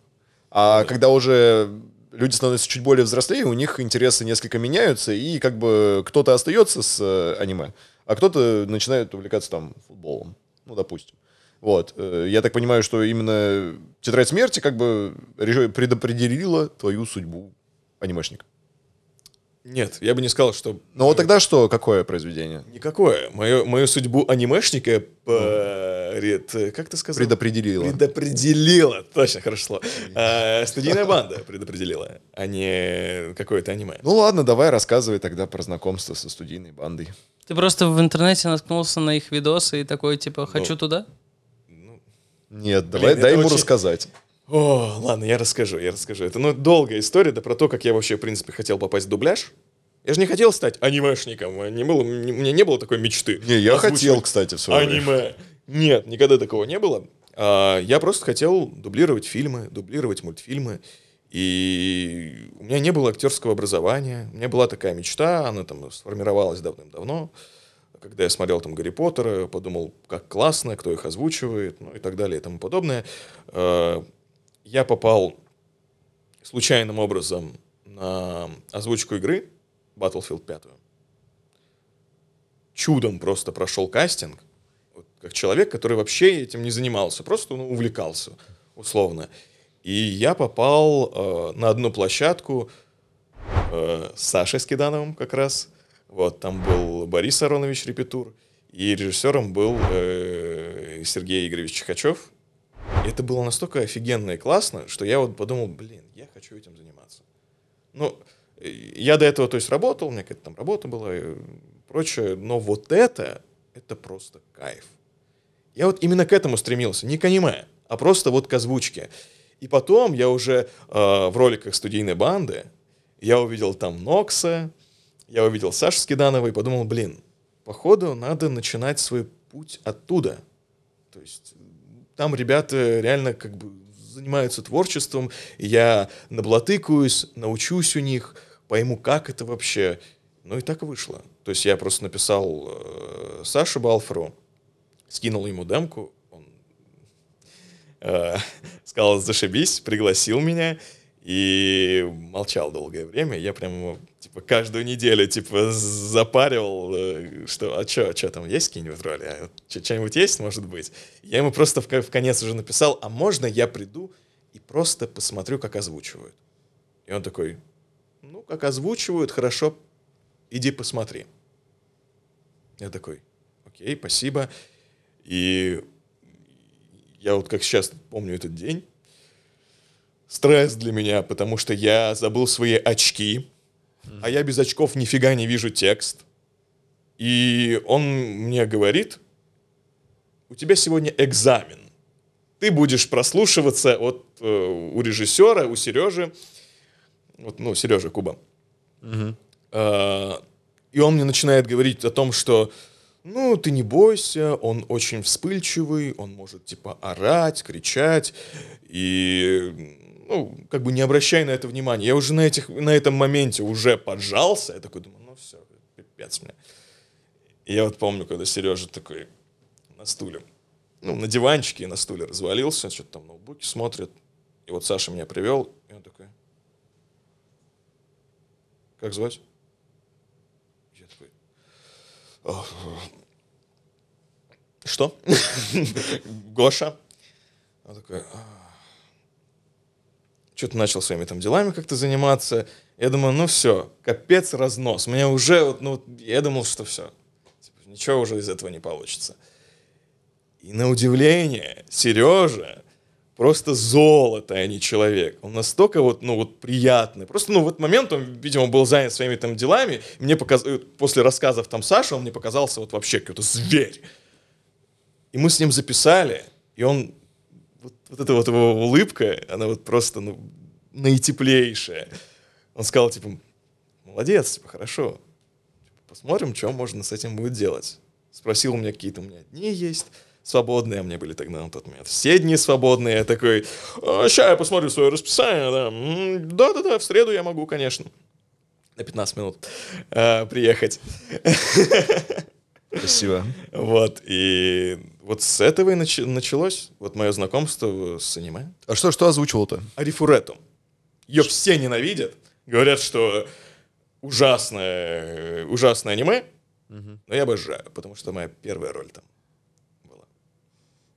Speaker 3: А когда уже люди становятся чуть более взрослее, у них интересы несколько меняются, и как бы кто-то остается с э, аниме, а кто-то начинает увлекаться там футболом. Ну, допустим. Вот. Э, Я так понимаю, что именно «Тетрадь смерти» как бы реже- предопределила твою судьбу анимешника.
Speaker 2: Нет, я бы не сказал, что
Speaker 3: Ну, вот тогда что? Какое произведение?
Speaker 2: никакое. Мою, мою судьбу анимешника поред- э, Как ты сказал?
Speaker 3: Предопределила.
Speaker 2: Предопределила. Точно, хорошо слово. Э, студийная банда предопределила, а не какое-то аниме.
Speaker 3: Ну ладно, давай рассказывай тогда про знакомство со студийной бандой.
Speaker 1: Ты просто в интернете наткнулся на их видосы и такой, типа,
Speaker 2: Ну.
Speaker 1: хочу туда?
Speaker 3: Нет, давай
Speaker 2: это
Speaker 3: дай ему
Speaker 2: очень-
Speaker 3: рассказать.
Speaker 2: О, ладно, я расскажу, я расскажу. Это ну, долгая история, да про то, как я вообще, в принципе, хотел попасть в дубляж. Я же не хотел стать анимешником. э, Не было, не- у меня не было такой мечты.
Speaker 3: Не, я
Speaker 2: Озвучивать
Speaker 3: хотел, кстати, в свое время.
Speaker 2: Аниме. Нет, никогда такого не было. А, я просто хотел дублировать фильмы, дублировать мультфильмы. И у меня не было актерского образования. У меня была такая мечта, она там сформировалась давным-давно. Когда я смотрел там Гарри Поттера, подумал, как классно, кто их озвучивает, ну и так далее и тому подобное. Э, Я попал случайным образом на озвучку игры Battlefield 5. Чудом просто прошел кастинг, вот как человек, который вообще этим не занимался, просто ну, увлекался. условно. И я попал э, на одну площадку э, с Сашей Скидановым как раз. Вот, там был Борис Аронович Репетур, и режиссером был э, Сергей Игоревич Чехачев. И это было настолько офигенно и классно, что я вот подумал, блин, я хочу этим заниматься. Ну, э, я до этого, то есть, работал, у меня какая-то там работа была и прочее, но вот это, это просто кайф. Я вот именно к этому стремился, не к аниме, а просто вот к озвучке. И потом я уже э, в роликах студийной банды, я увидел там Нокса, я увидел Сашу Скиданова и подумал, блин, походу надо начинать свой путь оттуда. То есть там ребята реально как бы занимаются творчеством, и я наблатыкаюсь, научусь у них, пойму, как это вообще. Ну и так вышло. То есть я просто написал э, Саше Балферу, скинул ему демку, он э, [laughs] сказал «зашибись», пригласил меня и молчал долгое время. Я прям его, типа, каждую неделю, типа, запаривал, э, что «а чё, чё там, есть какие-нибудь роли? А чё- что-нибудь есть, может быть?» Я ему просто в, ко- в конец уже написал «а можно я приду и просто посмотрю, как озвучивают?» И он такой «ну, как озвучивают, хорошо, иди посмотри». Я такой, окей, спасибо. И я вот как сейчас помню этот день. Стресс для меня, потому что я забыл свои очки, а я без очков нифига не вижу текст. И он мне говорит, у тебя сегодня экзамен. Ты будешь прослушиваться от, э, у режиссера, у Сережи, вот, ну, Сережа Куба. Э, И он мне начинает говорить о том, что ну, ты не бойся, он очень вспыльчивый, он может, типа, орать, кричать, и, ну, как бы не обращай на это внимания. Я уже на, этих, на этом моменте уже поджался, я такой думаю, ну все, пипец мне. И я вот помню, когда Сережа такой на стуле, ну, на диванчике и на стуле развалился, что-то там ноутбуки смотрит, и вот Саша меня привел, и он такой, как звать? Я такой, «Ах, что? [laughs] Гоша? Он такой, что-то начал своими там делами как-то заниматься. Я думаю, ну все, капец разнос. Мне уже, вот, ну, я думал, что все. ничего уже из этого не получится. И на удивление, Сережа просто золото, а не человек. Он настолько вот, ну вот приятный. Просто, ну, в этот момент он, видимо, был занят своими там делами. Мне показ... э, после рассказов там Саши он мне показался вот вообще какой-то зверь. И мы с ним записали, и он... Вот, вот эта вот его улыбка, она вот просто, ну, наитеплейшая. Он сказал, типа, молодец, типа, хорошо. Типа, Посмотрим, что можно с этим будет делать. Спросил у меня, какие-то у меня дни есть свободные, а мне были тогда на тот момент все дни свободные. Я такой, сейчас я посмотрю свое расписание, да. М, да-да-да, в среду я могу, конечно. На 15 минут э, приехать.
Speaker 5: Спасибо.
Speaker 2: Вот, и вот с этого и нач- началось вот мое знакомство с аниме.
Speaker 3: А что, что озвучивал-то?
Speaker 2: Арифурету. Ее все ненавидят. Говорят, что ужасное, ужасное аниме. Но я обожаю, потому что моя первая роль там [laughs] была.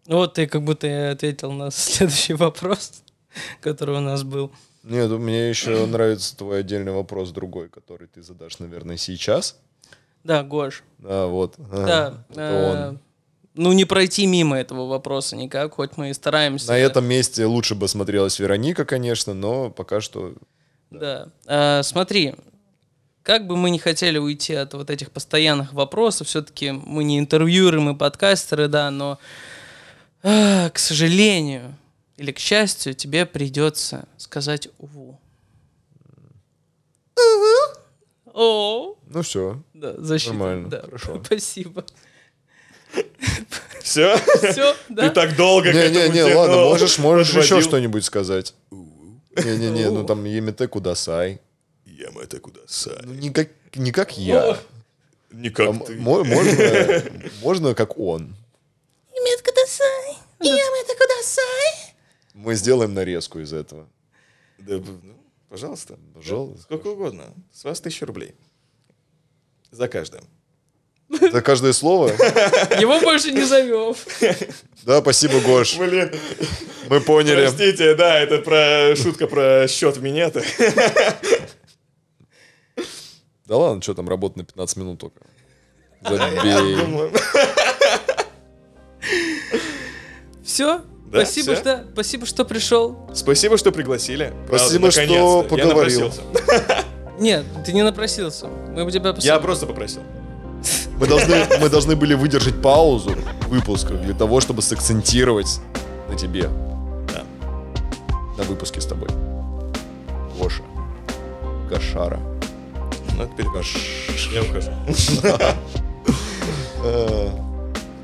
Speaker 1: Ну, Вот ты как будто и ответил на [laughs] следующий вопрос, [laughs] который у нас был.
Speaker 3: Нет, ну, мне еще нравится твой отдельный вопрос другой, который ты задашь, наверное, сейчас.
Speaker 1: Да, Гош.
Speaker 3: А, вот.
Speaker 1: Да.
Speaker 3: Это
Speaker 1: э,
Speaker 3: он.
Speaker 1: Ну, не пройти мимо этого вопроса никак, хоть мы и стараемся.
Speaker 3: На этом месте лучше бы смотрелась Вероника, конечно, но пока что...
Speaker 1: Да. А, смотри, как бы мы не хотели уйти от вот этих постоянных вопросов, все-таки мы не интервьюеры, мы подкастеры, да, но, а, к сожалению или к счастью, тебе придется сказать уву. О,
Speaker 3: Ну все.
Speaker 1: да, защита.
Speaker 3: Нормально,
Speaker 1: да.
Speaker 3: хорошо.
Speaker 1: [laughs]
Speaker 3: [laughs]
Speaker 1: Спасибо.
Speaker 2: Все?
Speaker 1: Все, да?
Speaker 2: Ты так долго к этому
Speaker 3: Не-не-не,
Speaker 2: тянул.
Speaker 3: ладно, можешь, можешь еще
Speaker 2: Подводил.
Speaker 3: что-нибудь сказать. Не-не-не, ну там Емете Кудасай.
Speaker 2: Я мы это куда сай.
Speaker 3: Ну не как, не как я.
Speaker 2: Не
Speaker 3: А
Speaker 2: как
Speaker 3: м-
Speaker 2: ты.
Speaker 3: мо- Можно, можно как он. Мы сделаем нарезку из этого.
Speaker 2: Да, б- ну, пожалуйста.
Speaker 3: Пожалуйста.
Speaker 2: Сколько угодно. С вас тысяча рублей. За каждое.
Speaker 3: Это каждое слово?
Speaker 1: Его больше не зовем.
Speaker 3: Да, спасибо, Гош.
Speaker 2: Блин,
Speaker 3: Мы поняли.
Speaker 2: простите, да, это про шутка про счет минета.
Speaker 3: Да ладно, что там, работа на 15 минут только. Забей.
Speaker 2: Думаю,
Speaker 1: Все?
Speaker 2: Да,
Speaker 1: спасибо,
Speaker 2: всё.
Speaker 1: Что, спасибо, что пришел.
Speaker 2: Спасибо, что пригласили. Правда,
Speaker 3: Спасибо, что
Speaker 2: наконец-то. Я
Speaker 3: поговорил.
Speaker 2: напросился.
Speaker 1: Нет, ты не напросился. Мы бы тебя
Speaker 2: Я
Speaker 1: посадили.
Speaker 2: просто попросил.
Speaker 3: Мы должны, мы должны были выдержать паузу выпуска для того, чтобы сакцентировать на тебе.
Speaker 2: Да.
Speaker 3: На выпуске с тобой. Гоша. Гошара.
Speaker 2: Ну, теперь
Speaker 3: Гош-
Speaker 2: я ухожу.
Speaker 3: Э,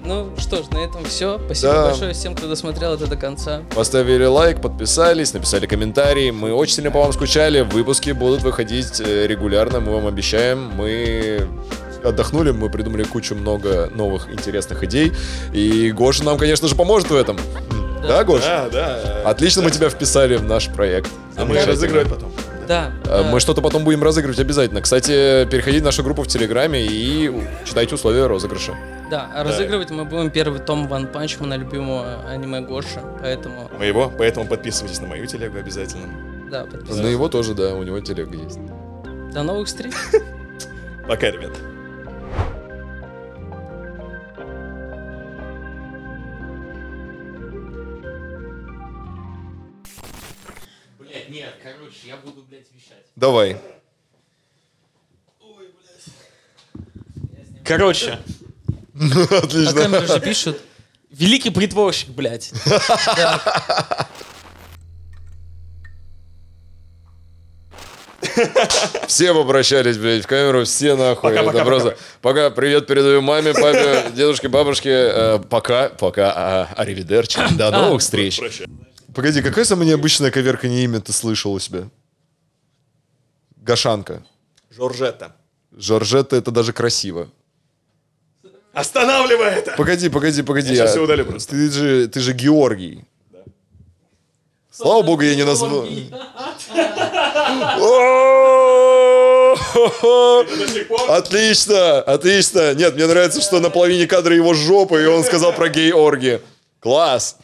Speaker 1: Ну что ж, на этом все. Спасибо
Speaker 3: Да.
Speaker 1: большое всем, кто досмотрел это до конца.
Speaker 3: Поставили лайк, подписались, написали комментарии. Мы очень сильно по вам скучали. Выпуски будут выходить э, регулярно, мы вам обещаем. Мы отдохнули, мы придумали кучу много новых интересных идей. И Гоша нам, конечно же, поможет в этом. Да, Гоша?
Speaker 2: Да, да.
Speaker 3: Отлично мы тебя вписали в наш проект.
Speaker 2: А мы разыгрывать потом.
Speaker 1: Да.
Speaker 3: Э,
Speaker 1: э,
Speaker 3: Мы что-то потом будем разыгрывать обязательно. Кстати, переходите в нашу группу в Телеграме и читайте условия розыгрыша.
Speaker 1: Да, а разыгрывать мы будем первый том Ван Панчмана, любимого аниме Гоши. Поэтому,
Speaker 2: Моего, поэтому подписывайтесь на мою телегу обязательно.
Speaker 1: да, подписывайтесь.
Speaker 3: На его тоже, да, у него телега есть.
Speaker 1: До новых встреч.
Speaker 2: Пока, ребят.
Speaker 5: Блять, нет, короче, я буду, блядь, вещать.
Speaker 3: Давай.
Speaker 5: Короче,
Speaker 1: А
Speaker 3: [laughs] Отлично.
Speaker 1: камеры же пишут.
Speaker 5: великий притворщик,
Speaker 3: [laughs]
Speaker 5: блядь.
Speaker 3: Все обращались, блядь, в камеру, все нахуй.
Speaker 2: Пока,
Speaker 3: Это
Speaker 2: пока,
Speaker 3: просто- пока, привет передаю маме, папе, дедушке, бабушке. Э, пока, пока, а, аривидерчи. До новых встреч.
Speaker 2: Проще.
Speaker 3: Погоди, какое самое необычное коверканье имя ты слышал у себя? Гашанка.
Speaker 2: Жоржетта.
Speaker 3: Жоржетта это даже красиво.
Speaker 2: Останавливай это!
Speaker 3: Погоди, погоди, погоди.
Speaker 2: Я щас
Speaker 3: а
Speaker 2: всё удалю просто.
Speaker 3: Ты же, ты же Георгий. Слава богу, я не назвал. О-о-о! Отлично, отлично. Нет, мне нравится, что на половине кадра его жопа, и он сказал про гей-орги. Класс.